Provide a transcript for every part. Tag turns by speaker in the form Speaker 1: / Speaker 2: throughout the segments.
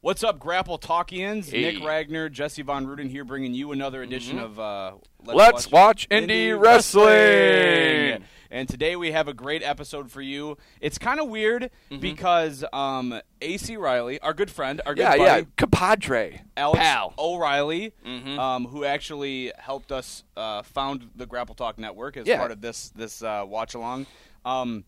Speaker 1: What's up, Grapple Talkians?
Speaker 2: Hey. Mm-hmm.
Speaker 1: Nick Ragnar, Jesse Von Ruden here, bringing you another edition of uh,
Speaker 2: Let's watch indie wrestling.
Speaker 1: And today we have a great episode for you. It's kind of weird
Speaker 2: Mm-hmm.
Speaker 1: because um, AC Riley, our good friend, our good
Speaker 2: Yeah,
Speaker 1: buddy,
Speaker 2: yeah, compadre.
Speaker 1: Alex
Speaker 2: Pal. Mm-hmm.
Speaker 1: O'Reilly, um, who actually helped us uh, found the Grapple Talk Network as
Speaker 2: Yeah.
Speaker 1: part of this this uh, watch along, um,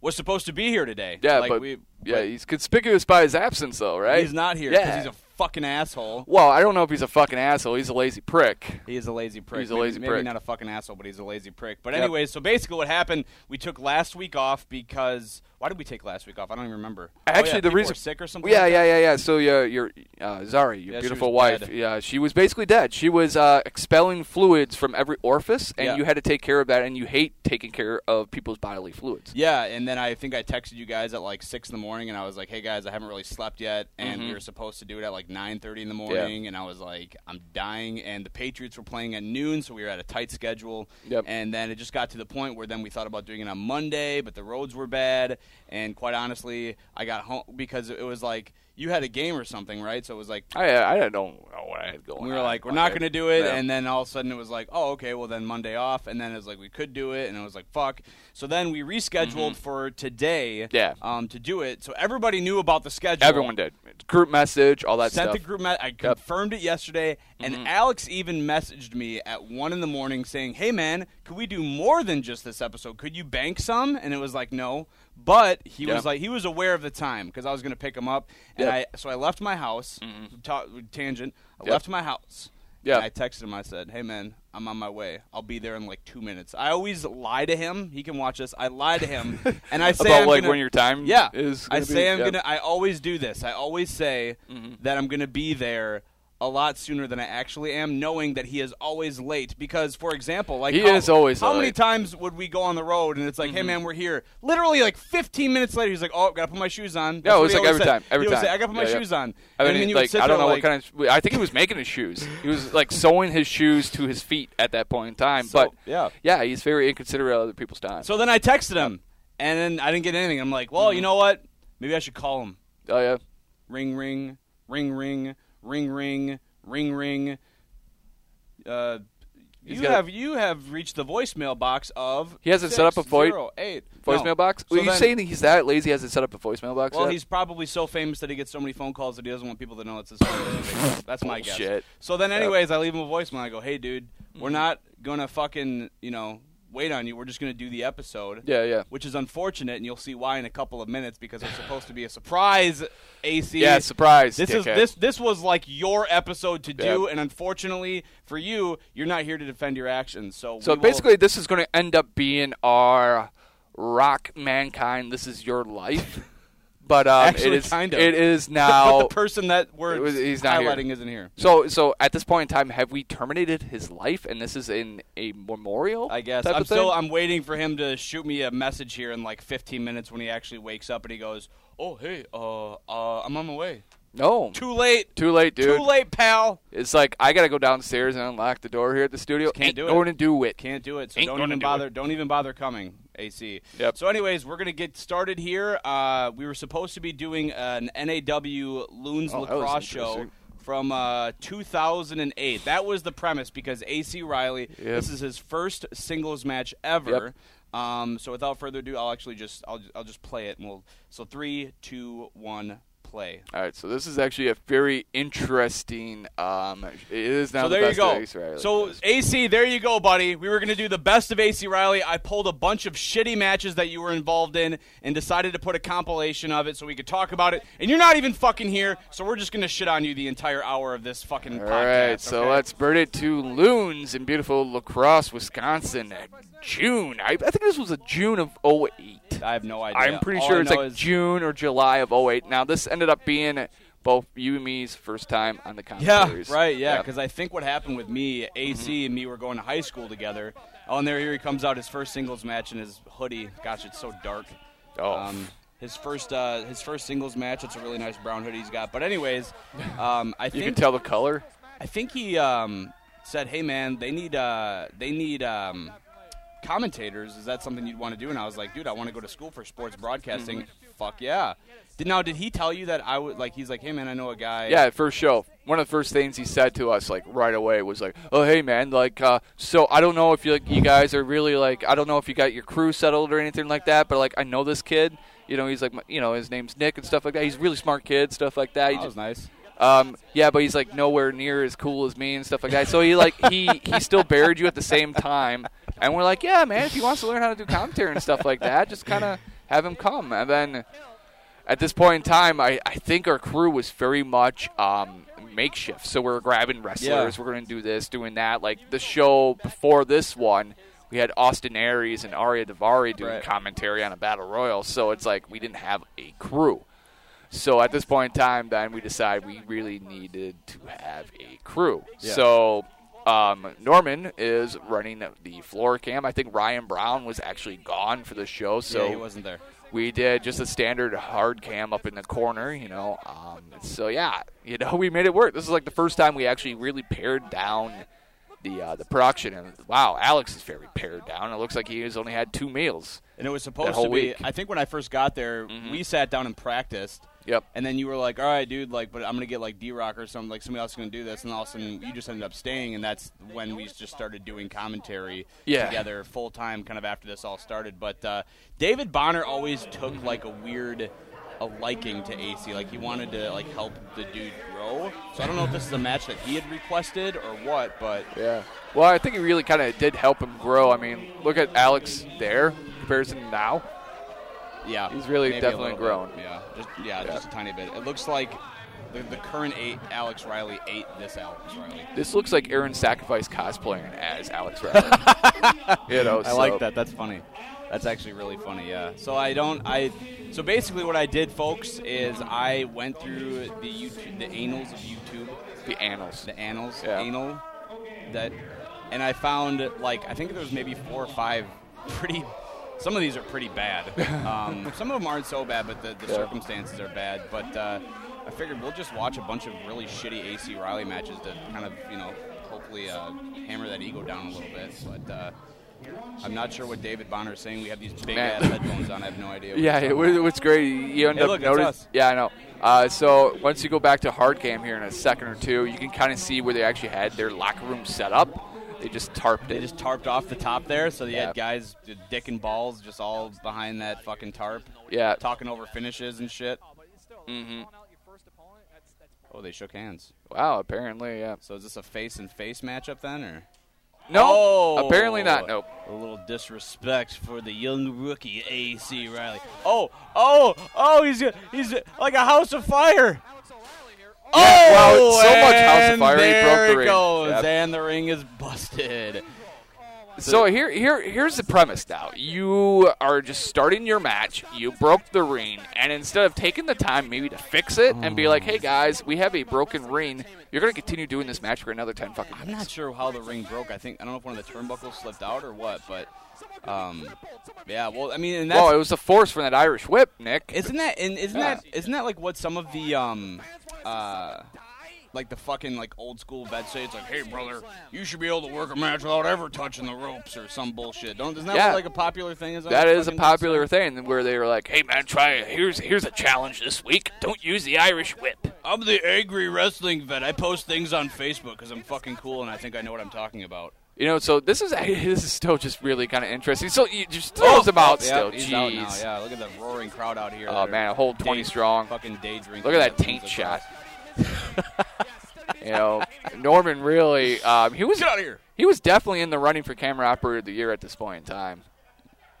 Speaker 1: was supposed to be here today.
Speaker 2: Yeah,
Speaker 1: like
Speaker 2: but
Speaker 1: we,
Speaker 2: yeah, he's conspicuous by his absence, though, right?
Speaker 1: he's not here because
Speaker 2: Yeah.
Speaker 1: he's a fucking asshole.
Speaker 2: well, I don't know if he's a fucking asshole. He's a lazy prick.
Speaker 1: He is a lazy prick.
Speaker 2: He's a
Speaker 1: Maybe-
Speaker 2: lazy
Speaker 1: maybe
Speaker 2: prick.
Speaker 1: not a fucking asshole, but he's a lazy prick. But
Speaker 2: Yep.
Speaker 1: anyway, so basically, what happened? We took last week off because why did we take last week off? I don't even remember. Oh, yeah,
Speaker 2: Actually, the
Speaker 1: people were
Speaker 2: reason
Speaker 1: sick or something.
Speaker 2: Yeah,
Speaker 1: like
Speaker 2: yeah,
Speaker 1: that?
Speaker 2: yeah, yeah. So yeah, your uh, Zari, your
Speaker 1: Yeah, she
Speaker 2: beautiful
Speaker 1: was
Speaker 2: wife.
Speaker 1: dead.
Speaker 2: Yeah, she was basically dead. She was uh, expelling fluids from every orifice, and
Speaker 1: Yeah.
Speaker 2: you had to take care of that. And you hate taking care of people's bodily fluids.
Speaker 1: Yeah, and then I think I texted you guys at like six in the morning, and I was like, "Hey guys, I haven't really slept yet, and we were supposed to do it at like nine thirty in the morning, and I was like, I'm dying." And the Patriots were playing at noon, so we were at a tight schedule.
Speaker 2: Yep.
Speaker 1: And then it just got to the point where then we thought about doing it on Monday, but the roads were bad, and quite honestly, I got home because it was like you had a game or something, right? So it was like
Speaker 2: I, I don't know what I had going.
Speaker 1: we were
Speaker 2: on.
Speaker 1: like, we're not going to do it.
Speaker 2: Yeah.
Speaker 1: And then all of a sudden it was like, oh, okay, well, then Monday off. And then it was like, we could do it. And it was like, fuck. So then we rescheduled for today
Speaker 2: Mm-hmm. Yeah.
Speaker 1: um, to do it. So everybody knew about the schedule.
Speaker 2: Everyone did group message, all that
Speaker 1: Sent
Speaker 2: stuff. Mm-hmm.
Speaker 1: the group me- I confirmed it yesterday, and Alex even messaged me at one in the morning saying, "Hey man, could we do more than just this episode? Could you bank some?" And it was like, "No," but he
Speaker 2: Yeah.
Speaker 1: was like, he was aware of the time because I was going to pick him up, and
Speaker 2: Yep.
Speaker 1: I so I left my house. Ta- tangent. I
Speaker 2: Yep.
Speaker 1: left my house.
Speaker 2: Mm-hmm. Yeah.
Speaker 1: And I texted him. I said, "Hey man, I'm on my way. I'll be there in like two minutes." I always lie to him. He can watch this. I lie to him, and I say
Speaker 2: About,
Speaker 1: I'm
Speaker 2: like,
Speaker 1: gonna-
Speaker 2: when your time
Speaker 1: Yeah,
Speaker 2: is
Speaker 1: I
Speaker 2: gonna be-
Speaker 1: say I'm
Speaker 2: yeah.
Speaker 1: gonna. I always do this. I always say that I'm going to be there a lot sooner than I actually am, knowing that he is always late. Because, for example, like
Speaker 2: He
Speaker 1: how,
Speaker 2: is always
Speaker 1: how many
Speaker 2: late.
Speaker 1: times would we go on the road and it's like, hey man, we're here. Literally like 15 minutes later, he's like, oh, gotta put my shoes on. That's
Speaker 2: it
Speaker 1: what
Speaker 2: was
Speaker 1: he
Speaker 2: like
Speaker 1: always
Speaker 2: every
Speaker 1: said.
Speaker 2: time, every
Speaker 1: he always
Speaker 2: time.
Speaker 1: said, I gotta put my
Speaker 2: Yeah, yeah.
Speaker 1: shoes on.
Speaker 2: I mean,
Speaker 1: and then you would
Speaker 2: like
Speaker 1: sit
Speaker 2: I don't
Speaker 1: there,
Speaker 2: know
Speaker 1: like,
Speaker 2: what kind of. I think he was making his shoes. He was like sewing his shoes to his feet at that point in time.
Speaker 1: So,
Speaker 2: but
Speaker 1: yeah.
Speaker 2: yeah, he's very inconsiderate of other people's time.
Speaker 1: So then I texted him, and then I didn't get anything. I'm like, well, you know what? Maybe I should call him.
Speaker 2: oh yeah,
Speaker 1: ring ring ring ring ring ring ring ring uh you
Speaker 2: got-
Speaker 1: have you have reached the voicemail box of
Speaker 2: He hasn't set up a voi-
Speaker 1: 608.
Speaker 2: voicemail
Speaker 1: No.
Speaker 2: box.
Speaker 1: So
Speaker 2: Are you
Speaker 1: then-
Speaker 2: saying that he's that lazy? Hasn't set up a voicemail box?
Speaker 1: well,
Speaker 2: yet?
Speaker 1: he's probably so famous that he gets so many phone calls that he doesn't want people to know it's his phone. That's my guess.
Speaker 2: Bullshit.
Speaker 1: So then, anyways, I leave him a voicemail. I go, "Hey, dude,
Speaker 2: Mm-hmm.
Speaker 1: we're not gonna fucking you know wait on you. We're just gonna do the episode."
Speaker 2: Yeah, yeah.
Speaker 1: Which is unfortunate, and you'll see why in a couple of minutes because it's supposed to be a surprise. AC.
Speaker 2: Yeah, surprise,
Speaker 1: This is
Speaker 2: dickhead.
Speaker 1: this this was like your episode to do,
Speaker 2: Yeah.
Speaker 1: and unfortunately for you, you're not here to defend your actions. So
Speaker 2: So
Speaker 1: we will-
Speaker 2: basically, this is going to end up being our rock mankind. This is your life, but um,
Speaker 1: Actually,
Speaker 2: it is
Speaker 1: kind of.
Speaker 2: it is
Speaker 1: but
Speaker 2: now.
Speaker 1: the person that we're
Speaker 2: It was- he's not here.
Speaker 1: highlighting isn't here.
Speaker 2: so so at this point in time, have we terminated his life? And this is in a memorial.
Speaker 1: I guess
Speaker 2: type
Speaker 1: I'm
Speaker 2: of thing?
Speaker 1: still I'm waiting for him to shoot me a message here in like 15 minutes when he actually wakes up and he goes, "Oh hey, uh, uh I'm on my way."
Speaker 2: no.
Speaker 1: Too late.
Speaker 2: Too late, dude.
Speaker 1: Too late, pal.
Speaker 2: It's like I gotta go downstairs and unlock the door here at the studio.
Speaker 1: can't
Speaker 2: Ain't
Speaker 1: do it.
Speaker 2: going to do it.
Speaker 1: Can't do it. So
Speaker 2: Ain't
Speaker 1: don't
Speaker 2: gonna
Speaker 1: even
Speaker 2: do
Speaker 1: bother. Don't even bother coming. AC.
Speaker 2: Yep.
Speaker 1: So, anyways, we're gonna get started here. Uh, we were supposed to be doing an NAW Loons
Speaker 2: Oh, that was
Speaker 1: lacrosse show
Speaker 2: interesting.
Speaker 1: from uh, 2008. That was the premise because AC Riley.
Speaker 2: Yep.
Speaker 1: This is his first singles match ever. Um, so, without further ado, I'll actually just I'll, I'll just play it and we'll. So three, two, one, play.
Speaker 2: All right, so this is actually a very interesting. Um, it is now
Speaker 1: So
Speaker 2: the
Speaker 1: there you
Speaker 2: best
Speaker 1: go.
Speaker 2: of Israel.
Speaker 1: So AC, there you go, buddy. We were gonna do the best of AC Riley. I pulled a bunch of shitty matches that you were involved in and decided to put a compilation of it so we could talk about it. And you're not even fucking here, so we're just gonna shit on you the entire hour of this fucking
Speaker 2: All
Speaker 1: podcast.
Speaker 2: right, so
Speaker 1: okay?
Speaker 2: let's burn it to Loons in beautiful Lacrosse, Wisconsin, in June. I, I think this was a June of 08.
Speaker 1: I have no idea.
Speaker 2: I'm pretty
Speaker 1: All
Speaker 2: sure
Speaker 1: I
Speaker 2: it's
Speaker 1: know
Speaker 2: like
Speaker 1: is-
Speaker 2: June or July of 08. Now this ended up being both you and me's first time on the
Speaker 1: Yeah,
Speaker 2: commentaries.
Speaker 1: right. Yeah, because I think what happened with me,
Speaker 2: Mm-hmm.
Speaker 1: AC and me were going to high school together. Oh, and there here he comes out his first singles match in his hoodie. Gosh, it's so dark. Um,
Speaker 2: Oh.
Speaker 1: his first uh, his first singles match. It's a really nice brown hoodie he's got. But anyways, um, I
Speaker 2: you
Speaker 1: think
Speaker 2: can tell the color.
Speaker 1: I think he um, said, "Hey man, they need uh, they need
Speaker 2: Mm-hmm.
Speaker 1: um, commentators. Is that something you'd want to do?" And I was like, "Dude, I want to go to school for sports broadcasting." fuck yeah. Did, now, did he tell you that I would like? He's like, hey man, I know a guy.
Speaker 2: Yeah, at first show, one of the first things he said to us, like right away, was like, "Oh, hey man, like, uh, so I don't know if you like, you guys are really like, I don't know if you got your crew settled or anything like that, but like, I know this kid. You know, he's like, my, you know, his name's Nick and stuff like that. He's a really smart kid, stuff like that. He
Speaker 1: that was
Speaker 2: just,
Speaker 1: nice.
Speaker 2: um, yeah, but he's like nowhere near as cool as me and stuff like that. So he like he he still buried you at the same time, and we're like, yeah, man, if he wants to learn how to do commentary and stuff like that, just kind of have him come. And then at this point in time, I I think our crew was very much. Um, makeshift so we're grabbing wrestlers
Speaker 1: Yeah.
Speaker 2: we're going to do this doing that like the show before this one we had austin aries and aria davari doing
Speaker 1: Right.
Speaker 2: commentary on a battle royal so it's like we didn't have a crew so at this point in time, then we decide we really needed to have a crew.
Speaker 1: Yeah.
Speaker 2: So um, Norman is running the floor cam. I think Ryan Brown was actually gone for the show, so
Speaker 1: yeah, he wasn't there.
Speaker 2: we did just a standard hard cam up in the corner. You know, um, so yeah, you know, we made it work. This is like the first time we actually really pared down the uh, the production. And wow, Alex is very pared down. It looks like he has only had two meals.
Speaker 1: And it was supposed
Speaker 2: whole
Speaker 1: to be.
Speaker 2: week. Mm-hmm.
Speaker 1: I think when I first got there, we sat down and practiced.
Speaker 2: Yep.
Speaker 1: And then you were like, "All right, dude, like, but I'm gonna get like D Rock or something. Like somebody else is gonna do this." And all of a sudden, you just ended up staying, and that's when we just started doing commentary
Speaker 2: Yeah.
Speaker 1: together full time, kind of after this all started. But uh, David Bonner always took like a weird a liking to AC. Like he wanted to like help the dude grow. So I don't know if this is a match that he had requested or what, but
Speaker 2: Yeah. Well, I think it really kind of did help him grow. I mean, look at Alex there in comparison to now.
Speaker 1: Yeah,
Speaker 2: He's really
Speaker 1: maybe a
Speaker 2: definitely
Speaker 1: little
Speaker 2: grown.
Speaker 1: bit. Yeah, just yeah, just a tiny bit. It looks like the, the current eight Alex Riley ate this Alex Riley.
Speaker 2: This looks like Aaron Sacrifice cosplaying as Alex Riley. you know,
Speaker 1: I
Speaker 2: so-
Speaker 1: like that. That's funny. That's actually really funny. Yeah. So I don't. I. So basically, what I did, folks, is I went through the YouTube, the annals of YouTube,
Speaker 2: The annals.
Speaker 1: the annals,
Speaker 2: Yeah.
Speaker 1: anal, that, and I found like I think there was maybe four or five pretty. Some of these are pretty bad. Um, some of them aren't so bad, but the, the
Speaker 2: Yeah.
Speaker 1: circumstances are bad. But uh, I figured we'll just watch a bunch of really shitty AC Riley matches to kind of you know hopefully uh, hammer that ego down a little bit. But uh, I'm not sure what David Bonner is saying. We have these big
Speaker 2: Man.
Speaker 1: ass headphones on. I have no idea. what
Speaker 2: Yeah,
Speaker 1: he's
Speaker 2: it,
Speaker 1: talking
Speaker 2: was-
Speaker 1: about.
Speaker 2: what's great, you end
Speaker 1: Hey,
Speaker 2: up
Speaker 1: look, it's
Speaker 2: notice-
Speaker 1: us.
Speaker 2: Yeah, I know. Uh, so once you go back to hard cam here in a second or two, you can kind of see where they actually had their locker room set up. They just tarped
Speaker 1: They
Speaker 2: it.
Speaker 1: just tarped off the top there, so they
Speaker 2: Yeah.
Speaker 1: had guys, dick and balls, just all behind that fucking tarp.
Speaker 2: Yeah.
Speaker 1: Talking over finishes and shit.
Speaker 2: Mhm.
Speaker 1: Oh, they shook hands.
Speaker 2: Wow, apparently, yeah.
Speaker 1: So is this a face and face matchup then, or?
Speaker 2: No,
Speaker 1: Oh,
Speaker 2: apparently not. Nope.
Speaker 1: A little disrespect for the young rookie AC Riley. Oh, oh, oh! He's he's like a house of fire. Oh,
Speaker 2: wow, it's so much house of
Speaker 1: and
Speaker 2: fire, he broke
Speaker 1: There
Speaker 2: the
Speaker 1: it
Speaker 2: ring.
Speaker 1: goes,
Speaker 2: Yep.
Speaker 1: and the ring is busted.
Speaker 2: So here, here, here's the premise. Now you are just starting your match. You broke the ring, and instead of taking the time maybe to fix it and be like, "Hey guys, we have a broken ring," you're gonna continue doing this match for another ten fucking
Speaker 1: I'm not
Speaker 2: minutes.
Speaker 1: sure how the ring broke. I think I don't know if one of the turnbuckles slipped out or what, but um, yeah. Well, I mean, and that's
Speaker 2: Well, it was the force from that Irish whip, Nick.
Speaker 1: Isn't that and isn't
Speaker 2: Yeah.
Speaker 1: that isn't that like what some of the um uh
Speaker 3: Oh,
Speaker 1: like the fucking like old school vets say? It's like, hey brother, you should be able to work a match without ever touching the ropes or some bullshit. Don't isn't that
Speaker 2: Yeah.
Speaker 1: what, like a popular thing? Is
Speaker 2: That is a popular thing where they were like, "Hey man, try it. here's here's a challenge this week. Don't use the Irish whip."
Speaker 1: I'm the angry wrestling vet. I post things on Facebook because I'm fucking cool and I think I know what I'm talking about.
Speaker 2: You know, so this is this is still just really kind of interesting. So you just throws them out
Speaker 1: Yeah,
Speaker 2: still.
Speaker 1: Oh, he's
Speaker 2: Jeez.
Speaker 1: out now. Yeah, look at the roaring crowd out here.
Speaker 2: Oh,
Speaker 1: that are
Speaker 2: man, a whole 20
Speaker 1: day-
Speaker 2: strong.
Speaker 1: Fucking day drinking.
Speaker 2: Look at that
Speaker 1: comes
Speaker 2: taint
Speaker 1: across.
Speaker 2: shot. you know, Norman really um, he was
Speaker 1: Get out of here.
Speaker 2: he was definitely in the running for camera operator of the year at this point in time.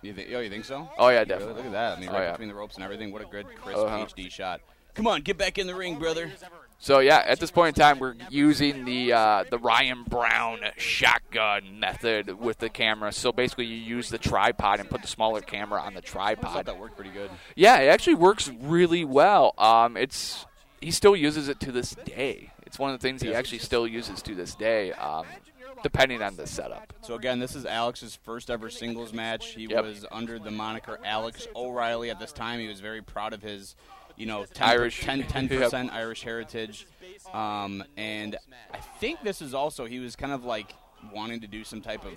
Speaker 1: You think, oh, you think so?
Speaker 2: Oh yeah,
Speaker 1: Really?
Speaker 2: definitely.
Speaker 1: Look at that. I mean,
Speaker 2: Oh,
Speaker 1: right
Speaker 2: yeah.
Speaker 1: between the ropes and everything. What a good, crisp
Speaker 2: Uh-huh.
Speaker 1: HD shot. Come on, get back in the ring, brother.
Speaker 2: So yeah, at this point in time, we're using the uh, the Ryan Brown shotgun method with the camera. So basically, you use the tripod and put the smaller camera on the
Speaker 1: I thought
Speaker 2: tripod.
Speaker 1: that worked pretty good.
Speaker 2: Yeah, it actually works really well. Um, it's he still uses it to this day. It's one of the things he actually still uses to this day. Um, depending on the setup.
Speaker 1: So again, this is Alex's first ever singles match. He
Speaker 2: Yep.
Speaker 1: was under the moniker Alex O'Reilly at this time. He was very proud of his, you know, 10,
Speaker 2: Irish.
Speaker 1: 10 10%
Speaker 2: Yep.
Speaker 1: Irish heritage. Um, and I think this is also he was kind of like wanting to do some type of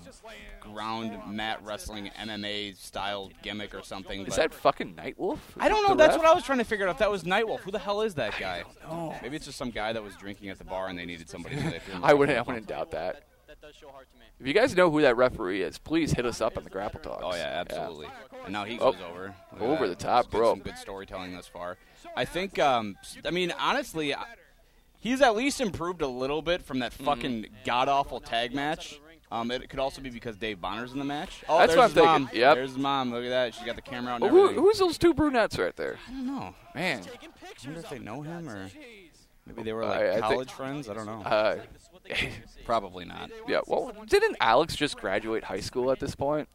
Speaker 1: ground mat wrestling MMA style gimmick or something.
Speaker 2: Is
Speaker 1: but-
Speaker 2: that fucking Nightwolf?
Speaker 1: I don't know.
Speaker 2: The
Speaker 1: That's
Speaker 2: ref?
Speaker 1: what I was trying to figure out. If that was Nightwolf, who the hell is that guy? No. Maybe it's just some guy that was drinking at the bar and they needed somebody. So they threw him
Speaker 2: I
Speaker 1: in.
Speaker 2: wouldn't. I wouldn't doubt that.
Speaker 3: That does show heart to me.
Speaker 2: If you guys know who that referee is, please hit us up on the Grapple Talks.
Speaker 1: Oh yeah, absolutely. And now he
Speaker 2: Oh.
Speaker 1: goes over. Look at
Speaker 2: Over
Speaker 1: that.
Speaker 2: the top,
Speaker 1: It's been
Speaker 2: bro.
Speaker 1: Some good storytelling thus far. I think. Um, I mean, honestly, I- he's at least improved a little bit from
Speaker 2: Mm-hmm.
Speaker 1: that fucking god awful tag match. Um, it could also be because Dave Bonner's in the match. Oh,
Speaker 2: That's
Speaker 1: there's
Speaker 2: what I'm
Speaker 1: his
Speaker 2: thinking.
Speaker 1: mom.
Speaker 2: Yep.
Speaker 1: There's his mom. Look at that. She's got the camera on.
Speaker 2: Oh,
Speaker 1: and
Speaker 2: who,
Speaker 1: everything.
Speaker 2: who's those two brunettes right there?
Speaker 1: I don't know.
Speaker 2: Man,
Speaker 3: Taking
Speaker 1: I wonder
Speaker 3: pictures
Speaker 1: if
Speaker 3: of
Speaker 1: they
Speaker 3: it.
Speaker 1: know him or maybe they were like
Speaker 2: I- I think-
Speaker 1: college friends. I don't know.
Speaker 2: uh,
Speaker 3: This is what they want to see.
Speaker 1: Probably not.
Speaker 2: yeah. Well, didn't Alex just graduate high school at this point?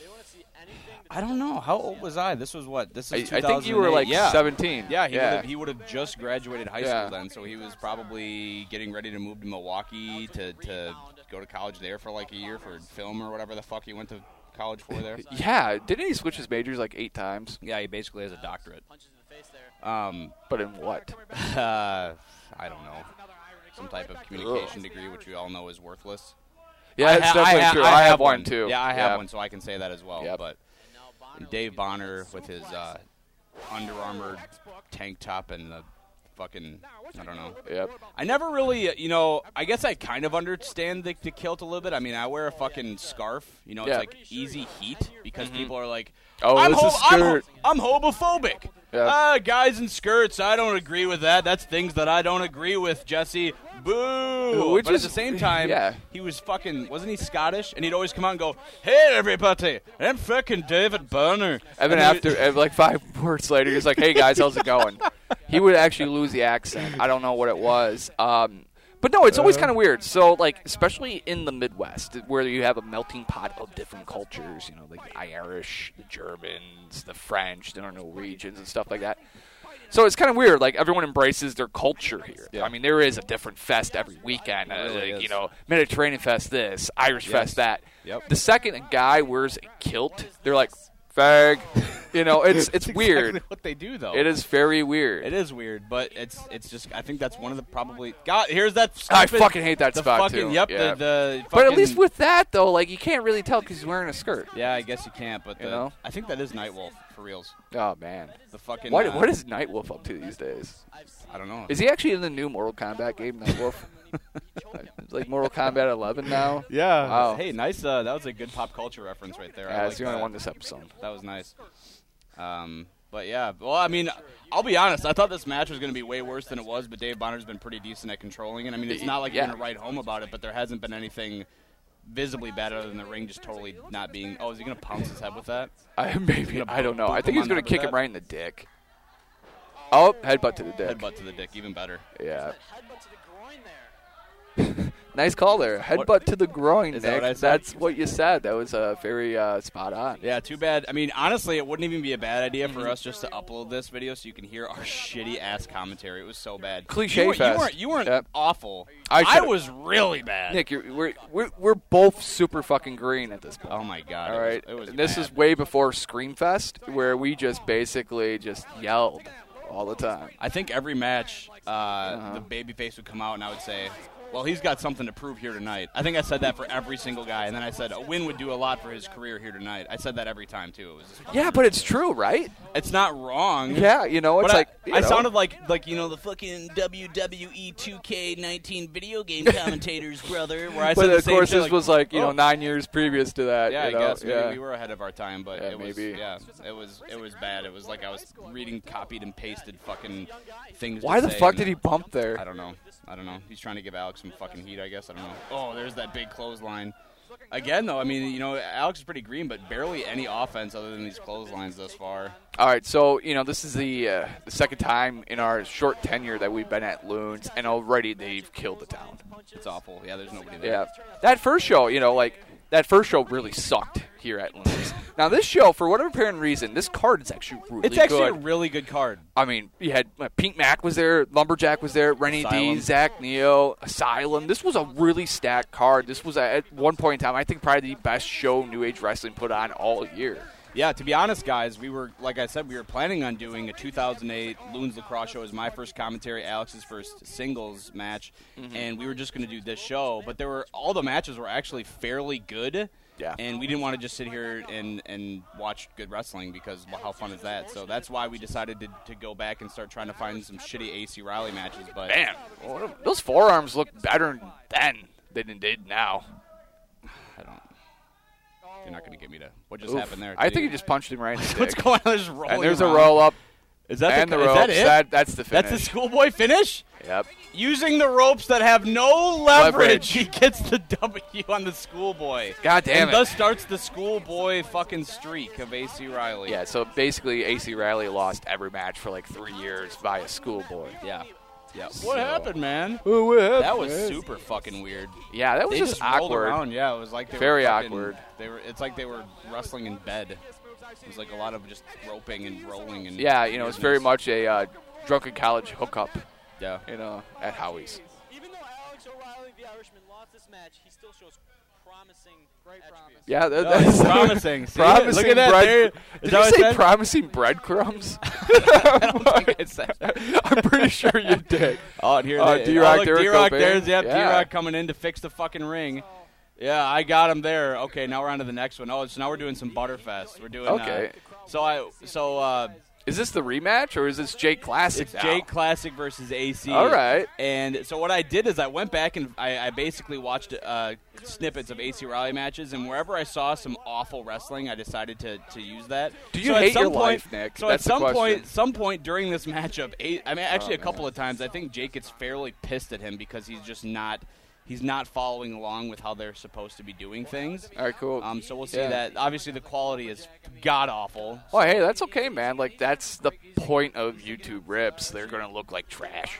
Speaker 3: They want to see anything that
Speaker 1: I don't know. How old was I? This was what? This is.
Speaker 2: I, I think you were
Speaker 1: 2008.
Speaker 2: like
Speaker 1: yeah.
Speaker 2: 17.
Speaker 1: Yeah, he
Speaker 2: yeah.
Speaker 1: Would have, he would have just graduated high
Speaker 2: Yeah.
Speaker 1: school then, so he was probably getting ready to move to Milwaukee to, to go to college there for like a year for film or whatever the fuck he went to college for there.
Speaker 2: Yeah, didn't he switch his majors like eight times?
Speaker 1: yeah, he basically has a doctorate.
Speaker 3: punches in the face there.
Speaker 1: Um,
Speaker 2: But in what?
Speaker 1: uh, I don't know. Some type of communication degree, which we all know is worthless.
Speaker 2: Yeah,
Speaker 1: I
Speaker 2: that's
Speaker 1: ha- I
Speaker 2: definitely
Speaker 1: ha-
Speaker 2: true.
Speaker 1: I have
Speaker 2: one. too.
Speaker 1: Yeah, I have one, so I can say that as well.
Speaker 2: Yep.
Speaker 1: But
Speaker 3: And now Bonner
Speaker 1: Dave Bonner with his uh, Under Armour tank top and the fucking I don't know.
Speaker 2: Yep.
Speaker 1: I never really, uh, you know, I guess I kind of understand the, the kilt a little bit. I mean, I wear a fucking scarf. You know, it's
Speaker 2: Yeah. Mm-hmm.
Speaker 1: like easy heat because people are like,
Speaker 2: Oh,
Speaker 1: I'm,
Speaker 2: it's a
Speaker 1: ho- I'm ho-
Speaker 2: skirt.
Speaker 1: I'm, homophobic.
Speaker 2: Yeah.
Speaker 1: Ah, guys in skirts, I don't agree with that. That's things that I don't agree with, Jesse. Boo!
Speaker 2: Which
Speaker 1: but
Speaker 2: is-
Speaker 1: at the same time,
Speaker 2: yeah.
Speaker 1: he was fucking, wasn't he Scottish? And he'd always come out and go, hey, everybody, I'm fucking David Bonner.
Speaker 2: And then
Speaker 1: then-
Speaker 2: after, and like five words later, he's like, "Hey guys, how's it going?" He would actually lose the accent. I don't know what it was. Um, but no, it's always kind of weird. So like, especially in the Midwest, where you have a melting pot of different cultures, you know, like the Irish, the Germans, the French, the Norwegians, and stuff like that. So it's kind of weird. Like everyone embraces their culture here. I mean, there is a different fest every weekend. uh,
Speaker 1: really
Speaker 2: like you
Speaker 1: is.
Speaker 2: know, Mediterranean fest this, Irish fest that.
Speaker 1: Yep.
Speaker 2: The second a guy wears a kilt, they're like fag. You know, it's it's weird.
Speaker 1: Exactly what they do, though.
Speaker 2: It is very weird.
Speaker 1: It is weird, but it's it's just I think that's one of the probably God. Here's that.
Speaker 2: I
Speaker 1: stupid-
Speaker 2: fucking hate that
Speaker 1: the
Speaker 2: spot
Speaker 1: fucking,
Speaker 2: too.
Speaker 1: Yep. The,
Speaker 2: Yeah.
Speaker 1: the
Speaker 2: but at
Speaker 1: fucking-
Speaker 2: least with that though, like you can't really tell because he's wearing a skirt.
Speaker 1: Yeah, I guess you can't. But
Speaker 2: You
Speaker 1: the,
Speaker 2: know?
Speaker 1: I think that is Nightwolf for reals.
Speaker 2: Oh man,
Speaker 1: The fucking.
Speaker 2: what
Speaker 1: uh,
Speaker 2: what is Nightwolf up to these days?
Speaker 3: I've seen
Speaker 1: I don't know.
Speaker 2: Is he actually in the new Mortal Kombat game, Nightwolf? like Mortal Kombat 11 now.
Speaker 1: yeah.
Speaker 2: Wow.
Speaker 1: Hey, nice. Uh, that was a good pop culture reference right there. I
Speaker 2: Yeah,
Speaker 1: like
Speaker 2: it's the only
Speaker 1: that.
Speaker 2: one this episode.
Speaker 1: That was nice. Um, but yeah, well, I mean, I'll be honest. I thought this match was going to be way worse than it was, but Dave Bonner's been pretty decent at controlling it. I mean, it's not like
Speaker 2: Yeah.
Speaker 1: you're going to write home about it, but there hasn't been anything visibly bad other than the ring just totally not being. Oh, is he going to pounce his head with that?
Speaker 2: I, maybe I don't know.
Speaker 1: boop
Speaker 2: I think
Speaker 1: him
Speaker 2: he's
Speaker 1: on
Speaker 2: gonna
Speaker 1: top of
Speaker 2: kick him
Speaker 1: that.
Speaker 2: right in the dick. Oh, headbutt to the dick.
Speaker 1: Headbutt to the dick, even better.
Speaker 2: Yeah.
Speaker 3: Headbutt to the groin there.
Speaker 2: Nice call there. Headbutt to the groin,
Speaker 1: Is that
Speaker 2: Nick.
Speaker 1: what I said?
Speaker 2: That's what you said. That was uh, very uh, spot on.
Speaker 1: Yeah, too bad. I mean, honestly, it wouldn't even be a bad idea for us just to upload this video so you can hear our shitty ass commentary. It was so bad.
Speaker 2: Cliche
Speaker 1: you, were,
Speaker 2: fest.
Speaker 1: You weren't, you weren't
Speaker 2: Yep.
Speaker 1: awful.
Speaker 2: I
Speaker 1: I
Speaker 2: should've-
Speaker 1: was really bad.
Speaker 2: Nick, you're, we're, we're we're both super fucking green at this point.
Speaker 1: Oh my god!
Speaker 2: All
Speaker 1: it was-
Speaker 2: right,
Speaker 1: it was
Speaker 2: And this
Speaker 1: bad.
Speaker 2: is way before Screamfest, where we just basically just yelled all the time.
Speaker 1: I think every match, uh, the
Speaker 2: Uh-huh.
Speaker 1: babyface would come out and I would say, "Well, he's got something to prove here tonight." I think I said that for every single guy, and then I said a win would do a lot for his career here tonight. I said that every time too. It was just,
Speaker 2: Yeah, but it's true, right?
Speaker 1: it's not wrong.
Speaker 2: Yeah, you know,
Speaker 1: But
Speaker 2: it's
Speaker 1: I,
Speaker 2: like you
Speaker 1: I
Speaker 2: know.
Speaker 1: sounded like like you know the fucking E WWE 2K19 video game commentators, brother. Where I said
Speaker 2: But
Speaker 1: the
Speaker 2: of
Speaker 1: same
Speaker 2: course,
Speaker 1: shit,
Speaker 2: this was like you
Speaker 1: oh,
Speaker 2: know nine years previous to that.
Speaker 1: Yeah,
Speaker 2: you know?
Speaker 1: I guess maybe
Speaker 2: yeah.
Speaker 1: we were ahead of our time, but
Speaker 2: Yeah,
Speaker 1: it was
Speaker 2: maybe.
Speaker 1: yeah, it was it was bad. It was like I was reading copied and pasted fucking things. to
Speaker 2: Why the
Speaker 1: say
Speaker 2: fuck
Speaker 1: and-
Speaker 2: did he bump there?
Speaker 1: I don't know. I don't know. He's trying to give Alex some fucking heat, I guess. I don't know. Oh, there's that big clothesline. Again, though, I mean, you know, Alex is pretty green, but barely any offense other than these clotheslines thus far.
Speaker 2: All right, so you know this is the uh, the second time in our short tenure that we've been at Loons, and already they've killed the town.
Speaker 1: It's awful. Yeah, there's nobody there.
Speaker 2: Yeah, that first show, you know, like that first show really sucked here at Loons. now this show, for whatever apparent reason, this card is actually really
Speaker 1: It's actually a
Speaker 2: good.
Speaker 1: really good card.
Speaker 2: I mean, you had uh, Pink Mac was there, Lumberjack was there, Rennie D,
Speaker 1: Asylum.
Speaker 2: Zach Neo, Asylum. This was a really stacked card. This was at one point in time, I think, probably the best show New Age Wrestling put on all year.
Speaker 1: Yeah, to be honest, guys, we were like I said, we were planning on doing a 2008 Loons Lacrosse show as my first commentary, Alex's first singles match,
Speaker 2: Mm-hmm.
Speaker 1: and we were just going to do this show. But there were all the matches were actually fairly good.
Speaker 4: Yeah.
Speaker 1: And we didn't want to just sit here and, and watch good wrestling because well, how fun is that? So that's why we decided to, to go back and start trying to find some shitty AC Riley matches. But
Speaker 2: Man, what a- those forearms look better then than they did now.
Speaker 1: I don't. You're not going to get me to what just
Speaker 2: Oof.
Speaker 1: happened there.
Speaker 2: I
Speaker 1: did
Speaker 2: think
Speaker 1: you?
Speaker 2: he just punched him right in the
Speaker 1: What's
Speaker 2: dick.
Speaker 1: going on? There's rolling.
Speaker 2: And there's a
Speaker 1: around.
Speaker 2: roll up
Speaker 1: Is that
Speaker 2: and
Speaker 1: the,
Speaker 2: the
Speaker 1: is
Speaker 2: ropes.
Speaker 1: that it?
Speaker 2: that's the
Speaker 1: That's
Speaker 2: finish.
Speaker 1: the schoolboy finish.
Speaker 2: yep.
Speaker 1: Using the ropes that have no leverage,
Speaker 2: Leverage.
Speaker 1: he gets the W on the schoolboy.
Speaker 2: God damn
Speaker 1: and
Speaker 2: it.
Speaker 1: thus starts the schoolboy fucking streak of AC Riley.
Speaker 2: Yeah, so basically AC Riley lost every match for like three years by a schoolboy.
Speaker 1: Yeah. Yeah. What
Speaker 2: So-
Speaker 1: happened, man? That was super fucking weird.
Speaker 2: Yeah, that was
Speaker 1: They
Speaker 2: just,
Speaker 1: just, rolled
Speaker 2: awkward.
Speaker 1: around. Yeah, it was like they
Speaker 2: Very
Speaker 1: were fucking-
Speaker 2: awkward.
Speaker 1: They were. It's like they were wrestling in bed. It was like a lot of just roping and rolling and.
Speaker 2: Yeah, you know, it's very
Speaker 1: weirdness.
Speaker 2: much a uh, drunken college hookup,
Speaker 1: Yeah.
Speaker 2: you know, at Howie's.
Speaker 3: Even though Alex O'Reilly, the Irishman, lost this match, he still shows promising Great attributes.
Speaker 2: Yeah, that,
Speaker 1: No, it's promising. See?
Speaker 2: promising
Speaker 1: Look at that.
Speaker 2: bread-
Speaker 1: There- is
Speaker 2: Did
Speaker 1: that
Speaker 2: you
Speaker 1: what I
Speaker 2: say
Speaker 1: said?
Speaker 2: promising breadcrumbs? I'm pretty sure you did.
Speaker 1: Oh, and here
Speaker 2: Uh,
Speaker 1: they,
Speaker 2: D-Rock,
Speaker 1: oh, look,
Speaker 2: Derek
Speaker 1: D-Rock
Speaker 2: Cobain.
Speaker 1: there's yep,
Speaker 2: Yeah.
Speaker 1: D-Rock coming in to fix the fucking ring. Yeah, I got him there. Okay, now we're on to the next one. Oh, so now we're doing some Butterfest. We're doing uh,
Speaker 2: Okay.
Speaker 1: so I so uh,
Speaker 2: Is this the rematch or is this Jake Classic?
Speaker 1: it's
Speaker 2: now?
Speaker 1: Jake Classic versus AC.
Speaker 2: All right.
Speaker 1: And so what I did is I went back and I, I basically watched uh, snippets of AC Riley matches, and wherever I saw some awful wrestling, I decided to, to use that.
Speaker 2: Do you
Speaker 1: so at
Speaker 2: hate
Speaker 1: some
Speaker 2: your
Speaker 1: point,
Speaker 2: life, Nick?
Speaker 1: So
Speaker 2: That's
Speaker 1: at
Speaker 2: the
Speaker 1: some
Speaker 2: question.
Speaker 1: point, some point during this matchup, a- I mean, actually a
Speaker 2: Oh,
Speaker 1: couple
Speaker 2: man.
Speaker 1: of times, I think Jake gets fairly pissed at him because he's just not. He's not following along with how they're supposed to be doing things.
Speaker 2: All right, cool.
Speaker 1: Um, so we'll see
Speaker 2: Oh. Yeah.
Speaker 1: that. Obviously, the quality is god awful.
Speaker 2: Oh, hey, that's okay, man. Like, that's the point of YouTube rips. They're going to look like trash.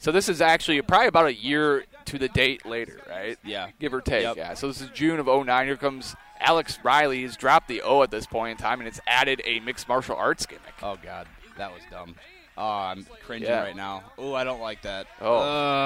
Speaker 2: So this is actually probably about a year to the date later, right?
Speaker 1: Yeah.
Speaker 2: Give or take,
Speaker 1: Yep.
Speaker 2: yeah. So this is June of 09. Here comes Alex Riley. He's dropped the O at this point in time, and it's added a mixed martial arts gimmick.
Speaker 1: Oh God, that was dumb. Oh, I'm cringing
Speaker 2: Yeah.
Speaker 1: right now. Oh, I don't like that.
Speaker 2: Oh.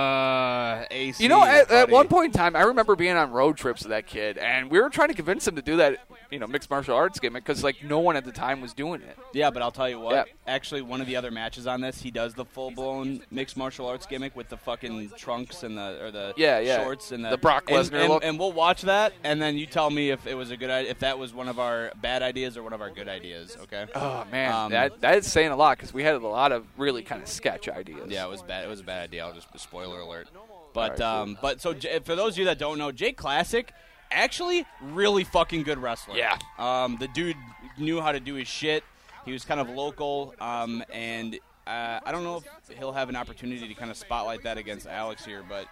Speaker 1: Uh, AC.
Speaker 2: You know, at, at
Speaker 1: buddy.
Speaker 2: one point in time, I remember being on road trips with that kid, and we were trying to convince him to do that, you know, mixed martial arts gimmick because, like, no one at the time was doing it.
Speaker 1: Yeah, but I'll tell you what.
Speaker 2: Yeah.
Speaker 1: Actually, one of the other matches on this, he does the full blown mixed martial arts gimmick with the fucking trunks and the or the
Speaker 2: Yeah, yeah.
Speaker 1: shorts and the,
Speaker 2: The Brock
Speaker 1: and-
Speaker 2: Lesnar
Speaker 1: and,
Speaker 2: look.
Speaker 1: and we'll watch that, and then you tell me if it was a good i- if that was one of our bad ideas or one of our good ideas. Okay.
Speaker 2: Oh, man.
Speaker 1: Um,
Speaker 2: that, that is saying a lot because we had a lot of really kind of sketch ideas.
Speaker 1: Yeah, it was bad. It was a bad idea. I'll just spoiler alert. But
Speaker 2: Alright, cool.
Speaker 1: um, but so J- for those of you that don't know, Jake Classic, actually really fucking good wrestler.
Speaker 2: Yeah.
Speaker 1: Um, the dude knew how to do his shit. He was kind of local. Um, and uh, I don't know if he'll have an opportunity to kind of spotlight that against Alex here, but.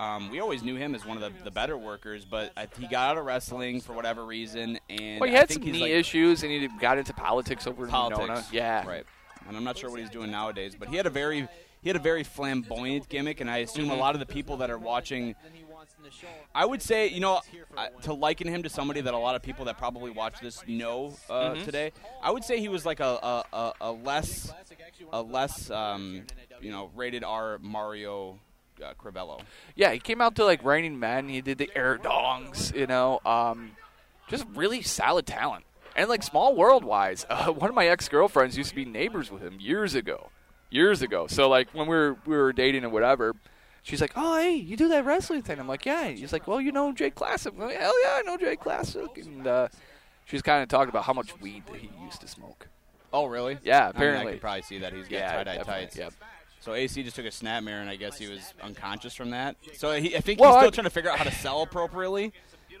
Speaker 1: Um, we always knew him as one of the, the better workers, but I, he got out of wrestling for whatever reason, and
Speaker 2: Well, he
Speaker 1: I
Speaker 2: had
Speaker 1: think
Speaker 2: some
Speaker 1: he's
Speaker 2: knee
Speaker 1: like,
Speaker 2: issues, and he got into politics over in
Speaker 1: politics.
Speaker 2: Winona. Yeah,
Speaker 1: right. And I'm not sure what he's doing nowadays, but he had a very he had a very flamboyant gimmick, and I assume
Speaker 2: Mm-hmm.
Speaker 1: a lot of the people that are watching.
Speaker 3: Than he wants in the show.
Speaker 1: I would say, you know, I, to liken him to somebody that a lot of people that probably watch this know uh,
Speaker 2: Mm-hmm.
Speaker 1: today, I would say he was like a a, a, a less a less um, you know rated R Mario uh, Crivello.
Speaker 2: Yeah, he came out to like Raining Men. He did the Air Dongs, you know, um, just really solid talent. And like small world wise, uh, one of my ex girlfriends used to be neighbors with him years ago, years ago. So like when we were we were dating and whatever, she's like, "Oh, hey, you do that wrestling thing?" I'm like, "Yeah." He's like, "Well, you know Jay Classic?" I'm like, "Hell yeah, I know Jay Classic." And uh, she's kind of talking about how much weed that he used to smoke.
Speaker 1: Oh, really?
Speaker 2: Yeah,
Speaker 1: I, mean, I
Speaker 2: apparently.
Speaker 1: could probably see that he's got
Speaker 2: yeah,
Speaker 1: tie-dye
Speaker 2: definitely,
Speaker 1: tights.
Speaker 2: Yep.
Speaker 1: So AC just took a snap mirror, and I guess he was unconscious from that. So he, I think
Speaker 2: Well,
Speaker 1: he's still
Speaker 2: I-
Speaker 1: trying to figure out how to sell appropriately.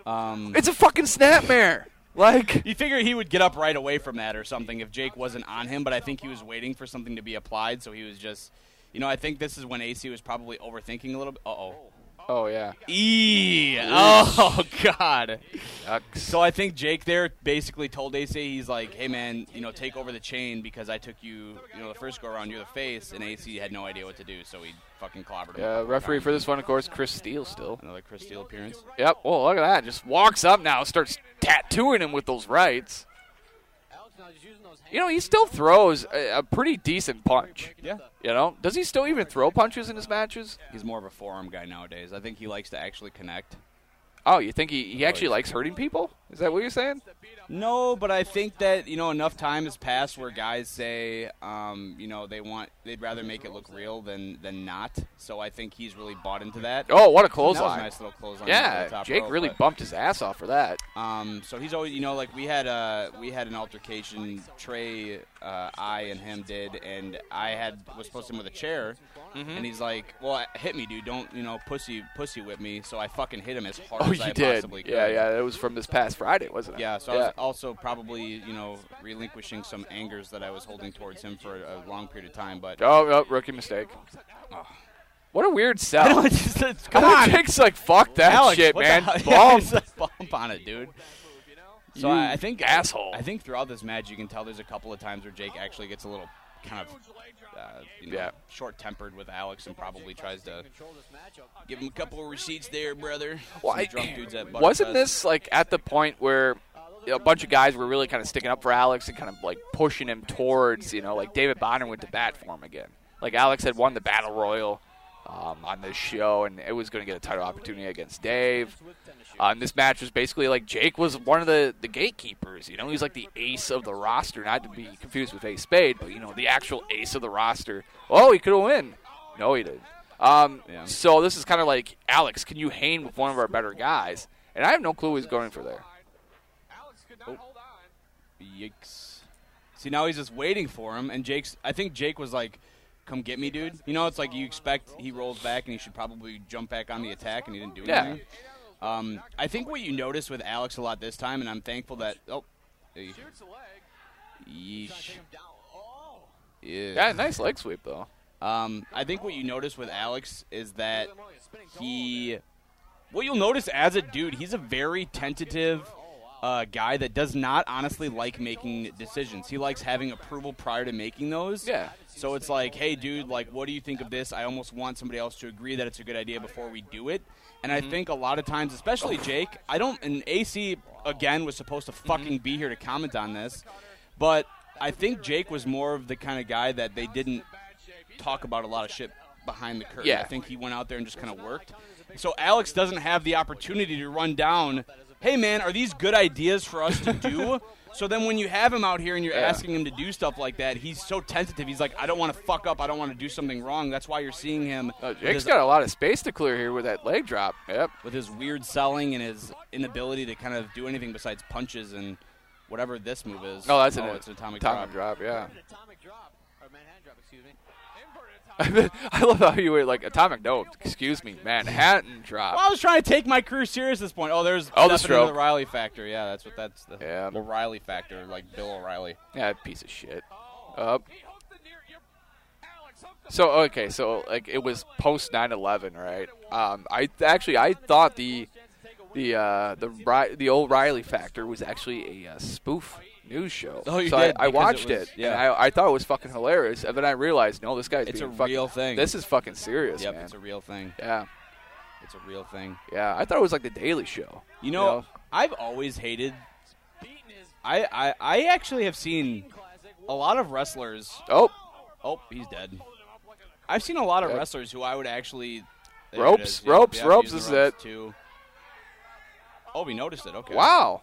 Speaker 1: Um,
Speaker 2: It's a fucking snapmare. Like
Speaker 1: you figure he would get up right away from that or something if Jake wasn't on him, but I think he was waiting for something to be applied, so he was just, you know, I think this is when AC was probably overthinking a little bit. Uh oh.
Speaker 2: Oh yeah.
Speaker 1: E. Oh God.
Speaker 2: Yucks.
Speaker 1: So I think Jake there basically told AC he's like, hey man, you know, take over the chain because I took you, you know, the first go around, you're the face, and AC had no idea what to do, so he fucking clobbered him. a
Speaker 2: Uh,
Speaker 1: couple
Speaker 2: referee
Speaker 1: times.
Speaker 2: for this one, of course, Chris Steele still.
Speaker 1: another Chris Steele appearance.
Speaker 2: Yep. Well, look at that. Just walks up now, starts tattooing him with those rights.
Speaker 3: Alex now just using those hands.
Speaker 2: You know, he still throws a, a pretty decent punch.
Speaker 1: Yeah.
Speaker 2: You know, does he still even throw punches in his matches?
Speaker 1: He's more of a forearm guy nowadays. I think he likes to actually connect.
Speaker 2: Oh, you think he, he actually likes hurting people? Is that what you're saying?
Speaker 1: No, but I think that you know enough time has passed where guys say, um, you know, they want they'd rather make it look real than than not. So I think he's really bought into that.
Speaker 2: Oh, what
Speaker 1: that
Speaker 2: a
Speaker 1: was a
Speaker 2: clothesline!
Speaker 1: nice little clothesline. over the
Speaker 2: yeah,
Speaker 1: top
Speaker 2: Jake
Speaker 1: rope,
Speaker 2: really
Speaker 1: but,
Speaker 2: bumped his ass off for that.
Speaker 1: um, so he's always, you know, like we had a we had an altercation. Trey, uh, I and him did, and I had was posting with a chair,
Speaker 2: Mm-hmm.
Speaker 1: and he's like, "Well, hit me, dude! Don't you know, pussy pussy whip me." So I fucking hit him as hard
Speaker 2: Oh,
Speaker 1: as I
Speaker 2: you did.
Speaker 1: possibly could.
Speaker 2: Yeah, yeah. That was from this past Friday, wasn't it?
Speaker 1: Yeah, so I
Speaker 2: yeah.
Speaker 1: was also probably, you know, relinquishing some angers that I was holding towards him for a, a long period of time. But
Speaker 2: Oh, oh, rookie mistake. What a weird
Speaker 1: Oh.
Speaker 2: sell.
Speaker 1: I don't- just- just- come on,
Speaker 2: Jake's like, fuck that
Speaker 1: Alex,
Speaker 2: shit,
Speaker 1: what
Speaker 2: man.
Speaker 1: the hell?
Speaker 2: Bump.
Speaker 1: It's a bump on it, dude. So I, I think
Speaker 2: asshole.
Speaker 1: I think throughout this match, you can tell there's a couple of times where Jake actually gets a little kind of, uh, you know,
Speaker 2: Yeah.
Speaker 1: short-tempered with Alex and probably tries to give him a couple of receipts there, brother.
Speaker 2: Well,
Speaker 1: Some
Speaker 2: I-
Speaker 1: drunk dudes at
Speaker 2: Wasn't
Speaker 1: Butterfest.
Speaker 2: this like at the point where a bunch of guys were really kind of sticking up for Alex and kind of like pushing him towards, you know, like David Bonner went to bat for him again. Like Alex had won the battle royal um, on this show, and it was going to get a title opportunity against Dave. Uh, and this match was basically like Jake was one of the, the gatekeepers. You know, he's like the ace of the roster, not to be confused with Ace Spade, but you know, the actual ace of the roster. Oh, he could have win. No, he didn't. Um,
Speaker 1: Yeah.
Speaker 2: So this is kind of like Alex. Can you hang with one of our better guys? And I have no clue who he's going for there.
Speaker 1: Yikes. See, now he's just waiting for him, and Jake's. I think Jake was like, "Come get me, dude." You know, it's like you expect he rolls back and he should probably jump back on the attack, and he didn't do
Speaker 2: Yeah.
Speaker 1: anything. Um, I think what you notice with Alex a lot this time, and I'm thankful that. Oh. eh, Yeesh.
Speaker 2: Yeah,
Speaker 3: Oh!
Speaker 1: Yeah.
Speaker 2: nice leg sweep though.
Speaker 1: Um, I think what you notice with Alex is that he what you'll notice as a dude, he's a very tentative
Speaker 2: Oh,
Speaker 1: uh, guy that does not honestly like making decisions. He likes having approval prior to making those.
Speaker 2: Yeah.
Speaker 1: So it's like, hey, dude, like, what do you think of this? I almost want somebody else to agree that it's a good idea before we do it. And
Speaker 2: Mm-hmm.
Speaker 1: I think a lot of times, especially Jake, I don't. And AC again was supposed to
Speaker 2: Mm-hmm.
Speaker 1: fucking be here to comment on this, but I think Jake was more of the kind of guy that they didn't talk about a lot of shit behind the curtain.
Speaker 2: Yeah.
Speaker 1: I think he went out there and just kind of worked. So Alex doesn't have the opportunity to run down, hey man, are these good ideas for us to do? so then when you have him out here and you're
Speaker 2: Yeah.
Speaker 1: asking him to do stuff like that, he's so tentative. He's like, I don't want to fuck up. I don't want to do something wrong. That's why you're seeing him
Speaker 2: Uh,
Speaker 1: with, his,
Speaker 2: Jake's got a lot of space to clear here with that leg drop. Yep.
Speaker 1: with his weird selling and his inability to kind of do anything besides punches and whatever this move is.
Speaker 2: No, that's
Speaker 1: oh,
Speaker 2: an
Speaker 1: it's an atomic, drop.
Speaker 2: drop. Yeah.
Speaker 3: Atomic drop, or Manhattan drop, excuse me.
Speaker 2: I love how you were like atomic. No, excuse me, Manhattan
Speaker 1: Well, I
Speaker 2: drop.
Speaker 1: was trying to take my career serious at this point. Oh, there's
Speaker 2: Oh,
Speaker 1: stepping
Speaker 2: the
Speaker 1: into
Speaker 2: stroke.
Speaker 1: the Riley factor. Yeah, that's what that's the
Speaker 2: Yeah.
Speaker 1: O'Reilly factor, like Bill O'Reilly.
Speaker 2: Yeah, piece of shit. Up. So okay, so like it was post 9/11, right? Um, I actually I thought the the uh, the Ri- the old Riley factor was actually a uh, spoof news show.
Speaker 1: Oh, you
Speaker 2: so
Speaker 1: did,
Speaker 2: I, I
Speaker 1: because it
Speaker 2: watched it,
Speaker 1: was- yeah.
Speaker 2: and I, I thought it was fucking hilarious, and then I realized no, this guy's
Speaker 1: It's
Speaker 2: being
Speaker 1: a
Speaker 2: fucking-
Speaker 1: real thing.
Speaker 2: This is fucking serious,
Speaker 1: Yep,
Speaker 2: man.
Speaker 1: it's a real thing.
Speaker 2: yeah,
Speaker 1: It's a real thing.
Speaker 2: yeah. I thought it was like the Daily Show.
Speaker 1: You know, I've always hated. I, I I actually have seen a lot of wrestlers.
Speaker 2: Oh,
Speaker 1: Oh, he's dead. I've seen a lot of
Speaker 2: Yep.
Speaker 1: wrestlers who I would actually there it
Speaker 2: Ropes,
Speaker 1: is.
Speaker 2: ropes,
Speaker 1: yep,
Speaker 2: ropes,
Speaker 1: using
Speaker 2: this
Speaker 1: the
Speaker 2: is
Speaker 1: ropes Too. Oh, we noticed it. Okay.
Speaker 2: wow.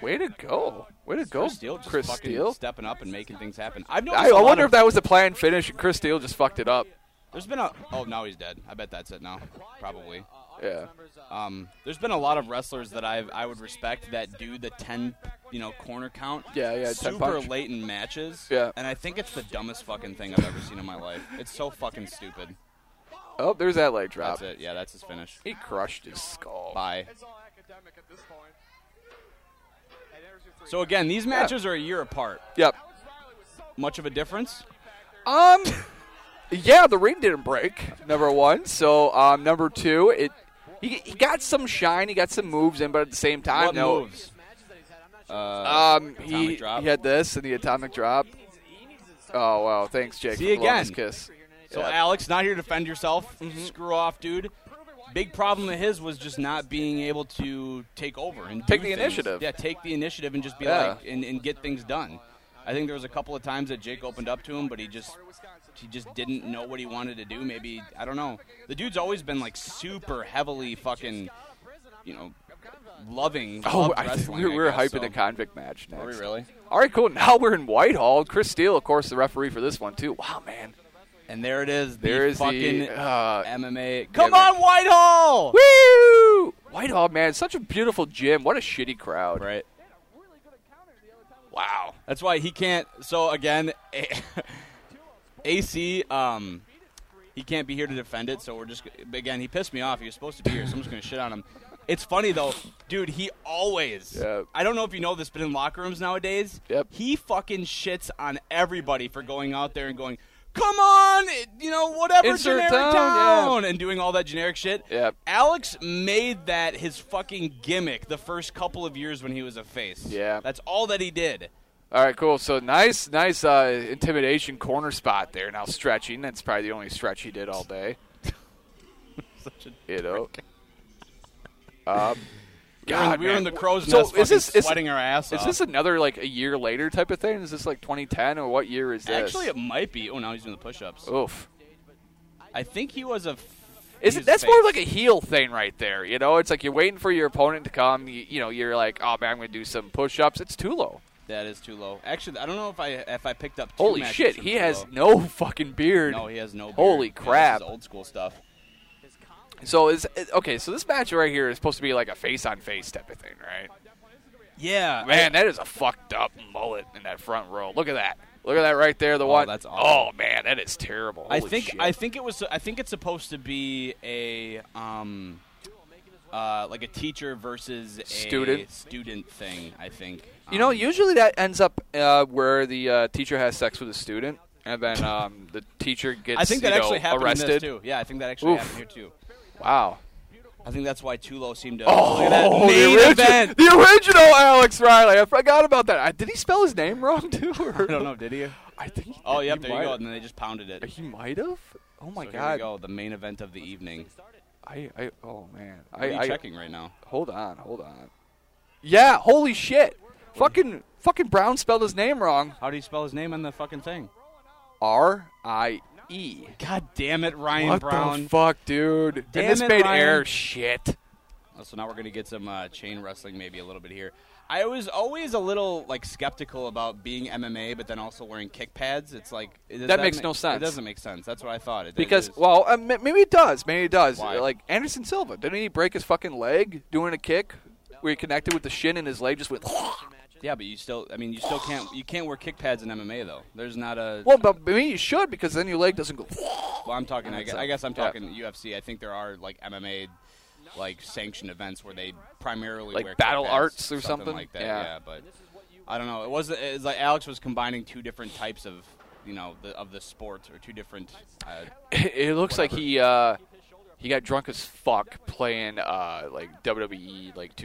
Speaker 2: Way to go! Way to go,
Speaker 1: Chris Steele just
Speaker 2: Chris
Speaker 1: fucking
Speaker 2: Steele.
Speaker 1: stepping up and making things happen. I've
Speaker 2: I,
Speaker 1: noticed.
Speaker 2: I
Speaker 1: a lot
Speaker 2: wonder
Speaker 1: of-
Speaker 2: if that was the planned finish, and Chris Steele just fucked it up.
Speaker 1: There's been a oh now he's dead. I bet that's it now. Probably.
Speaker 3: Uh,
Speaker 2: Yeah.
Speaker 1: Um, there's been a lot of wrestlers that I I would respect that do the ten you know corner count.
Speaker 2: Yeah, yeah, 10
Speaker 1: Super
Speaker 2: punch.
Speaker 1: late in matches.
Speaker 2: Yeah.
Speaker 1: And I think it's the dumbest fucking thing I've ever seen in my life. It's so fucking stupid.
Speaker 2: Oh, there's that leg drop.
Speaker 1: That's it. Yeah, that's his finish.
Speaker 2: He crushed his skull.
Speaker 1: Bye.
Speaker 4: It's all academic at this point. And there's your three.
Speaker 1: So again, these matches are a year apart.
Speaker 2: Yep.
Speaker 1: Much of a difference?
Speaker 2: Um. Yeah, the ring didn't break. Number one. So, um, number two, it he, he got some shine, he got some moves in, but at the same time,
Speaker 1: what
Speaker 2: no.
Speaker 1: moves? Uh,
Speaker 2: Um, he,
Speaker 1: Atomic drop.
Speaker 2: he had this and the atomic drop. Oh wow, thanks, Jake.
Speaker 1: See
Speaker 2: for blowing this
Speaker 1: again.
Speaker 2: kiss.
Speaker 1: so
Speaker 2: yeah. Mm-hmm.
Speaker 1: Alex, not here to defend yourself. Screw off, dude. Big problem of his was just not being able to take over and do
Speaker 2: Take the
Speaker 1: things.
Speaker 2: initiative.
Speaker 1: Yeah, take the initiative and just be
Speaker 2: Yeah.
Speaker 1: like and, and get things done. I think there was a couple of times that Jake opened up to him, but he just he just didn't know what he wanted to do. Maybe I don't know. The dude's always been like super heavily fucking you know, loving.
Speaker 2: Oh,
Speaker 1: loved
Speaker 2: I think
Speaker 1: wrestling,
Speaker 2: we were
Speaker 1: guess,
Speaker 2: hyping
Speaker 1: so.
Speaker 2: the convict match next.
Speaker 1: Were we really?
Speaker 2: All right, cool. Now we're in Whitehall. Chris Steele, of course, the referee for this one too. Wow, man.
Speaker 1: And there it is.
Speaker 2: There
Speaker 1: the
Speaker 2: is
Speaker 1: fucking
Speaker 2: the uh,
Speaker 1: MMA. Come
Speaker 2: man.
Speaker 1: on, Whitehall!
Speaker 2: woo. Whitehall, man, such a beautiful gym. What a shitty crowd.
Speaker 1: Right.
Speaker 2: Wow.
Speaker 1: That's why he can't. So again, A- AC, um, he can't be here to defend it. So we're just again, he pissed me off. He was supposed to be here, so I'm just gonna shit on him. It's funny though, dude. He always.
Speaker 2: Yeah.
Speaker 1: I don't know if you know this, but in locker rooms nowadays,
Speaker 2: Yep.
Speaker 1: he fucking shits on everybody for going out there and going, "Come on, it- you know, whatever
Speaker 2: Insert
Speaker 1: generic
Speaker 2: town,
Speaker 1: town,",
Speaker 2: yeah.
Speaker 1: and doing all that generic shit.
Speaker 2: Yep.
Speaker 1: Alex made that his fucking gimmick the first couple of years when he was a face.
Speaker 2: Yeah.
Speaker 1: That's all that he did.
Speaker 2: All right, cool. So nice, nice uh, intimidation corner spot there. Now stretching. That's probably the only stretch he did all day.
Speaker 1: Such a
Speaker 2: You know. Um,
Speaker 1: God,
Speaker 2: God,
Speaker 1: we were
Speaker 2: man.
Speaker 1: in the crow's
Speaker 2: So
Speaker 1: nest,
Speaker 2: is this-
Speaker 1: fucking
Speaker 2: is-
Speaker 1: sweating our ass
Speaker 2: Is
Speaker 1: off.
Speaker 2: this another like a year later type of thing? Is this like 2010 or what year is this?
Speaker 1: Actually, it might be. Oh, now he's doing the push-ups.
Speaker 2: oof.
Speaker 1: I think he was a. F-
Speaker 2: Is
Speaker 1: he
Speaker 2: it,
Speaker 1: was
Speaker 2: that's
Speaker 1: face.
Speaker 2: more like a heel thing right there. You know, it's like you're waiting for your opponent to come. You, you know, you're like, oh man, I'm gonna do some push-ups. It's too low.
Speaker 1: That is too low. Actually, I don't know if I if I picked up. Two
Speaker 2: Holy
Speaker 1: matches
Speaker 2: shit,
Speaker 1: from
Speaker 2: he
Speaker 1: Tulo.
Speaker 2: has no fucking beard.
Speaker 1: No, he has no. Beard.
Speaker 2: Holy
Speaker 1: Yeah, this is
Speaker 2: crap.
Speaker 1: old school stuff.
Speaker 2: so is it- okay. So this match right here is supposed to be like a face-on-face type of thing, right?
Speaker 1: Yeah,
Speaker 2: Man, that is a fucked up mullet in that front row. Look at that. Look at that right there. The
Speaker 1: Oh,
Speaker 2: one.
Speaker 1: that's awesome.
Speaker 2: Oh man, that is terrible.
Speaker 1: I
Speaker 2: Holy
Speaker 1: think
Speaker 2: shit.
Speaker 1: I think it was. I think it's supposed to be a um, uh, like a teacher versus a
Speaker 2: Student.
Speaker 1: student thing. I think.
Speaker 2: You know,
Speaker 1: Um,
Speaker 2: usually that ends up uh, where the uh, teacher has sex with a student, and then um, the teacher gets
Speaker 1: I think that
Speaker 2: you know,
Speaker 1: actually happened
Speaker 2: arrested.
Speaker 1: in this too. Yeah, I think that actually
Speaker 2: Oof.
Speaker 1: happened here too.
Speaker 2: Wow.
Speaker 1: I think that's why Tulo seemed to.
Speaker 2: Oh,
Speaker 1: look at that
Speaker 2: the,
Speaker 1: main
Speaker 2: origi-
Speaker 1: event.
Speaker 2: the original Alex Riley. I forgot about that. I, did he spell his name wrong too? Or?
Speaker 1: I don't know. Did he?
Speaker 2: I think. He,
Speaker 1: Oh,
Speaker 2: he
Speaker 1: yep. There you
Speaker 2: might-
Speaker 1: go. And then they just pounded it.
Speaker 2: Uh, He might have. Oh my
Speaker 1: so
Speaker 2: god.
Speaker 1: Here we go. The main event of the evening.
Speaker 2: I, I. Oh man.
Speaker 1: What
Speaker 2: I,
Speaker 1: are you
Speaker 2: I
Speaker 1: checking right now?
Speaker 2: Hold on. Hold on. Yeah. Holy shit. Fucking. Fucking Brown spelled his name wrong.
Speaker 1: How do you spell his name on the fucking thing?
Speaker 2: R I E.
Speaker 1: God damn it, Ryan
Speaker 2: what
Speaker 1: Brown.
Speaker 2: the fuck, dude?
Speaker 1: Damn
Speaker 2: and this
Speaker 1: it,
Speaker 2: made
Speaker 1: Ryan.
Speaker 2: air shit.
Speaker 1: Uh, So now we're gonna get some uh, chain wrestling, maybe a little bit here. I was always a little like skeptical about being MMA, but then also wearing kick pads. It's like it- does
Speaker 2: That makes no
Speaker 1: It
Speaker 2: sense.
Speaker 1: doesn't make sense. That's what I thought. It, it
Speaker 2: Because,
Speaker 1: is-
Speaker 2: well, uh, ma- maybe it does. Maybe it does.
Speaker 1: Why?
Speaker 2: Like Anderson Silva, didn't he break his fucking leg doing a kick where he connected with the shin and his leg just went?
Speaker 1: yeah, but you still, I mean, you still can't, you can't wear kick pads in MMA though. There's not a.
Speaker 2: well, but maybe you should because then your leg doesn't go.
Speaker 1: Well, I'm talking. I
Speaker 2: That's
Speaker 1: guess,
Speaker 2: a-
Speaker 1: I guess I'm
Speaker 2: yeah.
Speaker 1: talking UFC. I think there are like MMA, like sanctioned events where they primarily
Speaker 2: Like
Speaker 1: wear
Speaker 2: battle
Speaker 1: kickbacks,
Speaker 2: arts or something?
Speaker 1: like that.
Speaker 2: Yeah.
Speaker 1: but I don't know. It was it's like Alex was combining two different types of you know the, of the sport or two different. Uh,
Speaker 2: it looks like he uh, he got drunk as fuck playing uh, like WWE like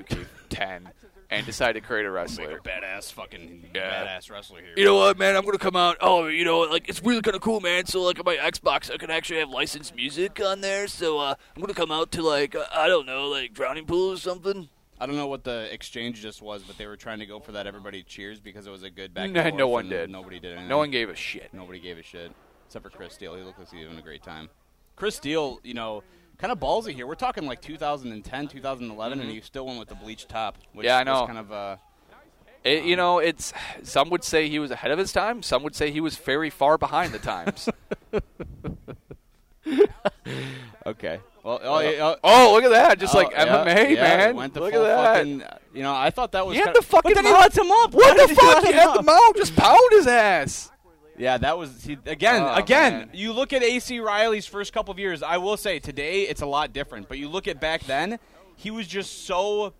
Speaker 2: 2K10 and decided to create a wrestler.
Speaker 1: badass fucking
Speaker 2: Yeah.
Speaker 1: badass wrestler here.
Speaker 2: you know what, man? I'm gonna come out. Oh, you know, like it's really kind of cool, man. So like on my Xbox, I can actually have licensed music on there. So uh, I'm gonna come out to like uh, I don't know, like Drowning Pool or something.
Speaker 1: I don't know what the exchange just was, but they were trying to go for that everybody cheers because it was a good back. and
Speaker 2: No- no
Speaker 1: forth,
Speaker 2: one
Speaker 1: and
Speaker 2: did.
Speaker 1: Nobody did. Anything.
Speaker 2: No one gave a shit.
Speaker 1: Nobody gave a shit except for Chris Steele. He looked like he was having a great time. Chris Steele, you know, kind of ballsy here. We're talking like 2010, 2011, and he still went with the bleached top. Which
Speaker 2: Mm-hmm. Yeah, I
Speaker 1: was
Speaker 2: know.
Speaker 1: kind of uh,
Speaker 2: It, you know, it's some would say he was ahead of his time. Some would say he was very far behind the times.
Speaker 1: okay. Well, oh, yeah, oh,
Speaker 2: oh, look at that! Just
Speaker 1: oh,
Speaker 2: like
Speaker 1: yeah,
Speaker 2: MMA,
Speaker 1: yeah,
Speaker 2: man.
Speaker 1: Went the
Speaker 2: look
Speaker 1: full
Speaker 2: at that.
Speaker 1: Fucking, you know, I thought that was.
Speaker 2: he had
Speaker 1: kinda-
Speaker 2: the
Speaker 1: But
Speaker 2: fucking.
Speaker 1: then he
Speaker 2: mouth.
Speaker 1: lets him up.
Speaker 2: What
Speaker 1: Why
Speaker 2: the
Speaker 1: did he
Speaker 2: fuck?
Speaker 1: let
Speaker 2: He
Speaker 1: him
Speaker 2: had the
Speaker 1: up?
Speaker 2: mouth. Just pound his ass.
Speaker 1: Yeah, that was he, again.
Speaker 2: Oh,
Speaker 1: again,
Speaker 2: man.
Speaker 1: you look at AC Riley's first couple of years. I will say today it's a lot different, but you look at back then, he was just so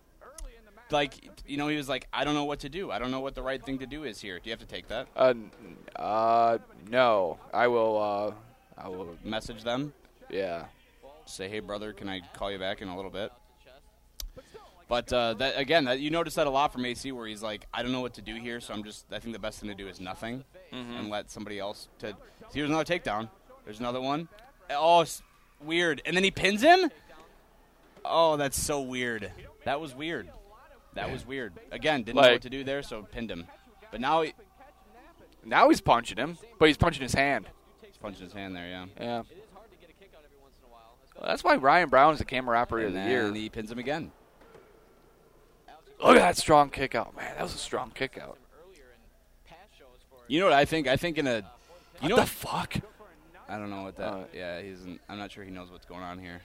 Speaker 1: like you know he was like I don't know what to do. I don't know what the right thing to do is here. Do you have to take that
Speaker 2: Uh, n- uh, no. I will. Uh, I will.
Speaker 1: message them?
Speaker 2: Yeah.
Speaker 1: Say hey brother, can I call you back in a little bit? But uh, that again, that you notice that a lot from AC where he's like I don't know what to do here, so I'm just I think the best thing to do is nothing and let somebody else to. See, here's another takedown. There's another one. Oh, s- weird. And then he pins him. Oh, that's so weird. That was weird. That was weird. Again, didn't know
Speaker 2: Like-
Speaker 1: what to do there, so pinned him. But now he-
Speaker 2: Now he's punching him, but he's punching his hand.
Speaker 1: he's punching his hand there, yeah.
Speaker 2: Yeah. Well, that's why Ryan Brown is the camera operator of
Speaker 1: And
Speaker 2: the
Speaker 1: then
Speaker 2: year.
Speaker 1: he pins him again.
Speaker 2: look at that strong kick out, man. That was a strong kick out.
Speaker 1: You know what I think? I think in a. You know what?
Speaker 2: what the fuck?
Speaker 1: I don't know what that.
Speaker 2: Uh,
Speaker 1: yeah, he's. In, I'm not sure he knows what's going on here.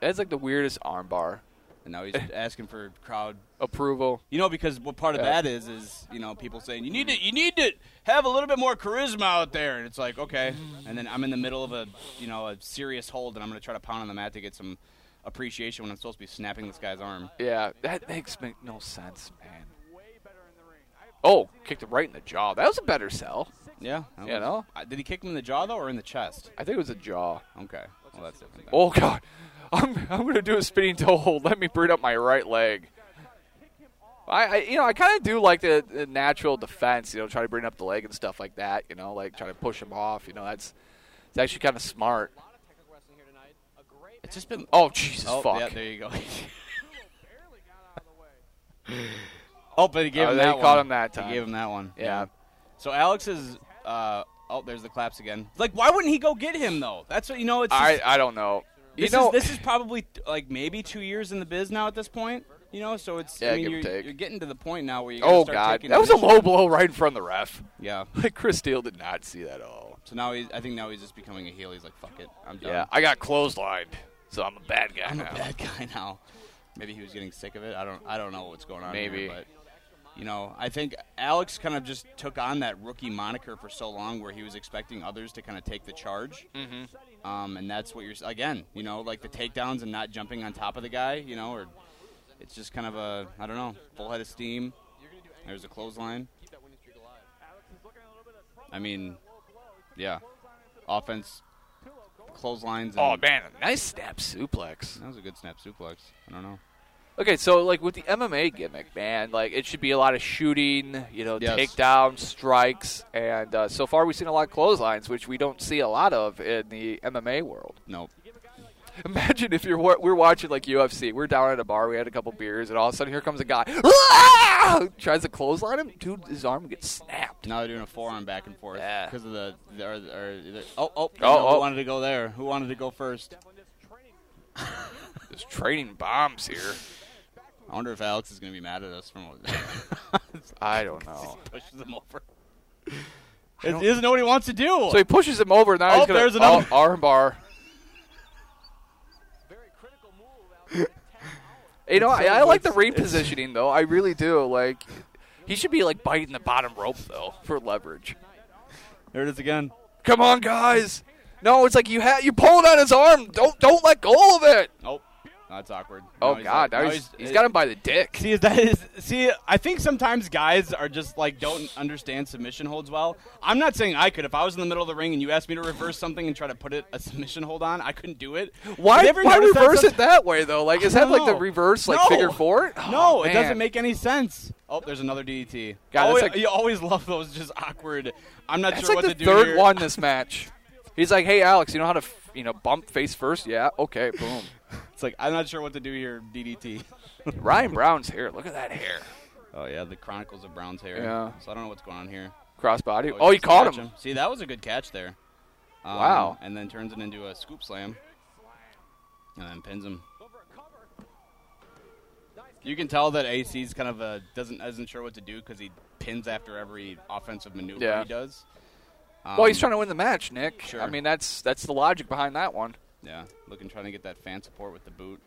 Speaker 2: That's like the weirdest armbar
Speaker 1: And now he's asking for crowd.
Speaker 2: approval.
Speaker 1: You know, because what part of
Speaker 2: Yeah.
Speaker 1: that is is you know people saying you need to you need to have a little bit more charisma out there, and it's like okay, and then I'm in the middle of a you know a serious hold, and I'm gonna try to pound on the mat to get some appreciation when I'm supposed to be snapping this guy's arm.
Speaker 2: Yeah, that makes me no sense, man. Oh, kicked him right in the jaw. That was a better sell.
Speaker 1: Yeah, that
Speaker 2: You
Speaker 1: was-
Speaker 2: know?
Speaker 1: Uh, did he kick him in the jaw though, or in the chest?
Speaker 2: I think it was a jaw.
Speaker 1: Okay, well that's different. then.
Speaker 2: Oh god, I'm I'm gonna do a spinning toe hold. Let me boot up my right leg. I, I you know I kind of do like the, the natural defense. You know, try to bring up the leg and stuff like that. You know, like try to push him off. You know, that's it's actually kind of smart.
Speaker 1: It's just been
Speaker 2: Oh Jesus
Speaker 1: oh
Speaker 2: fuck!
Speaker 1: yeah, there you go. oh, but he gave
Speaker 2: Oh,
Speaker 1: him
Speaker 2: they
Speaker 1: that
Speaker 2: caught
Speaker 1: one.
Speaker 2: him that time.
Speaker 1: He gave him that one.
Speaker 2: Yeah.
Speaker 1: So Alex is. Uh, oh, there's the claps again. Like, why wouldn't he go get him though? That's what you know. It's just,
Speaker 2: I I don't know. You
Speaker 1: this
Speaker 2: know,
Speaker 1: is, this is probably like maybe two years in the biz now at this point. You know, so it's
Speaker 2: Yeah,
Speaker 1: I mean,
Speaker 2: give or
Speaker 1: you're,
Speaker 2: take.
Speaker 1: you're getting to the point now where you. gotta
Speaker 2: oh
Speaker 1: start
Speaker 2: god,
Speaker 1: taking
Speaker 2: that was a
Speaker 1: initiative.
Speaker 2: low blow right in front of the ref.
Speaker 1: Yeah.
Speaker 2: Like Chris Steele did not see that at all.
Speaker 1: So now he's. I think now he's just becoming a heel. He's like, fuck it, I'm done.
Speaker 2: Yeah, I got clotheslined, so I'm a bad guy
Speaker 1: I'm
Speaker 2: now.
Speaker 1: a bad guy now. Maybe he was getting sick of it. I don't. I don't know what's going on. here,
Speaker 2: Maybe.
Speaker 1: but you know, I think Alex kind of just took on that rookie moniker for so long, where he was expecting others to kind of take the charge. Mm-hmm. Um, and that's what you're s- again. You know, like the takedowns and not jumping on top of the guy. You know, or it's just kind of a I don't know full head of steam. There's a clothesline. I mean, yeah, offense, clotheslines. And
Speaker 2: Oh man, a nice snap suplex.
Speaker 1: that was a good snap suplex. I don't know.
Speaker 2: Okay, so like with the MMA gimmick, man, like it should be a lot of shooting, you know,
Speaker 1: Yes.
Speaker 2: takedown strikes, and uh, so far we've seen a lot of clotheslines, which we don't see a lot of in the MMA world.
Speaker 1: Nope.
Speaker 2: Imagine if you're wa- we're watching like UFC, we're down at a bar, we had a couple beers, and all of a sudden here comes a guy, "Ah!" tries to clothesline him, dude, his arm gets snapped.
Speaker 1: Now they're doing a forearm back and forth
Speaker 2: Yeah.
Speaker 1: because of the, the, or, or the oh oh oh,
Speaker 2: oh.
Speaker 1: Who wanted to go there? Who wanted to go first?
Speaker 2: There's trading bombs here.
Speaker 1: I wonder if Alex is going to be mad at us from
Speaker 2: I don't know.
Speaker 1: pushes him over.
Speaker 2: don't-
Speaker 1: He doesn't know what he wants to do.
Speaker 2: So he pushes him over. Now
Speaker 1: Oh,
Speaker 2: he's gonna
Speaker 1: there's another-
Speaker 2: oh, arm bar. you know, I, I like the repositioning though. I really do. Like, he should be like biting the bottom rope though for leverage.
Speaker 1: there it is again.
Speaker 2: Come on, guys. No, it's like you ha- you pull it on his arm. Don't don't let go of it.
Speaker 1: Oh, that's awkward.
Speaker 2: Oh
Speaker 1: Now he's
Speaker 2: God,
Speaker 1: like-
Speaker 2: now
Speaker 1: now
Speaker 2: he's, he's got him by the dick.
Speaker 1: See, that is see. I think sometimes guys are just like don't understand submission holds well. I'm not saying I could. If I was in the middle of the ring and you asked me to reverse something and try to put it a submission hold on, I couldn't do it.
Speaker 2: Why
Speaker 1: You ever
Speaker 2: why
Speaker 1: notice that
Speaker 2: reverse
Speaker 1: sometimes?
Speaker 2: it that way though? Like, is that like the
Speaker 1: No.
Speaker 2: reverse like
Speaker 1: No.
Speaker 2: figure four? Oh,
Speaker 1: No, it
Speaker 2: man.
Speaker 1: doesn't make any sense. Oh, there's another DDT.
Speaker 2: God,
Speaker 1: always,
Speaker 2: that's like-
Speaker 1: you always love those just awkward. I'm not
Speaker 2: That's
Speaker 1: sure
Speaker 2: like
Speaker 1: what to
Speaker 2: the
Speaker 1: do.
Speaker 2: third
Speaker 1: here.
Speaker 2: one this match. He's like, "Hey, Alex, you know how to, f- you know, bump face first? Yeah, okay, boom."
Speaker 1: It's like I'm not sure what to do here. DDT.
Speaker 2: Ryan Brown's hair. Look at that hair.
Speaker 1: Oh yeah, the Chronicles of Brown's hair.
Speaker 2: Yeah.
Speaker 1: So I don't know what's going on here.
Speaker 2: Crossbody. Oh, he caught
Speaker 1: catch
Speaker 2: him.
Speaker 1: See, that was a good catch there. Um,
Speaker 2: Wow.
Speaker 1: And then turns it into a scoop slam. And then pins him. You can tell that AC's kind of a doesn't isn't sure what to do because he pins after every offensive maneuver
Speaker 2: Yeah.
Speaker 1: he does.
Speaker 2: Well, he's
Speaker 1: Um,
Speaker 2: trying to win the match, Nick.
Speaker 1: Sure.
Speaker 2: I mean, that's that's the logic behind that one.
Speaker 1: Um, Yeah, looking trying to get that fan support with the boot.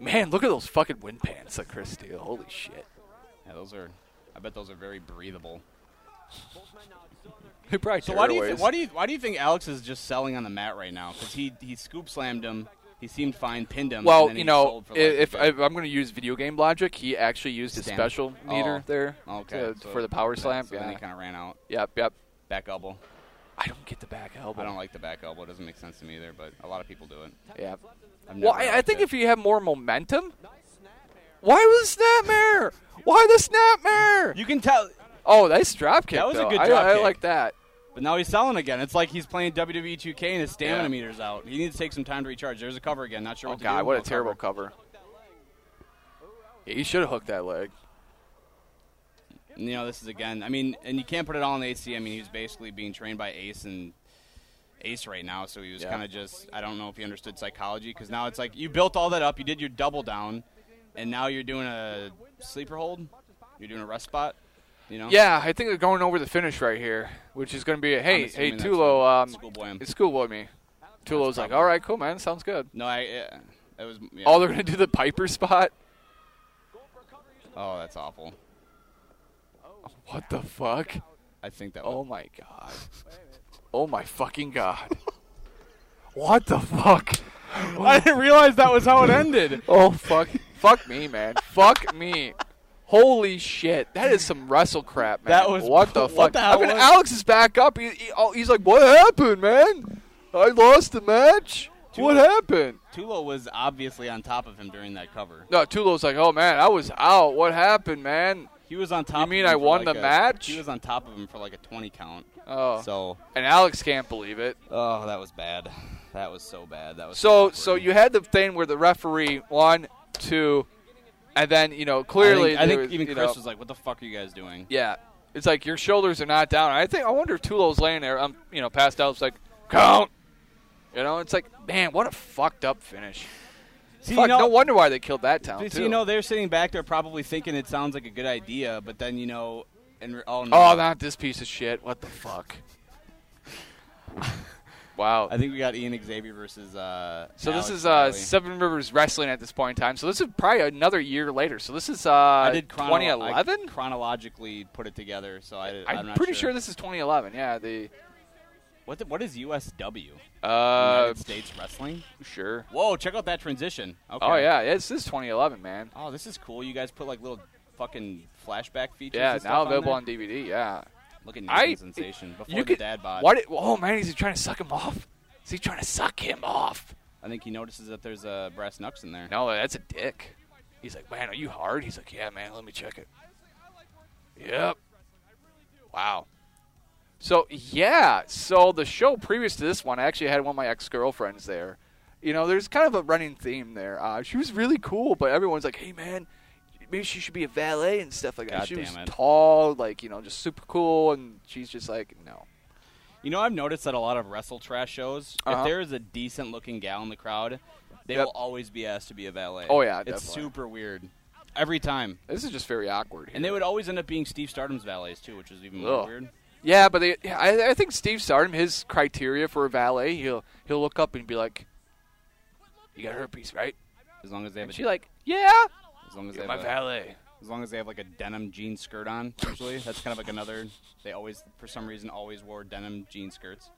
Speaker 2: Man, look at those fucking wind pants, like Chris Steele. Holy shit.
Speaker 1: Yeah, those are. I bet those are very breathable.
Speaker 2: He probably
Speaker 1: So why do you th- why do you why do you think Alex is just selling on the mat right now? Because he he scoop slammed him. He seemed fine, pinned him. and
Speaker 2: well,
Speaker 1: then
Speaker 2: you
Speaker 1: he
Speaker 2: know,
Speaker 1: sold for
Speaker 2: i-
Speaker 1: like
Speaker 2: if,
Speaker 1: the-
Speaker 2: I, if I'm going to use video game logic, he actually used his
Speaker 1: Stamina.
Speaker 2: special
Speaker 1: Oh.
Speaker 2: meter there
Speaker 1: okay
Speaker 2: to-
Speaker 1: so-
Speaker 2: for the power
Speaker 1: so
Speaker 2: slam.
Speaker 1: then he
Speaker 2: yeah.
Speaker 1: kind of ran out.
Speaker 2: Yep, yep.
Speaker 1: Back elbow.
Speaker 2: I don't get the back elbow.
Speaker 1: I don't like the back elbow. It doesn't make sense to me either. But a lot of people do it.
Speaker 2: Yeah.
Speaker 1: I've
Speaker 2: Well,
Speaker 1: never
Speaker 2: I, I
Speaker 1: liked
Speaker 2: think
Speaker 1: it.
Speaker 2: if you have more momentum. Why was the snapmare? Why the snapmare?
Speaker 1: you can tell.
Speaker 2: Oh, nice drop kick.
Speaker 1: That was a
Speaker 2: though.
Speaker 1: good
Speaker 2: I,
Speaker 1: drop
Speaker 2: I
Speaker 1: kick.
Speaker 2: like that.
Speaker 1: But now he's selling again. It's like he's playing WWE 2K and his stamina
Speaker 2: Yeah.
Speaker 1: meter's out. He needs to take some time to recharge. There's a cover again. Not sure
Speaker 2: Oh
Speaker 1: what to
Speaker 2: god,
Speaker 1: do.
Speaker 2: what a
Speaker 1: I'll
Speaker 2: terrible
Speaker 1: cover.
Speaker 2: cover. Yeah, you should have hooked that leg.
Speaker 1: And, you know, this is again. I mean, and you can't put it all on AC. I mean, he was basically being trained by Ace and Ace right now, so he was
Speaker 2: Yeah.
Speaker 1: kind of just. I don't know if he understood psychology because now it's like you built all that up. You did your double down. and now you're doing a sleeper hold. You're doing a rest spot. You know.
Speaker 2: Yeah, I think they're going over the finish right here, which is going to be a hey, hey,
Speaker 1: assuming that's
Speaker 2: Tulo, um,
Speaker 1: schoolboy him.
Speaker 2: it's schoolboy me. Tulo's like, all right, cool, man, sounds good.
Speaker 1: No, I. Yeah, that was. Yeah.
Speaker 2: Oh, they're going to do the Piper spot.
Speaker 1: oh, that's awful.
Speaker 2: What the fuck?
Speaker 1: I think that.
Speaker 2: Oh my god. Oh my fucking god. What the fuck?
Speaker 1: I didn't realize that was how it ended.
Speaker 2: Oh fuck. fuck me, man. Fuck me. Holy shit. That is some wrestle crap, man.
Speaker 1: That was-
Speaker 2: what the
Speaker 1: what
Speaker 2: fuck.
Speaker 1: the
Speaker 2: I
Speaker 1: hell
Speaker 2: mean,
Speaker 1: was-
Speaker 2: Alex is back up. He, he- oh, he's like, "What happened, man? I lost the match. What happened?"
Speaker 1: Tulo was obviously on top of him during that cover.
Speaker 2: No, Tulo's like, "Oh man, I was out. What happened, man?"
Speaker 1: He was on top. of
Speaker 2: mean
Speaker 1: him
Speaker 2: I
Speaker 1: for
Speaker 2: won
Speaker 1: like
Speaker 2: the
Speaker 1: a-
Speaker 2: match?
Speaker 1: He was on top of him for like a 20 count.
Speaker 2: Oh.
Speaker 1: So,
Speaker 2: And Alex can't believe it.
Speaker 1: oh, that was bad. That was so bad. That was
Speaker 2: So
Speaker 1: awkward.
Speaker 2: so you had the thing where the referee one, two, and then you know
Speaker 1: I think-
Speaker 2: clearly
Speaker 1: I think,
Speaker 2: there was,
Speaker 1: even
Speaker 2: you
Speaker 1: Chris
Speaker 2: know,
Speaker 1: was like, "What the fuck are you guys doing?"
Speaker 2: yeah. It's like your shoulders are not down. I think I wonder if Tulo's laying there. I'm you know passed out. It's like count. You know, it's like man, what a fucked up finish.
Speaker 1: See,
Speaker 2: Fuck,
Speaker 1: you know,
Speaker 2: no wonder why they killed that town
Speaker 1: see,
Speaker 2: too.
Speaker 1: you know, they're sitting back there probably thinking it sounds like a good idea, but then you know, and re- oh no,
Speaker 2: oh, not this piece of shit. What the fuck? wow.
Speaker 1: I think we got Ian Xavier versus. Uh,
Speaker 2: So
Speaker 1: Alex
Speaker 2: this is uh,
Speaker 1: Riley.
Speaker 2: Seven Rivers Wrestling at this point in time. So this is probably another year later. So this is uh,
Speaker 1: I did chrono- I
Speaker 2: 2011.
Speaker 1: chronologically put it together, so I,
Speaker 2: I'm,
Speaker 1: not
Speaker 2: pretty
Speaker 1: sure.
Speaker 2: sure. this is 2011. Yeah, the
Speaker 1: What the, what is USW?
Speaker 2: uh,
Speaker 1: United States Wrestling.
Speaker 2: sure.
Speaker 1: Whoa, check out that transition. Okay.
Speaker 2: Oh yeah, it's this is 2011, man.
Speaker 1: Oh, this is cool. You guys put like little fucking flashback features.
Speaker 2: Yeah,
Speaker 1: and stuff
Speaker 2: now available
Speaker 1: on,
Speaker 2: on DVD. Yeah,
Speaker 1: there. Look at
Speaker 2: I-
Speaker 1: Nathan Sensation before
Speaker 2: you
Speaker 1: the
Speaker 2: could.
Speaker 1: dad bod.
Speaker 2: Why did, oh man, is he trying to suck him off? Is he trying to suck him off?
Speaker 1: I think he notices that there's a brass knucks in there.
Speaker 2: No, that's a dick. He's like, man, are you hard? He's like, yeah, man. Let me check it. Yep. Wow. So yeah, so the show previous to this one, I actually had one of my ex girlfriends there. You know, there's kind of a running theme there. Uh, she was really cool, but everyone's like, "Hey, man, maybe she should be a valet and stuff like
Speaker 1: God
Speaker 2: that." She was
Speaker 1: damn it.
Speaker 2: tall, like you know, just super cool, and she's just like, "No."
Speaker 1: You know, I've noticed that a lot of wrestle trash shows,
Speaker 2: Uh-huh.
Speaker 1: if there is a decent looking gal in the crowd, they
Speaker 2: Yep.
Speaker 1: will always be asked to be a valet.
Speaker 2: Oh, yeah,
Speaker 1: it's
Speaker 2: definitely.
Speaker 1: super weird every time.
Speaker 2: This is just very awkward. Here.
Speaker 1: And they would always end up being Steve Stardom's valets too, which is even more
Speaker 2: Ugh.
Speaker 1: weird.
Speaker 2: Yeah, but they, yeah, I, I think Steve Stardom, his criteria for a valet, he'll he'll look up and be like, "You got herpes, right?"
Speaker 1: As long as they have
Speaker 2: And
Speaker 1: a,
Speaker 2: she like, "Yeah,
Speaker 1: as long as they
Speaker 2: you're
Speaker 1: have
Speaker 2: my
Speaker 1: a-
Speaker 2: valet."
Speaker 1: as long as they have like a denim jean skirt on. Usually, that's kind of like another. They always, for some reason, always wore denim jean skirts.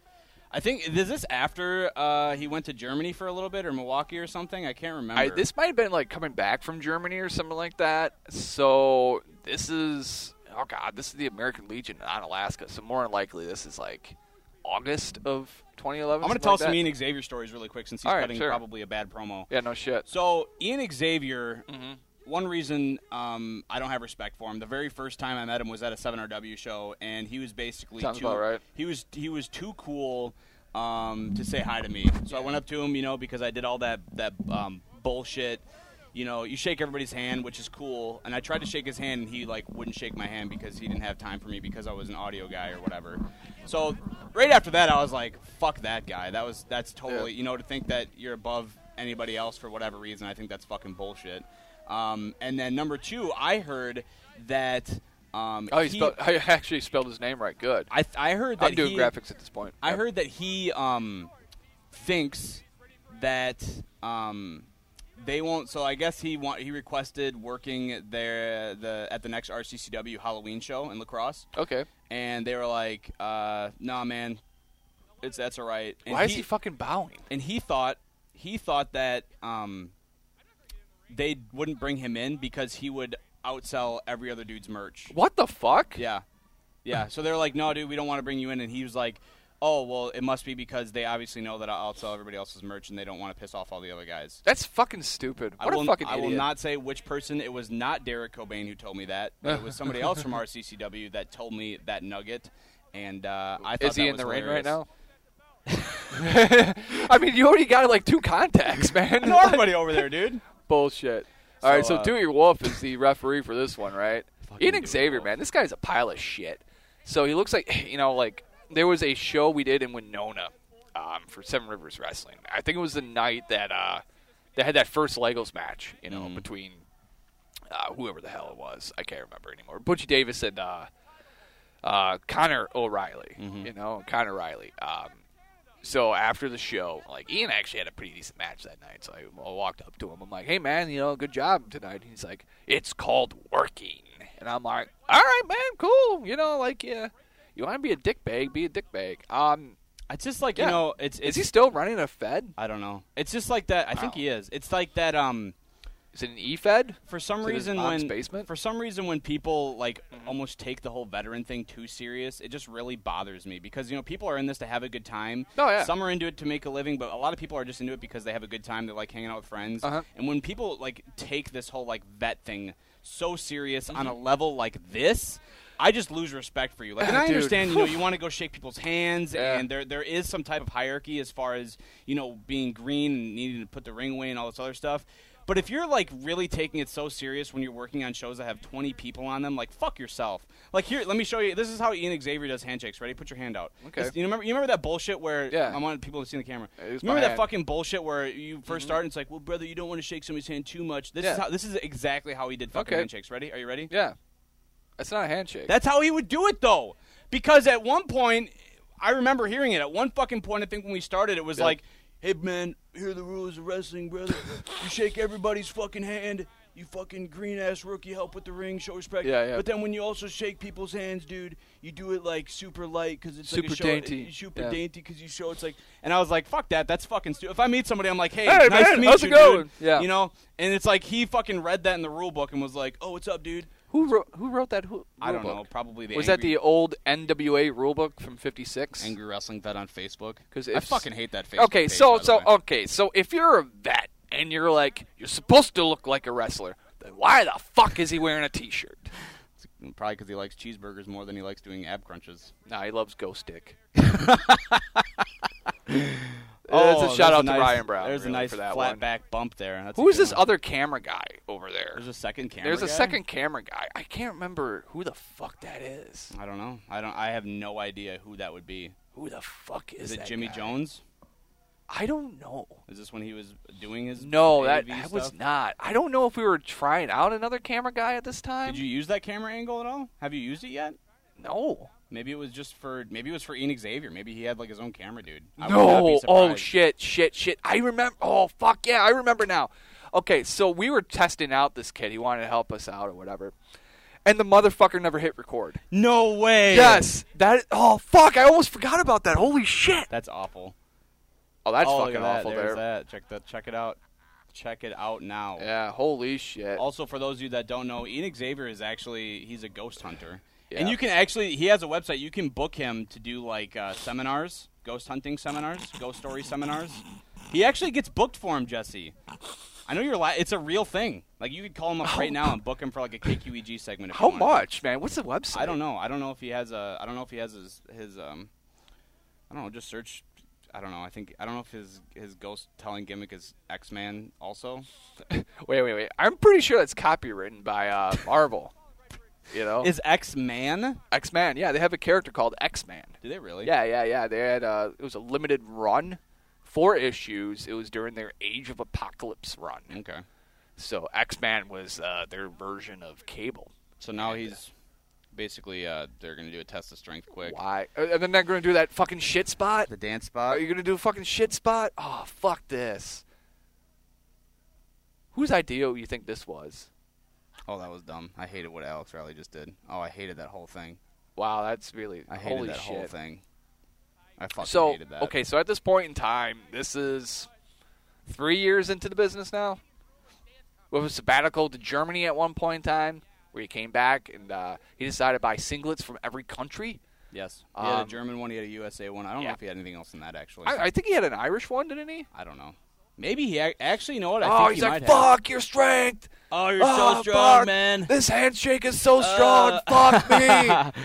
Speaker 1: I think is this after uh, he went to Germany for a little bit or Milwaukee or something. I can't remember.
Speaker 2: I, this might have been like coming back from Germany or something like that. So this is oh god, this is the American Legion on Alaska. So more than likely, this is like August of 2011.
Speaker 1: I'm gonna
Speaker 2: something
Speaker 1: tell
Speaker 2: like
Speaker 1: some
Speaker 2: that.
Speaker 1: Ian Xavier stories really quick since he's
Speaker 2: All right,
Speaker 1: cutting
Speaker 2: sure.
Speaker 1: probably a bad promo.
Speaker 2: Yeah, Mm-hmm. no shit.
Speaker 1: So Ian Xavier, one reason um, I don't have respect for him. The very first time I met him was at a 7RW show, and he was basically
Speaker 2: Sounds
Speaker 1: too,
Speaker 2: about right.
Speaker 1: He was he was too cool um, to say hi to me. So I went up to him, you know, because I did all that that um, bullshit. You know, you shake everybody's hand, which is cool. And I tried to shake his hand, and he like wouldn't shake my hand because he didn't have time for me because I was an audio guy or whatever. So right after that, I was like, "Fuck that guy." That was that's totally
Speaker 2: Yeah.
Speaker 1: you know to think that you're above anybody else for whatever reason. I think that's fucking bullshit. Um, and then number two, I heard that. Um,
Speaker 2: Oh, he,
Speaker 1: he-
Speaker 2: spelled, I actually spelled his name right. Good.
Speaker 1: I, I heard that
Speaker 2: I'm doing
Speaker 1: he,
Speaker 2: graphics at this point.
Speaker 1: I
Speaker 2: Yep.
Speaker 1: heard that he um, thinks that um, they won't. So I guess he want he requested working there the at the next RCCW Halloween show in Lacrosse,
Speaker 2: Okay.
Speaker 1: and they were like, uh, "Nah, man, it's that's all right." And
Speaker 2: Why is he fucking bowing?
Speaker 1: and he thought he thought that um, they wouldn't bring him in because he would outsell every other dude's merch.
Speaker 2: What the fuck?
Speaker 1: Yeah, yeah. So they're like, "No, dude, we don't want to bring you in." And he was like, "Oh, well, it must be because they obviously know that I'll outsell everybody else's merch, and they don't want to piss off all the other guys."
Speaker 2: That's fucking stupid. What
Speaker 1: I will,
Speaker 2: a fucking
Speaker 1: I
Speaker 2: idiot.
Speaker 1: will not say which person. It was not Derek Cobain who told me that. It was somebody else from RCCW that told me that nugget. And uh, I thought
Speaker 2: Is he
Speaker 1: that
Speaker 2: in
Speaker 1: was
Speaker 2: the rain right
Speaker 1: hilarious.
Speaker 2: now? I mean, you already got like two contacts, man.
Speaker 1: I know everybody over there, dude.
Speaker 2: Bullshit. All right,
Speaker 1: So,
Speaker 2: so
Speaker 1: uh,
Speaker 2: Dewey Wolf is the referee for this one, right?
Speaker 1: Fucking
Speaker 2: Ian
Speaker 1: Dewey
Speaker 2: Xavier,
Speaker 1: Wolf.
Speaker 2: man, this guy's a pile of shit. So he looks like you know, like there was a show we did in Winona um, for Seven Rivers
Speaker 1: Mm-hmm.
Speaker 2: Wrestling. I think it was the night that uh, they had that first Legos match, you know, between uh, whoever the hell it was. I can't remember anymore. Butchie Davis and uh, uh, Connor O'Reilly.
Speaker 1: Mm-hmm.
Speaker 2: You know, Connor Riley. Um, so after the show, like Ian actually had a pretty decent match that night. So I walked up to him. I'm like, "Hey man, you know, good job tonight." He's like, "It's called working," and I'm like, "All right, man, cool. You know, like yeah, you want to be a dick bag, be a dick bag." Um,
Speaker 1: It's just like
Speaker 2: Yeah.
Speaker 1: you know, it's
Speaker 2: is
Speaker 1: it's
Speaker 2: he still running a Fed?
Speaker 1: I don't know. It's just like that. I think
Speaker 2: Wow.
Speaker 1: he is. It's like that. Um,
Speaker 2: Is it an E Fed?
Speaker 1: for some
Speaker 2: Is it his
Speaker 1: reason
Speaker 2: mom's
Speaker 1: when
Speaker 2: basement?
Speaker 1: for some reason when people like almost take the whole veteran thing too serious, it just really bothers me because you know people are in this to have a good time.
Speaker 2: Oh, yeah.
Speaker 1: Some are into it to make a living, but a lot of people are just into it because they have a good time. They like hanging out with friends.
Speaker 2: Uh-huh.
Speaker 1: And when people like take this whole like vet thing so serious on
Speaker 2: Mm-hmm.
Speaker 1: a level like this. I just lose respect for you. Like, and I
Speaker 2: Dude.
Speaker 1: understand, you know, you want to go shake people's hands,
Speaker 2: Yeah.
Speaker 1: and there there is some type of hierarchy as far as you know being green and needing to put the ring away and all this other stuff. But if you're like really taking it so serious when you're working on shows that have 20 people on them, like fuck yourself. Like here, let me show you. This is how Ian Xavier does handshakes. Ready? Put your hand out.
Speaker 2: Okay.
Speaker 1: It's- you remember? You remember that bullshit where
Speaker 2: Yeah.
Speaker 1: I wanted people to see in the camera.
Speaker 2: It was my
Speaker 1: Remember that
Speaker 2: hand.
Speaker 1: fucking bullshit where you 1st start and it's like, well, brother, you don't want to shake somebody's hand too much. This is
Speaker 2: Mm-hmm. Yeah.
Speaker 1: how. This is exactly how he did fucking
Speaker 2: Okay.
Speaker 1: handshakes. Ready? Are you ready?
Speaker 2: Yeah, that's not a handshake.
Speaker 1: That's how he would do it, though. Because at one point, I remember hearing it. At one fucking point, I think when we started, it was
Speaker 2: Yeah.
Speaker 1: like, hey, man, here are the rules of wrestling, brother. you shake everybody's fucking hand. You fucking green ass rookie, help with the ring, show respect.
Speaker 2: Yeah, yeah.
Speaker 1: But then when you also shake people's hands, dude, you do it like super light because it's like
Speaker 2: Super
Speaker 1: a show,
Speaker 2: dainty.
Speaker 1: super
Speaker 2: Yeah.
Speaker 1: dainty because you show it's like. And I was like, fuck that, that's fucking stupid. If I meet somebody, I'm like, hey,
Speaker 2: Hey,
Speaker 1: nice
Speaker 2: man,
Speaker 1: to meet
Speaker 2: how's
Speaker 1: you,
Speaker 2: it going?
Speaker 1: dude.
Speaker 2: Yeah.
Speaker 1: You know, and it's like he fucking read that in the rule book and was like, oh, what's up, dude?
Speaker 2: who wrote who wrote that? Who,
Speaker 1: I don't
Speaker 2: rule
Speaker 1: know,
Speaker 2: book?
Speaker 1: probably the
Speaker 2: was that
Speaker 1: angry-
Speaker 2: the old NWA rulebook from '56?
Speaker 1: Angry Wrestling Vet on Facebook.
Speaker 2: 'Cause
Speaker 1: I
Speaker 2: if-
Speaker 1: fucking hate that Facebook.
Speaker 2: Okay,
Speaker 1: page, by
Speaker 2: so
Speaker 1: the
Speaker 2: so
Speaker 1: way.
Speaker 2: okay, so if you're a vet and you're like you're supposed to look like a wrestler, then why the fuck is he wearing a t-shirt? oh
Speaker 1: probably because he likes cheeseburgers more than he likes doing ab crunches.
Speaker 2: Nah, he loves Ghost Stick.
Speaker 1: Oh,
Speaker 2: that's a shout out to
Speaker 1: nice-
Speaker 2: Ryan Brown.
Speaker 1: There's a
Speaker 2: really,
Speaker 1: nice
Speaker 2: for that
Speaker 1: flat
Speaker 2: one.
Speaker 1: back bump there. That's a
Speaker 2: Who is
Speaker 1: good
Speaker 2: this
Speaker 1: one.
Speaker 2: other camera guy over there?
Speaker 1: There's a second camera.
Speaker 2: There's a
Speaker 1: guy?
Speaker 2: second camera guy. I can't remember who the fuck that is.
Speaker 1: I don't know. I don't. I have no idea who that would be.
Speaker 2: Who the fuck is,
Speaker 1: Is it
Speaker 2: that
Speaker 1: Jimmy
Speaker 2: guy?
Speaker 1: Jones?
Speaker 2: I don't know.
Speaker 1: Is this when he was doing his?
Speaker 2: No, that,
Speaker 1: AV
Speaker 2: that was
Speaker 1: stuff?
Speaker 2: not. I don't know if we were trying out another camera guy at this time.
Speaker 1: Did you use that camera angle at all? Have you used it yet?
Speaker 2: No.
Speaker 1: Maybe it was just for. Maybe it was for Ian Xavier. Maybe he had like his own camera, dude. I would not be
Speaker 2: No. Oh
Speaker 1: surprised.
Speaker 2: shit, shit, shit. I remember. Oh fuck yeah, I remember now. Okay, so we were testing out this kid. He wanted to help us out or whatever. And the motherfucker never hit record.
Speaker 1: No way.
Speaker 2: Yes. That oh fuck, I almost forgot about that. Holy shit.
Speaker 1: That's awful.
Speaker 2: Oh, that's
Speaker 1: oh,
Speaker 2: fucking
Speaker 1: look at that.
Speaker 2: awful
Speaker 1: There's
Speaker 2: there.
Speaker 1: That. Check that. Check it out. Check it out now.
Speaker 2: Yeah, holy shit.
Speaker 1: Also, for those of you that don't know, Ian Xavier is actually he's a ghost hunter,
Speaker 2: Yeah.
Speaker 1: and you can actually he has a website. You can book him to do like uh, seminars, ghost hunting seminars, ghost story seminars. He actually gets booked for him, Jesse. I know you're. La- it's a real thing. Like you could call him up right now and book him for like a KQEG segment. If
Speaker 2: How
Speaker 1: you wanted.
Speaker 2: much, man? What's the website?
Speaker 1: I don't know. I don't know if he has a. I don't know if he has his his um. I don't know. Just search. I don't know. I think I don't know if his his ghost telling gimmick is X Man also.
Speaker 2: Wait, wait, wait. I'm pretty sure that's copywritten by uh, Marvel. you know,
Speaker 1: Is X Man?
Speaker 2: X Man. Yeah, they have a character called X Man.
Speaker 1: Do they really?
Speaker 2: Yeah, yeah, yeah. They had uh, it was a limited run, four issues. It was during their Age of Apocalypse run.
Speaker 1: Okay.
Speaker 2: So X Man was uh, their version of Cable.
Speaker 1: So now he's basically uh, they're gonna do a test of strength quick. Uh,
Speaker 2: Why? Uh, And then they're gonna do that fucking shit spot.
Speaker 1: The dance
Speaker 2: Are
Speaker 1: spot.
Speaker 2: you gonna do a fucking shit spot? Oh, fuck this. Whose idea do you think this was?
Speaker 1: Oh, that was dumb. I hated what Alex Riley just did. Oh, I hated that whole thing.
Speaker 2: Wow, that's really
Speaker 1: I hated
Speaker 2: holy
Speaker 1: that
Speaker 2: shit.
Speaker 1: whole thing. I fucking
Speaker 2: so
Speaker 1: hated that.
Speaker 2: okay, so at this point in time, this is three years into the business now. We have a sabbatical to Germany at one point in time, where he came back and uh, he decided to buy singlets from every country.
Speaker 1: Yes. He had a
Speaker 2: Um,
Speaker 1: German one. He had a USA one. I don't know
Speaker 2: yeah.
Speaker 1: if he had anything else in that actually.
Speaker 2: I, I think he had an Irish one, didn't he?
Speaker 1: I don't know. Maybe he ac- actually. You know what? I
Speaker 2: oh,
Speaker 1: think
Speaker 2: he's
Speaker 1: he
Speaker 2: like,
Speaker 1: might have.
Speaker 2: "Fuck your strength."
Speaker 1: Oh, you're
Speaker 2: Oh,
Speaker 1: so strong,
Speaker 2: fuck. Ah,
Speaker 1: man.
Speaker 2: This handshake is so
Speaker 1: Uh,
Speaker 2: strong. Fuck me.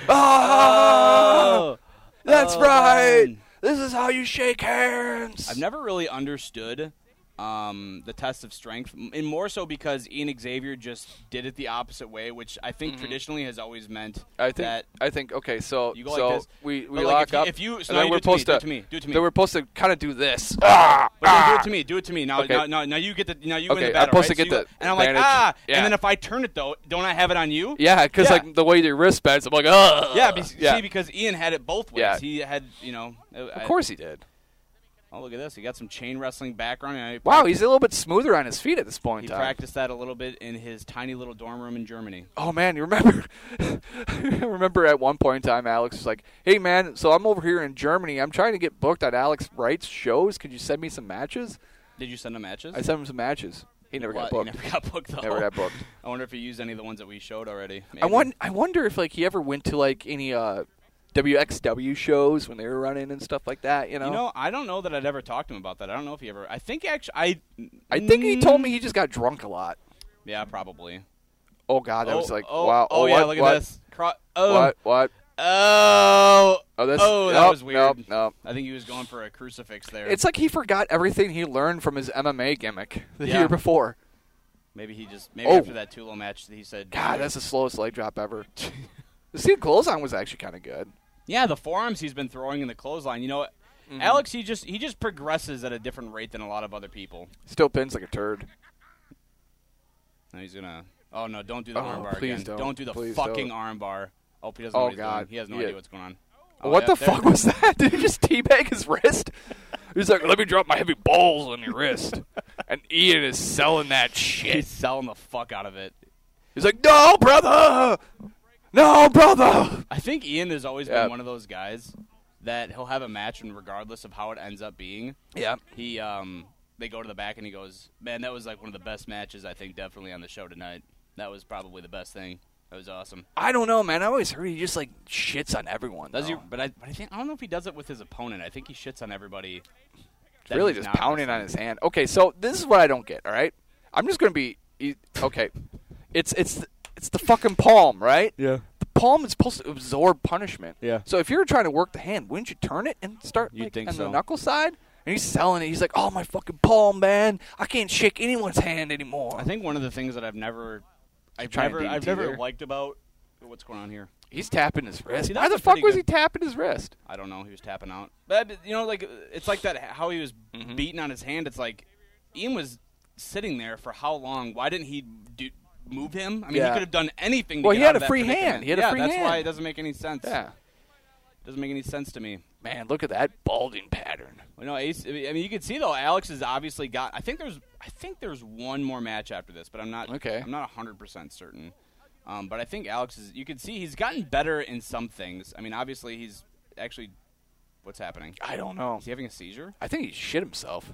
Speaker 2: Ah,
Speaker 1: Oh.
Speaker 2: that's
Speaker 1: Oh,
Speaker 2: right.
Speaker 1: man.
Speaker 2: This is how you shake hands.
Speaker 1: I've never really understood um, the test of strength, m- and more so because Ian Xavier just did it the opposite way, which I think traditionally has always meant
Speaker 2: Mm-hmm. I think.
Speaker 1: that
Speaker 2: I think. Okay, so
Speaker 1: You go like
Speaker 2: so
Speaker 1: this,
Speaker 2: we
Speaker 1: but
Speaker 2: we
Speaker 1: like
Speaker 2: lock
Speaker 1: if you-
Speaker 2: up.
Speaker 1: if you- so
Speaker 2: and
Speaker 1: now
Speaker 2: then
Speaker 1: you
Speaker 2: we're
Speaker 1: do it
Speaker 2: supposed
Speaker 1: to me, do it to me, do it to me.
Speaker 2: Then we're supposed to kind of do this. Ah,
Speaker 1: But no, do
Speaker 2: ah.
Speaker 1: it to me. Do it to me. Now,
Speaker 2: Okay.
Speaker 1: now, now, now you get the now you win
Speaker 2: Okay,
Speaker 1: the
Speaker 2: I'm
Speaker 1: battle.
Speaker 2: supposed
Speaker 1: right?
Speaker 2: to get
Speaker 1: So you-
Speaker 2: the
Speaker 1: and I'm like
Speaker 2: advantage.
Speaker 1: ah,
Speaker 2: Yeah.
Speaker 1: and then if I turn it though, don't I have it on you?
Speaker 2: Yeah, because
Speaker 1: Yeah.
Speaker 2: like the way your wrist bends, I'm like, ugh.
Speaker 1: Uh, Yeah, be-
Speaker 2: yeah.
Speaker 1: see, because Ian had it both ways.
Speaker 2: Yeah.
Speaker 1: He had, you know, uh, I-
Speaker 2: of course he did.
Speaker 1: Oh, look at this! He got some chain wrestling background. and he
Speaker 2: Wow,
Speaker 1: prac-
Speaker 2: he's a little bit smoother on his feet at this point.
Speaker 1: he
Speaker 2: in time.
Speaker 1: practiced that a little bit in his tiny little dorm room in Germany.
Speaker 2: Oh man, you remember? I remember at one point in time, Alex was like, "Hey man, so I'm over here in Germany. I'm trying to get booked on Alex Wright's shows. Could you send me some matches?"
Speaker 1: Did you send him matches?
Speaker 2: I sent him some matches. He never got
Speaker 1: Well,
Speaker 2: booked.
Speaker 1: he Never got booked. Though.
Speaker 2: Never got booked.
Speaker 1: I wonder if he used any of the ones that we showed already.
Speaker 2: I
Speaker 1: Maybe.
Speaker 2: won- I wonder if like he ever went to like any uh, WXW shows when they were running and stuff like that. You know.
Speaker 1: You know, I don't know that I'd ever talked to him about that. I don't know if he ever. I think actually, I. mm,
Speaker 2: I think he told me he just got drunk a lot.
Speaker 1: Yeah, probably.
Speaker 2: Oh god, that
Speaker 1: oh,
Speaker 2: was like
Speaker 1: oh,
Speaker 2: wow.
Speaker 1: Oh, yeah,
Speaker 2: what,
Speaker 1: look
Speaker 2: what,
Speaker 1: at this. Cro- oh,
Speaker 2: What? What?
Speaker 1: oh,
Speaker 2: Oh, that's,
Speaker 1: oh, that
Speaker 2: nope,
Speaker 1: was weird.
Speaker 2: Nope, nope.
Speaker 1: I think he was going for a crucifix there.
Speaker 2: It's like he forgot everything he learned from his MMA gimmick the
Speaker 1: Yeah.
Speaker 2: year before.
Speaker 1: maybe he just maybe
Speaker 2: Oh.
Speaker 1: after that Tulo match, he said,
Speaker 2: God, that's the slowest leg drop ever. the Steve Clothesline was actually kind of good.
Speaker 1: Yeah, the forearms he's been throwing in the clothesline. You know,
Speaker 2: Mm-hmm.
Speaker 1: Alex, he just he just progresses at a different rate than a lot of other people.
Speaker 2: Still pins like a turd.
Speaker 1: Now he's gonna. Oh no! Don't do the
Speaker 2: Oh,
Speaker 1: armbar
Speaker 2: please
Speaker 1: again.
Speaker 2: don't.
Speaker 1: do the
Speaker 2: Please
Speaker 1: fucking
Speaker 2: don't.
Speaker 1: armbar. Oh, he doesn't know
Speaker 2: Oh,
Speaker 1: what he's doing.
Speaker 2: God.
Speaker 1: He has no
Speaker 2: Yeah.
Speaker 1: idea what's going on. Oh,
Speaker 2: what
Speaker 1: yeah,
Speaker 2: the
Speaker 1: there-
Speaker 2: fuck was that? Did he just teabag his wrist? He's like, let me drop my heavy balls on your wrist. and Ian is selling that
Speaker 1: He's
Speaker 2: shit.
Speaker 1: selling the fuck out of it.
Speaker 2: He's like, no, brother! No, brother!
Speaker 1: I think Ian has always
Speaker 2: Yeah.
Speaker 1: been one of those guys that he'll have a match and regardless of how it ends up being,
Speaker 2: Yeah.
Speaker 1: he um they go to the back and he goes, "Man, that was like one of the best matches I think definitely on the show tonight. That was probably the best thing. That was awesome."
Speaker 2: I don't know, man. I always heard he just, like, shits on everyone.
Speaker 1: Does he?
Speaker 2: though.
Speaker 1: But I, but I think I don't know if he does it with his opponent. I think he shits on everybody. that
Speaker 2: really
Speaker 1: he's not
Speaker 2: just pounding on
Speaker 1: wrestling.
Speaker 2: his hand. Okay, so this is what I don't get. All right, I'm just gonna be e- okay. It's it's it's the fucking palm, right?
Speaker 1: Yeah.
Speaker 2: The palm is supposed to absorb punishment.
Speaker 1: Yeah.
Speaker 2: So if you're trying to work the hand, wouldn't you turn it and start
Speaker 1: You'd
Speaker 2: like,
Speaker 1: think
Speaker 2: on
Speaker 1: so.
Speaker 2: the knuckle side? And he's selling it. He's like, "Oh my fucking palm, man! I can't shake anyone's hand anymore."
Speaker 1: I think one of the things that I've never, I've
Speaker 2: trying to
Speaker 1: never,
Speaker 2: beat
Speaker 1: I've
Speaker 2: you
Speaker 1: never
Speaker 2: there.
Speaker 1: liked about what's going on here.
Speaker 2: he's tapping his wrist.
Speaker 1: See,
Speaker 2: Why
Speaker 1: that's
Speaker 2: the
Speaker 1: a
Speaker 2: fuck
Speaker 1: pretty
Speaker 2: was
Speaker 1: good-
Speaker 2: he tapping his wrist?
Speaker 1: I don't know. He was tapping out. But you know, like it's like that how he was
Speaker 2: Mm-hmm.
Speaker 1: beating on his hand. It's like Ian was sitting there for how long? Why didn't he do, move him? I mean,
Speaker 2: Yeah.
Speaker 1: he could have done anything. To
Speaker 2: Well,
Speaker 1: get
Speaker 2: he had
Speaker 1: out of
Speaker 2: a
Speaker 1: that
Speaker 2: free hand.
Speaker 1: predicament.
Speaker 2: He had a
Speaker 1: yeah,
Speaker 2: free
Speaker 1: that's why
Speaker 2: hand.
Speaker 1: it doesn't make any sense.
Speaker 2: Yeah.
Speaker 1: doesn't make any sense to me.
Speaker 2: Man, look at that balding pattern.
Speaker 1: Well, no, Ace. I mean, I mean, you can see though. Alex has obviously got. I think there's. I think there's one more match after this, but I'm not.
Speaker 2: Okay.
Speaker 1: I'm not 100 percent certain. Um, but I think Alex is. You can see he's gotten better in some things. I mean, obviously he's actually. What's happening?
Speaker 2: I don't know.
Speaker 1: Is he having a seizure?
Speaker 2: I think he shit himself.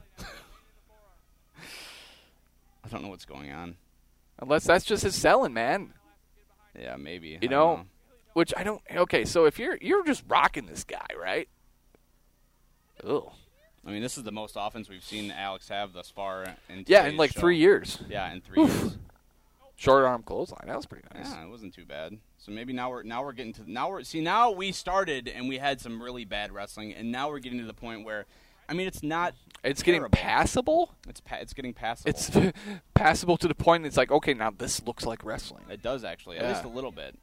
Speaker 1: I don't know what's going on.
Speaker 2: Unless that's just his selling, man.
Speaker 1: Yeah, maybe.
Speaker 2: you know, which I don't. Okay, so if you're you're just rocking this guy, right? Oh,
Speaker 1: I mean, this is the most offense we've seen Alex have thus far. In
Speaker 2: yeah, in
Speaker 1: today's
Speaker 2: like
Speaker 1: show.
Speaker 2: three years,
Speaker 1: Yeah, in three years.
Speaker 2: short arm clothesline. That was pretty nice.
Speaker 1: Yeah, it wasn't too bad. So maybe now we're now we're getting to now we're see now we started and we had some really bad wrestling and now we're getting to the point where, I mean, it's not
Speaker 2: It's getting
Speaker 1: terrible.
Speaker 2: passable.
Speaker 1: It's pa- it's getting passable.
Speaker 2: It's passable to the point. It's like okay, now this looks like wrestling.
Speaker 1: it does actually at
Speaker 2: Yeah.
Speaker 1: least a little bit,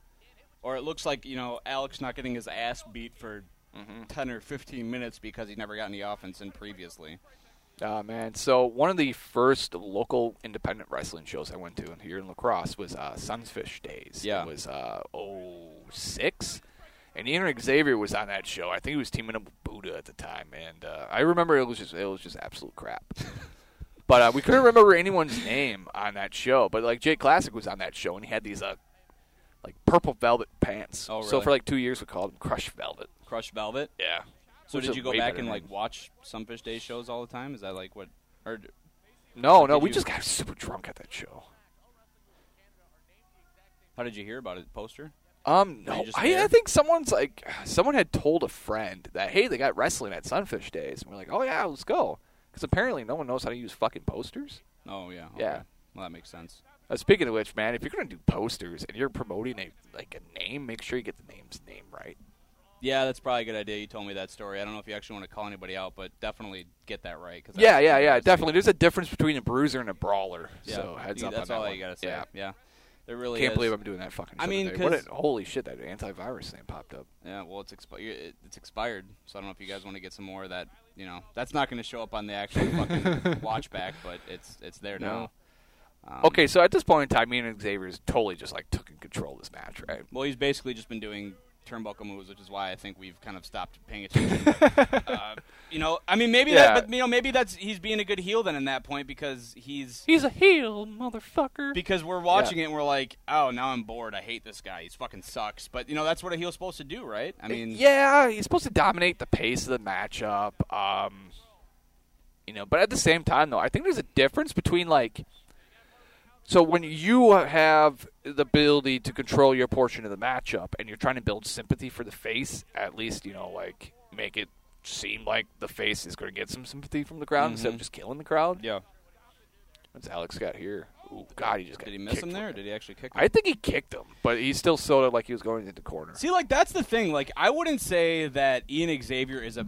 Speaker 1: or it looks like you know Alex not getting his ass beat for
Speaker 2: Mm-hmm.
Speaker 1: ten or fifteen minutes because he never got any offense in previously.
Speaker 2: Ah man, so one of the first local independent wrestling shows I went to here in Lacrosse was uh, Sunfish Days.
Speaker 1: Yeah.
Speaker 2: it was uh, oh six, and Ian Xavier was on that show. I think he was teaming up with Buddha at the time, and uh, I remember it was just it was just absolute crap. but uh, we couldn't remember anyone's name on that show. But like Jay Classic was on that show, and he had these uh, like purple velvet pants.
Speaker 1: Oh,
Speaker 2: So
Speaker 1: really?
Speaker 2: for like two years we called them Crush Velvet.
Speaker 1: Crush Velvet.
Speaker 2: Yeah.
Speaker 1: So
Speaker 2: Which
Speaker 1: did
Speaker 2: is
Speaker 1: you go
Speaker 2: way
Speaker 1: back
Speaker 2: better
Speaker 1: and
Speaker 2: than-
Speaker 1: like watch Sunfish Day shows all the time? Is that like what? Or d-
Speaker 2: No, no,
Speaker 1: did
Speaker 2: we
Speaker 1: you-
Speaker 2: just got super drunk at that show.
Speaker 1: how did you hear about it? Poster.
Speaker 2: Um,
Speaker 1: Were you
Speaker 2: no,
Speaker 1: just
Speaker 2: I,
Speaker 1: there?
Speaker 2: I think someone's like, someone had told a friend that hey, they got wrestling at Sunfish Days, and we're like, oh yeah, let's go, because apparently no one knows how to use fucking posters.
Speaker 1: Oh yeah. okay.
Speaker 2: Yeah.
Speaker 1: Well, that makes sense.
Speaker 2: Uh, speaking of which, man, if you're gonna do posters and you're promoting a like a name, make sure you get the name's name right.
Speaker 1: Yeah, that's probably a good idea. You told me that story. I don't know if you actually want to call anybody out, but definitely get that right. Cause
Speaker 2: Yeah,
Speaker 1: that's
Speaker 2: yeah, yeah,
Speaker 1: embarrassing.
Speaker 2: definitely. There's a difference between a bruiser and a brawler.
Speaker 1: Yeah.
Speaker 2: So
Speaker 1: I
Speaker 2: heads
Speaker 1: think
Speaker 2: up
Speaker 1: That's
Speaker 2: on that
Speaker 1: all
Speaker 2: one.
Speaker 1: you gotta say.
Speaker 2: Yeah.
Speaker 1: There really
Speaker 2: Can't
Speaker 1: is.
Speaker 2: believe I'm doing that fucking.
Speaker 1: I
Speaker 2: show
Speaker 1: mean,
Speaker 2: today. what?
Speaker 1: 'cause-
Speaker 2: A, holy shit! That antivirus thing popped up.
Speaker 1: Yeah, well, it's expi- it- it's expired, so I don't know if you guys want to get some more of that. You know, that's not going to show up on the actual fucking watch back, but it's it's there
Speaker 2: No.
Speaker 1: now. Um,
Speaker 2: Okay, so at this point in time, me and Xavier's totally just like took control of this match, right?
Speaker 1: Well, he's basically just been doing turnbuckle moves, which is why I think we've kind of stopped paying attention. uh, you know, I mean, maybe that,
Speaker 2: Yeah.
Speaker 1: but you know, maybe that's he's being a good heel then in that point because he's
Speaker 2: He's a heel, motherfucker.
Speaker 1: because we're watching it and we're like, oh, now I'm bored. I hate this guy. He's fucking sucks. But you know, that's what a heel's supposed to do, right? I mean,
Speaker 2: yeah, he's supposed to dominate the pace of the matchup. Um, you know, but at the same time, though, I think there's a difference between like. So when you have the ability to control your portion of the matchup, and you're trying to build sympathy for the face, at least you know, like make it seem like the face is going to get some sympathy from the crowd instead of just killing the crowd.
Speaker 1: Mm-hmm. yeah.
Speaker 2: What's Alex got here? Ooh, God, he just got
Speaker 1: Did he miss
Speaker 2: kicked
Speaker 1: him there? Or
Speaker 2: with-
Speaker 1: did he actually kick him?
Speaker 2: I think he kicked him, but he still sort of like he was going into the corner.
Speaker 1: See, like that's the thing. Like I wouldn't say that Ian Xavier is a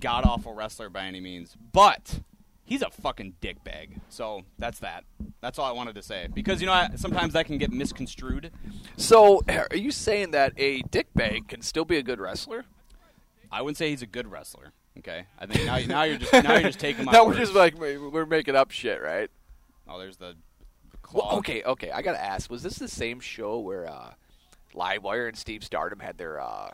Speaker 1: god awful wrestler by any means, but he's a fucking dickbag. So that's that. That's all I wanted to say because you know I, sometimes that can get misconstrued.
Speaker 2: So, are you saying that a dickbag can still be a good wrestler?
Speaker 1: I wouldn't say he's a good wrestler. Okay, I think now, now you're just now you're just taking my.
Speaker 2: No,
Speaker 1: words.
Speaker 2: we're just like ma- we're making up shit, right?
Speaker 1: oh, there's the. Claw.
Speaker 2: Well, okay, okay. I gotta ask: Was this the same show where uh, Livewire and Steve Stardom had their uh,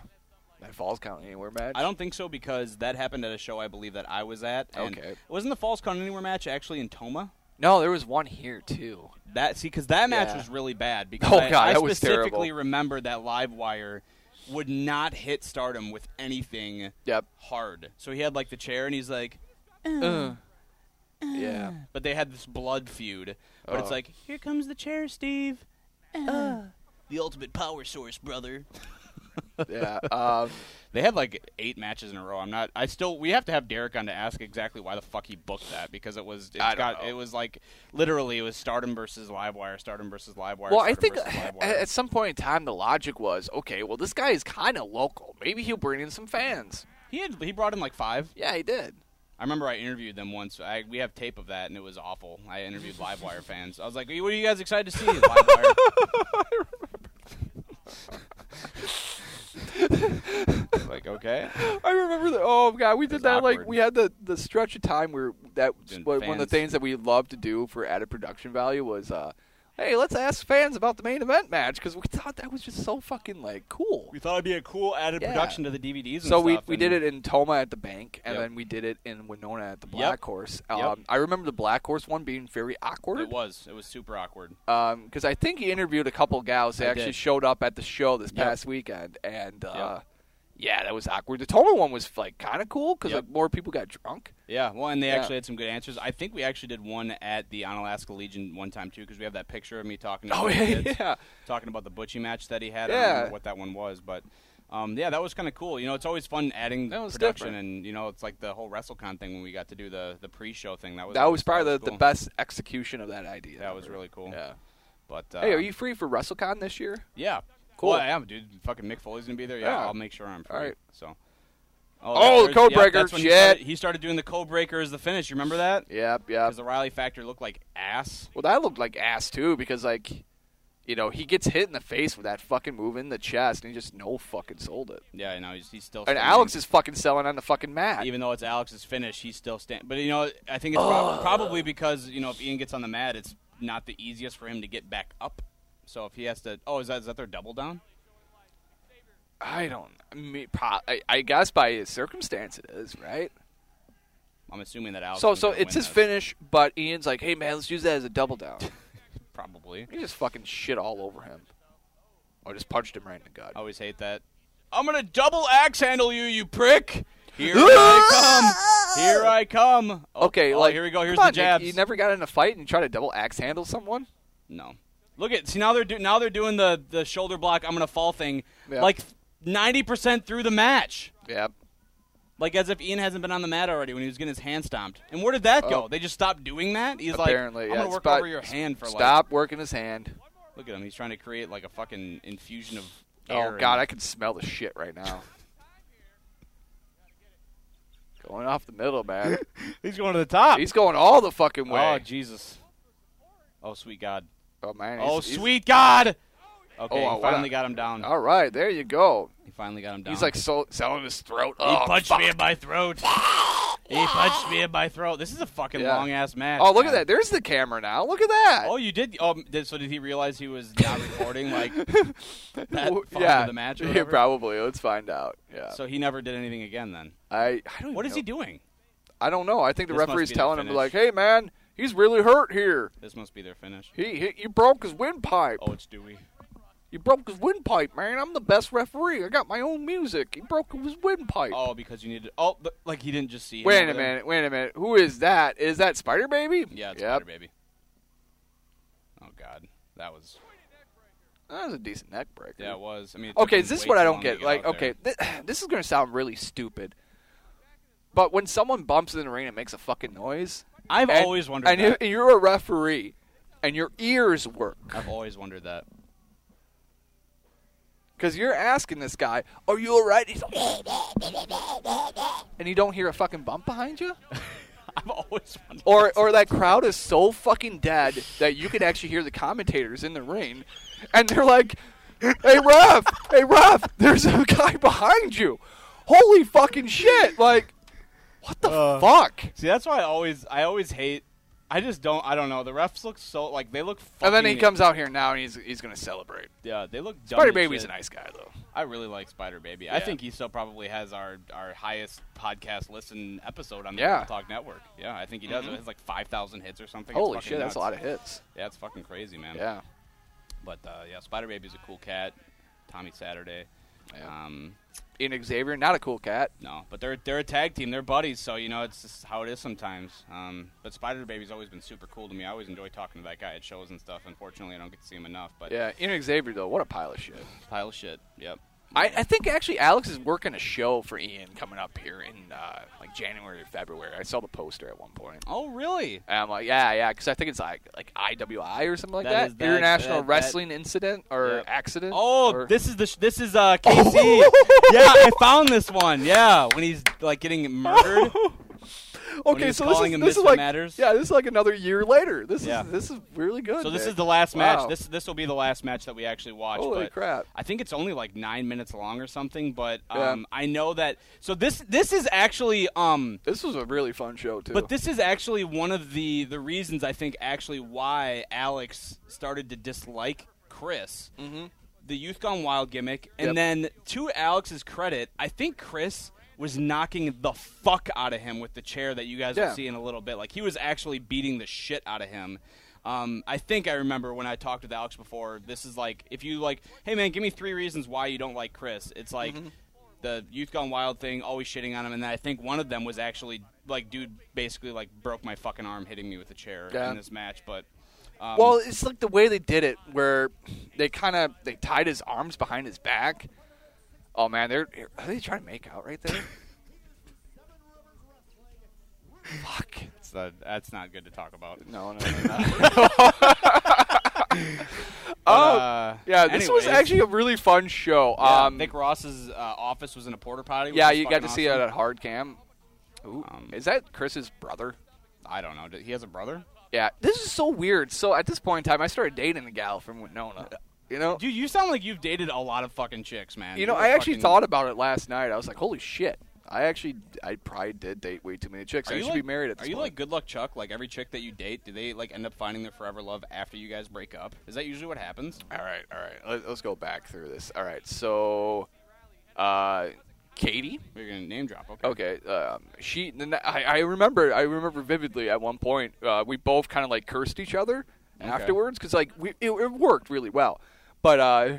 Speaker 2: that Falls Count Anywhere match?
Speaker 1: I don't think so because that happened at a show I believe that I was at. And
Speaker 2: Okay.
Speaker 1: Wasn't the Falls Count Anywhere match actually in Toma?
Speaker 2: No, there was one here too.
Speaker 1: That see, because that match
Speaker 2: Yeah.
Speaker 1: was really bad. Because
Speaker 2: Oh,
Speaker 1: I,
Speaker 2: God,
Speaker 1: I
Speaker 2: that was
Speaker 1: specifically
Speaker 2: terrible.
Speaker 1: remember that Livewire would not hit Stardom with anything
Speaker 2: Yep.
Speaker 1: hard. So he had like the chair, and he's like,
Speaker 2: Uh, yeah.
Speaker 1: but they had this blood feud. But it's
Speaker 2: Oh.
Speaker 1: like, here comes the chair, Steve. The ultimate power source, brother.
Speaker 2: Yeah. Um,
Speaker 1: They had like eight matches in a row. I'm not. I still. We have to have Derek on to ask exactly why the fuck he booked that because it was. It
Speaker 2: I don't
Speaker 1: got.
Speaker 2: know.
Speaker 1: It was like literally it was Stardom versus Livewire, Stardom versus Livewire.
Speaker 2: well, I
Speaker 1: Stardom
Speaker 2: think uh,
Speaker 1: versus
Speaker 2: at,
Speaker 1: Livewire.
Speaker 2: at some point in time, the logic was okay. Well, this guy is kind of local. Maybe he'll bring in some fans.
Speaker 1: he had, he brought in like five.
Speaker 2: Yeah, he did.
Speaker 1: I remember I interviewed them once. I, we have tape of that, and it was awful. I interviewed Livewire fans. I was like, "What are you guys excited to see?" Livewire. like, okay,
Speaker 2: I remember that. Oh god, we
Speaker 1: was
Speaker 2: did that like
Speaker 1: awkward.
Speaker 2: we had the the stretch of time where that was
Speaker 1: Doing
Speaker 2: one of the
Speaker 1: fans.
Speaker 2: things that we loved to do for added production value was, uh, hey, let's ask fans about the main event match because we thought that was just so fucking like cool.
Speaker 1: we thought it'd be a cool added
Speaker 2: Yeah.
Speaker 1: production to the DVDs. And
Speaker 2: So we,
Speaker 1: stuff,
Speaker 2: we
Speaker 1: and-
Speaker 2: did it in Toma at the bank, and
Speaker 1: Yep.
Speaker 2: then we did it in Winona at the
Speaker 1: Yep.
Speaker 2: Black Horse. Um,
Speaker 1: Yep.
Speaker 2: I remember the Black Horse one being very awkward.
Speaker 1: It was it was super awkward.
Speaker 2: because I think he interviewed a couple gals that
Speaker 1: I
Speaker 2: actually
Speaker 1: did.
Speaker 2: showed up at the show this
Speaker 1: Yep.
Speaker 2: past weekend, and uh, yeah, that was awkward. The Toma one was like kind of cool because
Speaker 1: Yep.
Speaker 2: like, more people got drunk.
Speaker 1: Yeah, well, and they
Speaker 2: Yeah.
Speaker 1: actually had some good answers. I think we actually did one at the Onalaska Legion one time too, because we have that picture of me talking. To
Speaker 2: Oh,
Speaker 1: the
Speaker 2: yeah,
Speaker 1: kids,
Speaker 2: yeah.
Speaker 1: talking about the Butchie match that he had. I
Speaker 2: Yeah.
Speaker 1: don't remember what that one was, but um, yeah, that was kind of cool. You know, it's always fun adding
Speaker 2: That was
Speaker 1: production,
Speaker 2: different.
Speaker 1: and you know, it's like the whole WrestleCon thing when we got to do the the pre-show thing. That was
Speaker 2: That was probably the,
Speaker 1: cool.
Speaker 2: the best execution of that idea.
Speaker 1: That was
Speaker 2: ever.
Speaker 1: really cool.
Speaker 2: Yeah.
Speaker 1: But uh,
Speaker 2: Hey, are you free for WrestleCon this year?
Speaker 1: Yeah,
Speaker 2: Cool.
Speaker 1: Well, I am, dude. Fucking Mick Foley's gonna be there. Yeah,
Speaker 2: Yeah.
Speaker 1: I'll make sure I'm free.
Speaker 2: right.
Speaker 1: So.
Speaker 2: Oh, the
Speaker 1: there's-
Speaker 2: code breaker,
Speaker 1: that's when he
Speaker 2: shit.
Speaker 1: started- he started doing the code breaker as the finish. You remember that?
Speaker 2: Yep, yep.
Speaker 1: Because the Riley Factor looked like ass.
Speaker 2: Well, that looked like ass too because like, you know, he gets hit in the face with that fucking move in the chest, and he just no fucking sold it.
Speaker 1: Yeah, you know, he's, he's still.
Speaker 2: And
Speaker 1: standing.
Speaker 2: Alex is fucking selling on the fucking mat.
Speaker 1: even though it's Alex's finish, he's still stand. But you know, I think it's prob- probably because you know if Ian gets on the mat, it's not the easiest for him to get back up. So if he has to, oh, is that is that their double down?
Speaker 2: I don't. I, mean, pro- I, I guess by his circumstance it is right.
Speaker 1: I'm assuming that Alex.
Speaker 2: So
Speaker 1: was
Speaker 2: so
Speaker 1: gonna
Speaker 2: it's
Speaker 1: win this,
Speaker 2: his finish, but Ian's like, hey man, let's use that as a double down.
Speaker 1: Probably.
Speaker 2: he just fucking shit all over him. Oh, just punched him right in the gut.
Speaker 1: I always hate that. I'm gonna double axe handle you, you prick. Here I come. Here I come. Oh,
Speaker 2: Okay,
Speaker 1: oh,
Speaker 2: like
Speaker 1: here we go. Here's
Speaker 2: come on,
Speaker 1: the jabs.
Speaker 2: Nick, you never got in a fight and tried to double axe handle someone.
Speaker 1: No. Look at see now they're do, now they're doing the the shoulder block. I'm gonna fall thing.
Speaker 2: Yeah.
Speaker 1: Like ninety percent through the match.
Speaker 2: Yeah,
Speaker 1: Like as if Ian hasn't been on the mat already when he was getting his hand stomped. And where did that go?
Speaker 2: Oh.
Speaker 1: They just stopped doing that. He's
Speaker 2: apparently.
Speaker 1: like, I'm
Speaker 2: yeah,
Speaker 1: gonna work
Speaker 2: spot-
Speaker 1: over your hand for
Speaker 2: stop working his hand.
Speaker 1: like. Look at him. He's trying to create like a fucking infusion of.
Speaker 2: Oh
Speaker 1: air
Speaker 2: god, I
Speaker 1: and-
Speaker 2: can smell the shit right now. Going off the middle, man.
Speaker 1: He's going to the top.
Speaker 2: He's going all the fucking
Speaker 1: oh
Speaker 2: way.
Speaker 1: Jesus! Oh sweet God!
Speaker 2: Oh, man. he's-
Speaker 1: Oh
Speaker 2: he's-
Speaker 1: sweet God! Okay,
Speaker 2: Oh,
Speaker 1: he
Speaker 2: wow.
Speaker 1: finally got him down.
Speaker 2: All right, there you go.
Speaker 1: He finally got him down.
Speaker 2: He's like so, selling his throat.
Speaker 1: he
Speaker 2: Oh,
Speaker 1: punched
Speaker 2: fuck.
Speaker 1: me in my throat. he punched me in my throat. This is a fucking
Speaker 2: Yeah.
Speaker 1: long ass match.
Speaker 2: Oh, look at
Speaker 1: man.
Speaker 2: that. There's the camera now. Look at that.
Speaker 1: Oh, you did. Oh, did, so did he realize he was not recording? Like that
Speaker 2: W-
Speaker 1: far
Speaker 2: yeah.
Speaker 1: into the match or
Speaker 2: yeah,
Speaker 1: whatever?
Speaker 2: probably. Let's find out. Yeah.
Speaker 1: So he never did anything again. Then
Speaker 2: I, I don't
Speaker 1: what
Speaker 2: even
Speaker 1: is he
Speaker 2: know.
Speaker 1: doing?
Speaker 2: I don't know. I think the
Speaker 1: This must
Speaker 2: referee's
Speaker 1: be the
Speaker 2: telling him
Speaker 1: finish.
Speaker 2: like, "Hey, man, he's really hurt here.
Speaker 1: This must be their finish.
Speaker 2: He he, he broke his windpipe.
Speaker 1: Oh, it's Dewey.
Speaker 2: He broke his windpipe, man. I'm the best referee. I got my own music. He broke his windpipe."
Speaker 1: Oh, because you needed. Oh, but, like he didn't just see. him
Speaker 2: Wait
Speaker 1: over
Speaker 2: a
Speaker 1: there?
Speaker 2: minute. Wait a minute. Who is that? Is that Spider Baby?
Speaker 1: Yeah, it's
Speaker 2: Yep.
Speaker 1: Spider Baby. Oh God, that was.
Speaker 2: That was a decent neck breaker.
Speaker 1: Yeah, it was. I mean. it took
Speaker 2: Okay,
Speaker 1: him
Speaker 2: is this
Speaker 1: way
Speaker 2: what I
Speaker 1: too
Speaker 2: don't
Speaker 1: long to
Speaker 2: get? Like,
Speaker 1: out there.
Speaker 2: okay, th- this is going to sound really stupid, but when someone bumps in the ring, it makes a fucking noise.
Speaker 1: I've
Speaker 2: And-
Speaker 1: always wondered.
Speaker 2: And
Speaker 1: that.
Speaker 2: if you're a referee, and your ears work
Speaker 1: I've always wondered that.
Speaker 2: because you're asking this guy, "Are you all right?" He's and you don't hear a fucking bump behind you,
Speaker 1: I've always wondered.
Speaker 2: or or that crowd is so fucking dead that you can actually hear the commentators in the ring, and they're like, "Hey ref, hey ref, there's a guy behind you! Holy fucking shit!" Like. What the fuck?
Speaker 1: See, that's why I always, I always hate. I just don't. I don't know. The refs look so like they look. Fucking,
Speaker 2: And then he comes out here now, and he's he's gonna celebrate.
Speaker 1: Yeah, they look. dumb
Speaker 2: Spider
Speaker 1: as
Speaker 2: Baby's a
Speaker 1: shit.
Speaker 2: nice guy, though.
Speaker 1: I really like Spider Baby. I
Speaker 2: Yeah.
Speaker 1: think he still probably has our, our highest podcast listen episode on the
Speaker 2: Yeah. Mm-hmm.
Speaker 1: Real Talk Network. Yeah, I think he does. It has like five thousand hits or something. It's
Speaker 2: Holy
Speaker 1: fucking
Speaker 2: shit, that's a
Speaker 1: nuts.
Speaker 2: lot of hits.
Speaker 1: Yeah, it's fucking crazy, man.
Speaker 2: Yeah,
Speaker 1: But uh, yeah, Spider Baby's a cool cat. Tommy Saturday.
Speaker 2: Yeah.
Speaker 1: Um,
Speaker 2: Ian Xavier, not a cool cat.
Speaker 1: no, but they're they're a tag team. They're buddies, so you know it's just how it is sometimes. Um, but Spider Baby's always been super cool to me. I always enjoy talking to that guy at shows and stuff. Unfortunately, I don't get to see him enough. But
Speaker 2: Yeah, Ian Xavier though, what a pile of shit.
Speaker 1: pile of shit. Yep.
Speaker 2: I, I think actually Alex is working a show for Ian coming up here in uh, like January or February. I saw the poster at one point.
Speaker 1: Oh really?
Speaker 2: And I'm like, yeah, yeah, because I think it's like like IWI or something like
Speaker 1: That
Speaker 2: that,
Speaker 1: is- that-
Speaker 2: International
Speaker 1: that- that-
Speaker 2: Wrestling Incident or
Speaker 1: Yep.
Speaker 2: Accident.
Speaker 1: Oh,
Speaker 2: or- Oh.
Speaker 1: this is the sh- this is uh KC. yeah, I found this one. Yeah, when he's like getting murdered. he
Speaker 2: okay,
Speaker 1: was
Speaker 2: so this
Speaker 1: calling
Speaker 2: is
Speaker 1: him
Speaker 2: this
Speaker 1: Mr.
Speaker 2: is like
Speaker 1: Matters.
Speaker 2: yeah, this is like another year later. This
Speaker 1: Yeah.
Speaker 2: is this is really good.
Speaker 1: So this
Speaker 2: man.
Speaker 1: is the last match.
Speaker 2: Wow.
Speaker 1: This this will be the last match that we actually watch.
Speaker 2: Holy
Speaker 1: but
Speaker 2: crap.
Speaker 1: I think it's only like nine minutes long or something. But
Speaker 2: Yeah.
Speaker 1: um, I know that. So this this is actually um.
Speaker 2: This was a really fun show too.
Speaker 1: But this is actually one of the the reasons I think actually why Alex started to dislike Chris, mm-hmm. the Youth Gone Wild gimmick, and
Speaker 2: Yep.
Speaker 1: then to Alex's credit, I think Chris was knocking the fuck out of him with the chair that you guys
Speaker 2: Yeah.
Speaker 1: will see in a little bit. Like he was actually beating the shit out of him. Um, I think I remember when I talked with Alex before. This is like if you like, hey man, give me three reasons why you don't like Chris. It's like
Speaker 2: Mm-hmm.
Speaker 1: the Youth Gone Wild thing, always shitting on him, and then I think one of them was actually like, dude, basically like broke my fucking arm hitting me with a chair
Speaker 2: Yeah.
Speaker 1: in this match. But um,
Speaker 2: well, it's like the way they did it, where they kind of they tied his arms behind his back. Oh man, they're are they trying to make out right there? Fuck.
Speaker 1: it's, uh, that's not good to talk about.
Speaker 2: No, no, no. no.
Speaker 1: But,
Speaker 2: Oh,
Speaker 1: uh,
Speaker 2: yeah, this was
Speaker 1: anyways,
Speaker 2: actually a really fun show.
Speaker 1: yeah,
Speaker 2: um,
Speaker 1: Nick Ross's uh, office was in a porta potty. which
Speaker 2: yeah,
Speaker 1: was
Speaker 2: you got to
Speaker 1: fucking
Speaker 2: see it
Speaker 1: awesome.
Speaker 2: at hard cam. Ooh,
Speaker 1: Um,
Speaker 2: is that Chris's brother?
Speaker 1: I don't know. Did- He has a brother.
Speaker 2: Yeah, this is so weird. So at this point in time, I started dating the gal from Winona. You know,
Speaker 1: Dude, you sound like you've dated a lot of fucking chicks, man.
Speaker 2: You know,
Speaker 1: You're
Speaker 2: I actually
Speaker 1: fucking-
Speaker 2: thought about it last night. I was like, holy shit. I actually, I probably did date way too many chicks.
Speaker 1: Are
Speaker 2: I
Speaker 1: you
Speaker 2: should
Speaker 1: like,
Speaker 2: be married at
Speaker 1: Are
Speaker 2: this
Speaker 1: you
Speaker 2: point.
Speaker 1: like Good Luck Chuck? Like every chick that you date, do they like end up finding their forever love after you guys break up? Is that usually what happens?
Speaker 2: all right, all right. Let, let's go back through this. All right, so, uh, Katie.
Speaker 1: We're gonna name drop. Okay.
Speaker 2: Okay, um, she. then I, I remember. I remember vividly. At one point, uh, we both kind of like cursed each other afterwards because like we it, it worked really well. But uh,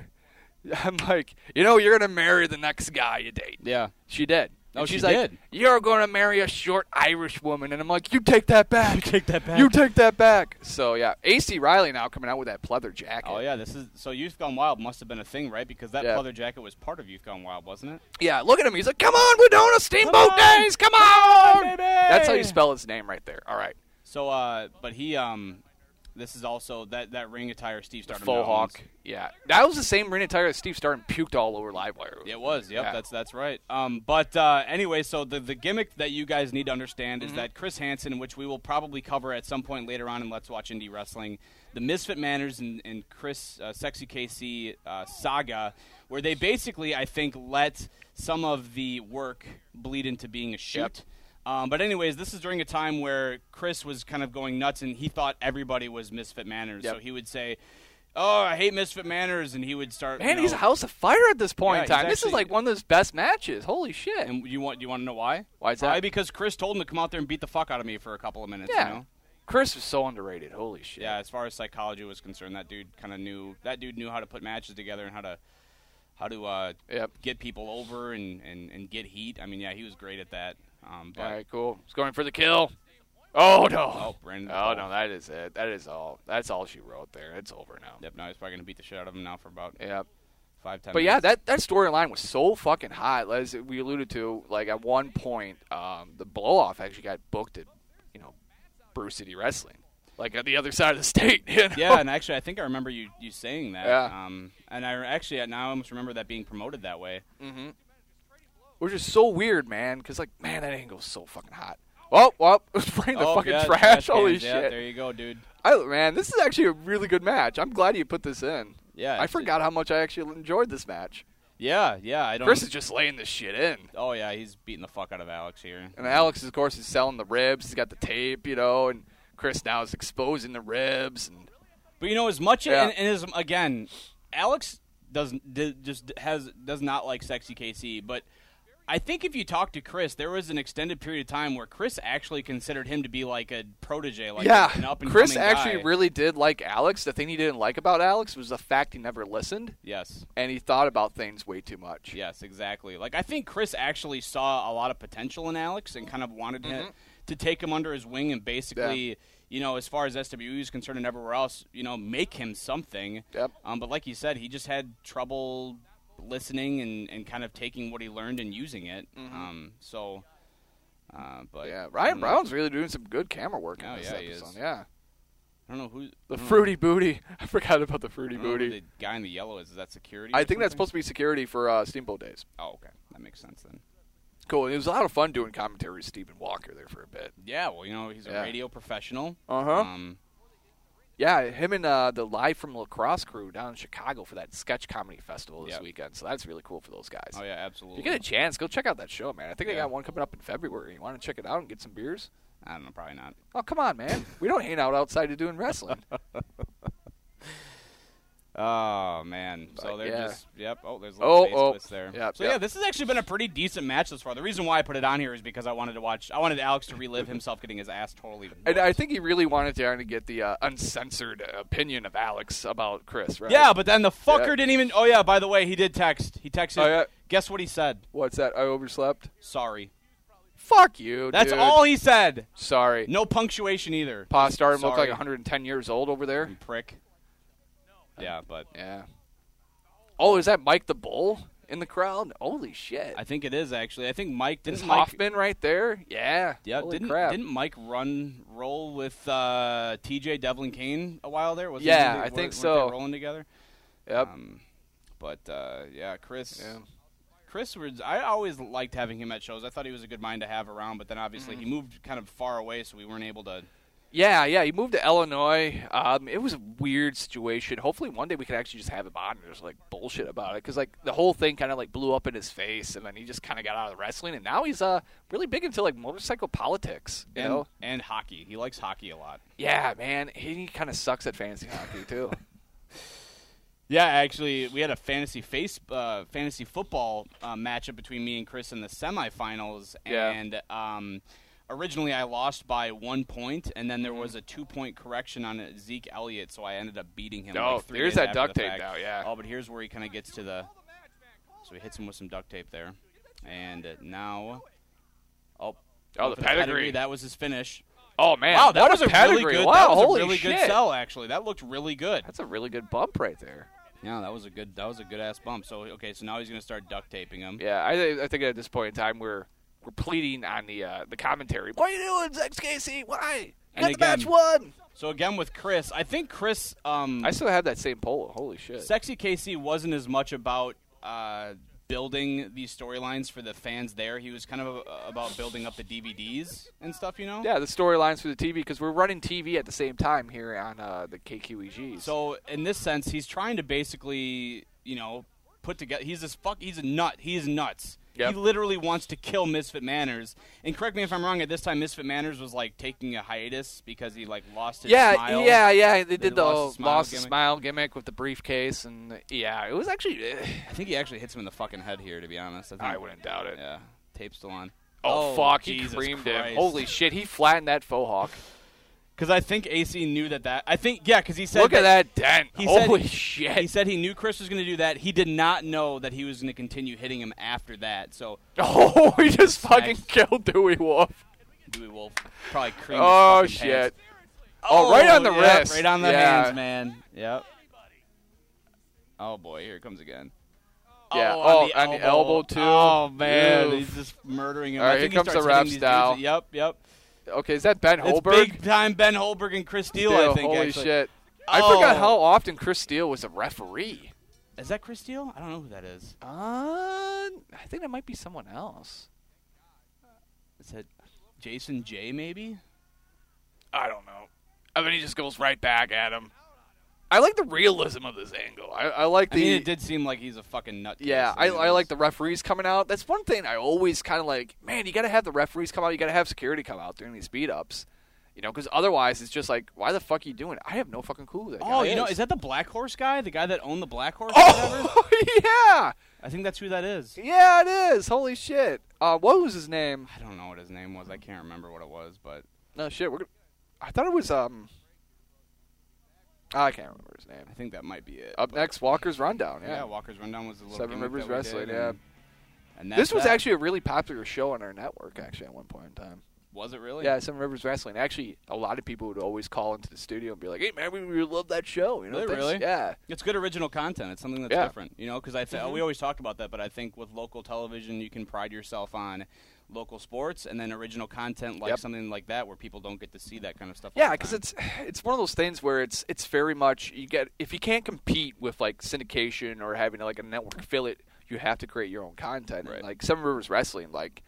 Speaker 2: I'm like, you know, you're gonna marry the next guy you date.
Speaker 1: Yeah.
Speaker 2: She did.
Speaker 1: Oh,
Speaker 2: And she's
Speaker 1: she
Speaker 2: like,
Speaker 1: did.
Speaker 2: You're going to marry a short Irish woman. And I'm like, You take that back. You
Speaker 1: take that back.
Speaker 2: You take that back. So, yeah. AC Riley now coming out with that pleather jacket.
Speaker 1: Oh yeah, this is so Youth Gone Wild must have been a thing, right? Because that
Speaker 2: Yeah.
Speaker 1: leather jacket was part of Youth Gone Wild, wasn't it?
Speaker 2: Yeah, look at him. He's like, Come on, Winona, Steamboat
Speaker 1: on.
Speaker 2: Days. Come on.
Speaker 1: baby.
Speaker 2: That's how you spell his name right there. All right.
Speaker 1: So, uh, but he, um, This is also that that ring attire Steve Stardom. now
Speaker 2: Faux
Speaker 1: owns.
Speaker 2: hawk. Yeah, that was the same ring attire that Steve Stardom puked all over Livewire.
Speaker 1: It was. Yep,
Speaker 2: Yeah.
Speaker 1: that's that's right. Um, but uh, anyway, so the the gimmick that you guys need to understand
Speaker 2: Mm-hmm.
Speaker 1: is that Chris Hansen, which we will probably cover at some point later on in Let's Watch Indie Wrestling, the Misfit Manners and, and Chris uh, Sexy KC uh, saga, where they basically I think let some of the work bleed into being a shoot. Um, but anyways, this is during a time where Chris was kind of going nuts, and he thought everybody was Misfit Manners.
Speaker 2: Yep.
Speaker 1: So he would say, "Oh, I hate Misfit Manners," and he would start.
Speaker 2: Man,
Speaker 1: you
Speaker 2: he's
Speaker 1: know,
Speaker 2: a house of fire at this point
Speaker 1: Yeah,
Speaker 2: in time. This is
Speaker 1: exactly.
Speaker 2: like one of his best matches. Holy shit!
Speaker 1: And you want you want to know why?
Speaker 2: Why is
Speaker 1: Probably
Speaker 2: that?
Speaker 1: because Chris told him to come out there and beat the fuck out of me for a couple of minutes.
Speaker 2: yeah,
Speaker 1: You know?
Speaker 2: Chris is so underrated. Holy shit!
Speaker 1: Yeah. As far as psychology was concerned, that dude kind of knew. That dude knew how to put matches together and how to how to uh,
Speaker 2: Yep.
Speaker 1: get people over and, and, and get heat. I mean, yeah, he was great at that. Um, but
Speaker 2: All right, cool. He's going for the kill. Oh
Speaker 1: oh,
Speaker 2: no!
Speaker 1: Brandon. Cole.
Speaker 2: Oh no, that is it. That is all. That's all she wrote there. It's over now.
Speaker 1: Yep. No, he's probably gonna beat the shit out of him now for about
Speaker 2: Yep.
Speaker 1: five ten.
Speaker 2: But yeah,
Speaker 1: minutes.
Speaker 2: that, that storyline was so fucking hot. As we alluded to, like at one point, um, the blow off actually got booked at, you know, Bruce City Wrestling, like on the other side of the state. You know?
Speaker 1: Yeah, and actually, I think I remember you, you saying that.
Speaker 2: Yeah.
Speaker 1: Um, and I actually now I almost remember that being promoted that way.
Speaker 2: Mm-hmm. which is so weird, man. Because like, man, that angle's so fucking hot. Oh, well, it was playing the
Speaker 1: oh,
Speaker 2: fucking
Speaker 1: yeah,
Speaker 2: trash.
Speaker 1: trash
Speaker 2: Holy
Speaker 1: cans. Yeah,
Speaker 2: shit!
Speaker 1: there you go, dude.
Speaker 2: I, man, this is actually a really good match. I'm glad you put this in.
Speaker 1: Yeah,
Speaker 2: I
Speaker 1: it's-
Speaker 2: forgot how much I actually enjoyed this match.
Speaker 1: Yeah, yeah. I don't.
Speaker 2: Chris is just laying this shit in.
Speaker 1: Oh yeah, he's beating the fuck out of Alex here.
Speaker 2: And Alex, of course, is selling the ribs. He's got the tape, you know, and Chris now is exposing the ribs. And
Speaker 1: But you know, as much
Speaker 2: Yeah.
Speaker 1: and, and as again, Alex doesn't d- just has does not like sexy KC. But I think if you talk to Chris, there was an extended period of time where Chris actually considered him to be like a protege, like
Speaker 2: yeah,
Speaker 1: an up and
Speaker 2: Chris
Speaker 1: coming
Speaker 2: actually
Speaker 1: guy.
Speaker 2: really did like Alex. The thing he didn't like about Alex was the fact he never listened
Speaker 1: yes.
Speaker 2: and he thought about things way too much.
Speaker 1: Yes, exactly. Like I think Chris actually saw a lot of potential in Alex and kind of wanted
Speaker 2: Mm-hmm.
Speaker 1: him to take him under his wing and basically, you know, as far as SWE is concerned and everywhere else, you know, make him something.
Speaker 2: Yep.
Speaker 1: Um, but like you said, he just had trouble listening and, and kind of taking what he learned and using it. Um, so, uh, but
Speaker 2: Mm-hmm. Yeah, Ryan
Speaker 1: Mm.
Speaker 2: Brown's really doing some good camera work in
Speaker 1: Oh,
Speaker 2: this
Speaker 1: yeah, he
Speaker 2: episode.
Speaker 1: is. Mm.
Speaker 2: Yeah,
Speaker 1: I don't know who
Speaker 2: the
Speaker 1: I don't know-
Speaker 2: fruity booty. I forgot about the fruity
Speaker 1: I don't know who
Speaker 2: booty.
Speaker 1: The guy in the yellow is is that security?
Speaker 2: I
Speaker 1: or
Speaker 2: think that's
Speaker 1: something?
Speaker 2: supposed to be security for uh, Steamboat Days.
Speaker 1: Oh, okay, that makes sense then.
Speaker 2: Cool. It was a lot of fun doing commentary with Stephen Walker there for a bit.
Speaker 1: Yeah, well, you know, he's a
Speaker 2: Yeah.
Speaker 1: radio professional.
Speaker 2: Uh huh.
Speaker 1: Um,
Speaker 2: Yeah, him and uh, the live from lacrosse crew down in Chicago for that sketch comedy festival this
Speaker 1: Yep.
Speaker 2: weekend. So that's really cool for those guys.
Speaker 1: oh yeah,
Speaker 2: If
Speaker 1: absolutely.
Speaker 2: you get a chance, go check out that show, man. I think they
Speaker 1: Yeah.
Speaker 2: got one coming up in February. You want to check it out and get some beers?
Speaker 1: I don't know, probably not.
Speaker 2: Oh, come on, man. we don't hang out outside of doing wrestling.
Speaker 1: Oh man! So
Speaker 2: But,
Speaker 1: they're
Speaker 2: yeah.
Speaker 1: just yep. Oh, there's a little
Speaker 2: Oh,
Speaker 1: face
Speaker 2: oh.
Speaker 1: twist there.
Speaker 2: Yep,
Speaker 1: so
Speaker 2: yep.
Speaker 1: yeah, this has actually been a pretty decent match thus far. The reason why I put it on here is because I wanted to watch. I wanted Alex to relive himself getting his ass totally.
Speaker 2: and
Speaker 1: whooped.
Speaker 2: I think he really wanted to, to get the uh, uncensored opinion of Alex about Chris, right?
Speaker 1: yeah, but then the fucker
Speaker 2: Yeah.
Speaker 1: didn't even. Oh yeah, by the way, he did text. He texted.
Speaker 2: Oh, yeah.
Speaker 1: Guess what he said?
Speaker 2: What's that? I overslept?
Speaker 1: Sorry.
Speaker 2: Fuck you,
Speaker 1: That's
Speaker 2: Oh, dude.
Speaker 1: all he said.
Speaker 2: Sorry.
Speaker 1: No punctuation either.
Speaker 2: Pa Stardom looked like
Speaker 1: Sorry.
Speaker 2: 110 years old over there.
Speaker 1: You prick. Yeah, but
Speaker 2: Yeah. Oh, is that Mike the Bull in the crowd? Holy shit!
Speaker 1: I think it is actually. I think Mike
Speaker 2: Is
Speaker 1: didn't Mike.
Speaker 2: Hoffman right there? Yeah.
Speaker 1: Yeah,
Speaker 2: Holy
Speaker 1: didn't
Speaker 2: crap.
Speaker 1: didn't Mike run roll with uh, T.J. Devlin Cain a while there? Wasn't
Speaker 2: Yeah,
Speaker 1: they-
Speaker 2: I
Speaker 1: weren't-
Speaker 2: think
Speaker 1: weren't
Speaker 2: so.
Speaker 1: They rolling together,
Speaker 2: yep.
Speaker 1: um, but uh, yeah, Chris.
Speaker 2: Yeah.
Speaker 1: Chris was. I always liked having him at shows. I thought he was a good mind to have around, but then obviously
Speaker 2: Mm-hmm.
Speaker 1: he moved kind of far away, so we weren't able to.
Speaker 2: yeah, yeah. He moved to Illinois. Um, it was a weird situation. Hopefully, one day we could actually just have him on and just like bullshit about it, because like the whole thing kind of like blew up in his face, and then he just kind of got out of the wrestling, and now he's uh really big into like motorcycle politics. You
Speaker 1: and,
Speaker 2: know?
Speaker 1: and hockey. He likes hockey a lot.
Speaker 2: Yeah, man. He kind of sucks at fantasy hockey too.
Speaker 1: Yeah, actually, we had a fantasy face uh, fantasy football uh, matchup between me and Chris in the semifinals,
Speaker 2: Yeah.
Speaker 1: and um, originally I lost by one point, and then
Speaker 2: Mm-hmm.
Speaker 1: there was a two point correction on uh, Zeke Elliott, so I ended up beating him.
Speaker 2: Oh,
Speaker 1: like three
Speaker 2: there's
Speaker 1: days
Speaker 2: that
Speaker 1: after
Speaker 2: duct
Speaker 1: the
Speaker 2: tape
Speaker 1: fact.
Speaker 2: now, yeah.
Speaker 1: Oh, but here's where he kind of gets to the, so he hits him with some duct tape there, and now, oh,
Speaker 2: Oh, the
Speaker 1: for
Speaker 2: pedigree.
Speaker 1: That was his finish.
Speaker 2: oh man,
Speaker 1: wow, that
Speaker 2: what
Speaker 1: was a
Speaker 2: pedigree.
Speaker 1: really good.
Speaker 2: Wow,
Speaker 1: that was
Speaker 2: holy
Speaker 1: a really
Speaker 2: shit.
Speaker 1: good sell. Actually, that looked really good.
Speaker 2: That's a really good bump right there.
Speaker 1: Yeah, that was a good that was a good ass bump. So okay, so now he's gonna start duct taping him.
Speaker 2: Yeah, I, I think at this point in time we're we're pleading on the uh, the commentary. What are you doing, XKC? Why?
Speaker 1: And
Speaker 2: Let the match
Speaker 1: again-
Speaker 2: won.
Speaker 1: So again with Chris, I think Chris, um,
Speaker 2: I still have that same polo. Holy shit!
Speaker 1: Sexy KC wasn't as much about uh, building these storylines for the fans there. He was kind of a, about building up the DVDs and stuff, you know.
Speaker 2: yeah, the storylines for the TV because we're running TV at the same time here on uh, the KQEGs.
Speaker 1: So in this sense, he's trying to basically, you know, put together. He's this fuck. He's a nut. He's nuts.
Speaker 2: Yep.
Speaker 1: He literally wants to kill Misfit Manners. And correct me if I'm wrong. At this time, Misfit Manners was like taking a hiatus because he like lost his
Speaker 2: yeah,
Speaker 1: smile.
Speaker 2: yeah, yeah. They, did the
Speaker 1: lost
Speaker 2: lost,
Speaker 1: the smile
Speaker 2: the
Speaker 1: gimmick.
Speaker 2: smile gimmick with the briefcase, and yeah, it was actually.
Speaker 1: I think he actually hits him in the fucking head here. To be honest, I, think,
Speaker 2: I wouldn't doubt it.
Speaker 1: Yeah, tape still on.
Speaker 2: Oh, fuck!
Speaker 1: Jesus
Speaker 2: he creamed
Speaker 1: Christ.
Speaker 2: him. Holy shit! He flattened that faux hawk.
Speaker 1: Because I think AC knew that that. I think yeah, because he said
Speaker 2: Look at that dent.
Speaker 1: He said-
Speaker 2: Holy shit!
Speaker 1: He said he knew Chris was going to do that. He did not know that he was going to continue hitting him after that. So
Speaker 2: oh, he just fucking
Speaker 1: Nice.
Speaker 2: killed Dewey Wolf.
Speaker 1: Dewey Wolf probably creamed. his
Speaker 2: Oh
Speaker 1: fucking
Speaker 2: shit!
Speaker 1: pants.
Speaker 2: Oh, right on the
Speaker 1: yep,
Speaker 2: wrist.
Speaker 1: Right on the
Speaker 2: Yeah.
Speaker 1: hands, man. Yep. Oh boy, here it comes again.
Speaker 2: Yeah.
Speaker 1: on
Speaker 2: Oh, on the elbow, too.
Speaker 1: Oh man,
Speaker 2: Oof.
Speaker 1: he's just murdering him.
Speaker 2: All right,
Speaker 1: I think
Speaker 2: here
Speaker 1: he
Speaker 2: comes
Speaker 1: starts
Speaker 2: the ref
Speaker 1: hitting these dudes.
Speaker 2: style.
Speaker 1: Yep, yep.
Speaker 2: Okay, is that Ben Holberg?
Speaker 1: It's big time Ben Holberg and Chris Steele. I
Speaker 2: Steele,
Speaker 1: think.
Speaker 2: Holy
Speaker 1: actually.
Speaker 2: shit! I
Speaker 1: Oh.
Speaker 2: forgot how often Chris Steele was a referee.
Speaker 1: Is that Chris Steele? I don't know who that is.
Speaker 2: Uh, I think that might be someone else.
Speaker 1: Is that Jason J? Maybe.
Speaker 2: I don't know. I mean, he just goes right back at him. I like the realism of this angle. I, I like
Speaker 1: I
Speaker 2: the.
Speaker 1: mean, it did seem like he's a fucking nut.
Speaker 2: yeah, I, I like the referees coming out. That's one thing I always kind of like. Man, you got to have the referees come out. You got to have security come out during these beat ups. You know, because otherwise it's just like, why the fuck are you doing? it? I have no fucking clue. Who that
Speaker 1: Oh,
Speaker 2: guy
Speaker 1: you know,
Speaker 2: is.
Speaker 1: is that the Black Horse guy? The guy that owned the Black Horse? Or whatever?
Speaker 2: Oh, yeah,
Speaker 1: I think that's who that is.
Speaker 2: yeah, it is. Holy shit! Uh, what was his name?
Speaker 1: I don't know what his name was. I can't remember what it was, but
Speaker 2: No shit, we're. Gonna, I thought it was um. I can't remember his name.
Speaker 1: I think that might be it.
Speaker 2: Up
Speaker 1: But-
Speaker 2: next, Walker's rundown.
Speaker 1: yeah. Walker's Rundown was a little.
Speaker 2: Seven
Speaker 1: gimmick
Speaker 2: Rivers
Speaker 1: that we
Speaker 2: Wrestling,
Speaker 1: did,
Speaker 2: yeah.
Speaker 1: And, and
Speaker 2: this
Speaker 1: that's
Speaker 2: was
Speaker 1: that.
Speaker 2: actually a really popular show on our network, actually, at one point in time.
Speaker 1: Was it really?
Speaker 2: yeah, Seven Rivers Wrestling. Actually, a lot of people would always call into the studio and be like, "Hey, man, we really love that show." You know,
Speaker 1: Really,
Speaker 2: thanks-
Speaker 1: really?
Speaker 2: Yeah,
Speaker 1: It's good original content. It's something that's
Speaker 2: Yeah. Mm-hmm.
Speaker 1: different, you know. Because I th- we always talked about that, but I think with local television, you can pride yourself on local sports and then original content like
Speaker 2: Yep.
Speaker 1: something like that, where people don't get to see that kind of stuff. all
Speaker 2: yeah,
Speaker 1: the
Speaker 2: because
Speaker 1: time.
Speaker 2: it's it's one of those things where it's it's very much you get if you can't compete with like syndication or having like a network affiliate, you have to create your own content. And,
Speaker 1: Right.
Speaker 2: like Seven Rivers Wrestling, like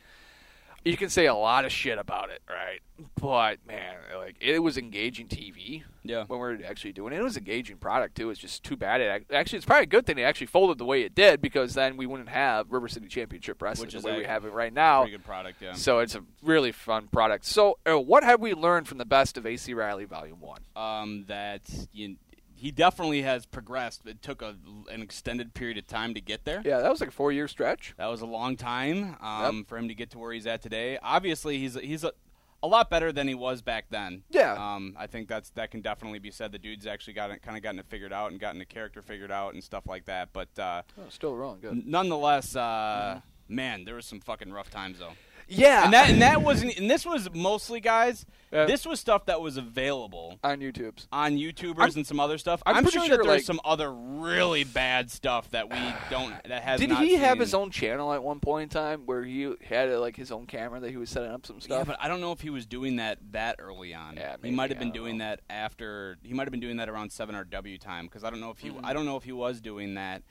Speaker 2: you can say a lot of shit about it, right? But man, like it was engaging TV.
Speaker 1: yeah.
Speaker 2: when we are actually doing it. It was an engaging product too. It's just too bad it act- actually it's probably a good thing it actually folded the way it did because then we wouldn't have River City Championship Wrestling
Speaker 1: Which is
Speaker 2: the way we
Speaker 1: a
Speaker 2: have it right now.
Speaker 1: Pretty good product, yeah.
Speaker 2: So it's a really fun product. So uh, what have we learned from the best of AC Riley Volume One?
Speaker 1: um, that you, he definitely has progressed. It took a, an extended period of time to get there.
Speaker 2: Yeah, that was like a four year stretch.
Speaker 1: That was a long time um, for him to get to where he's at today. Obviously, he's he's a, a lot better than he was back then.
Speaker 2: Yeah.
Speaker 1: Um, I think that's that can definitely be said. The dude's actually got it, kind of gotten it figured out and gotten the character figured out and stuff like that. But uh,
Speaker 2: Oh, still wrong. Good. Mm-hmm.
Speaker 1: nonetheless, uh, man, there was some fucking rough times though.
Speaker 2: Yeah,
Speaker 1: And that and that wasn't and this was mostly guys.
Speaker 2: Yeah.
Speaker 1: This was stuff that was available
Speaker 2: on YouTube's.
Speaker 1: on YouTubers
Speaker 2: I'm-
Speaker 1: and some other stuff.
Speaker 2: I'm
Speaker 1: I'm,
Speaker 2: pretty
Speaker 1: sure,
Speaker 2: sure,
Speaker 1: that there's
Speaker 2: like-
Speaker 1: some other really bad stuff that we don't that has.
Speaker 2: Did
Speaker 1: not
Speaker 2: he have
Speaker 1: seen.
Speaker 2: his own channel at one point in time where he had uh, like his own camera that he was setting up some stuff?
Speaker 1: Yeah, but I don't know if he was doing that that early on.
Speaker 2: Yeah,
Speaker 1: he
Speaker 2: maybe,
Speaker 1: might have
Speaker 2: I
Speaker 1: been
Speaker 2: don't
Speaker 1: doing
Speaker 2: know.
Speaker 1: that after. He might have been doing that around seven RW time because I don't know if he. I
Speaker 2: Hmm.
Speaker 1: don't know if he was doing that.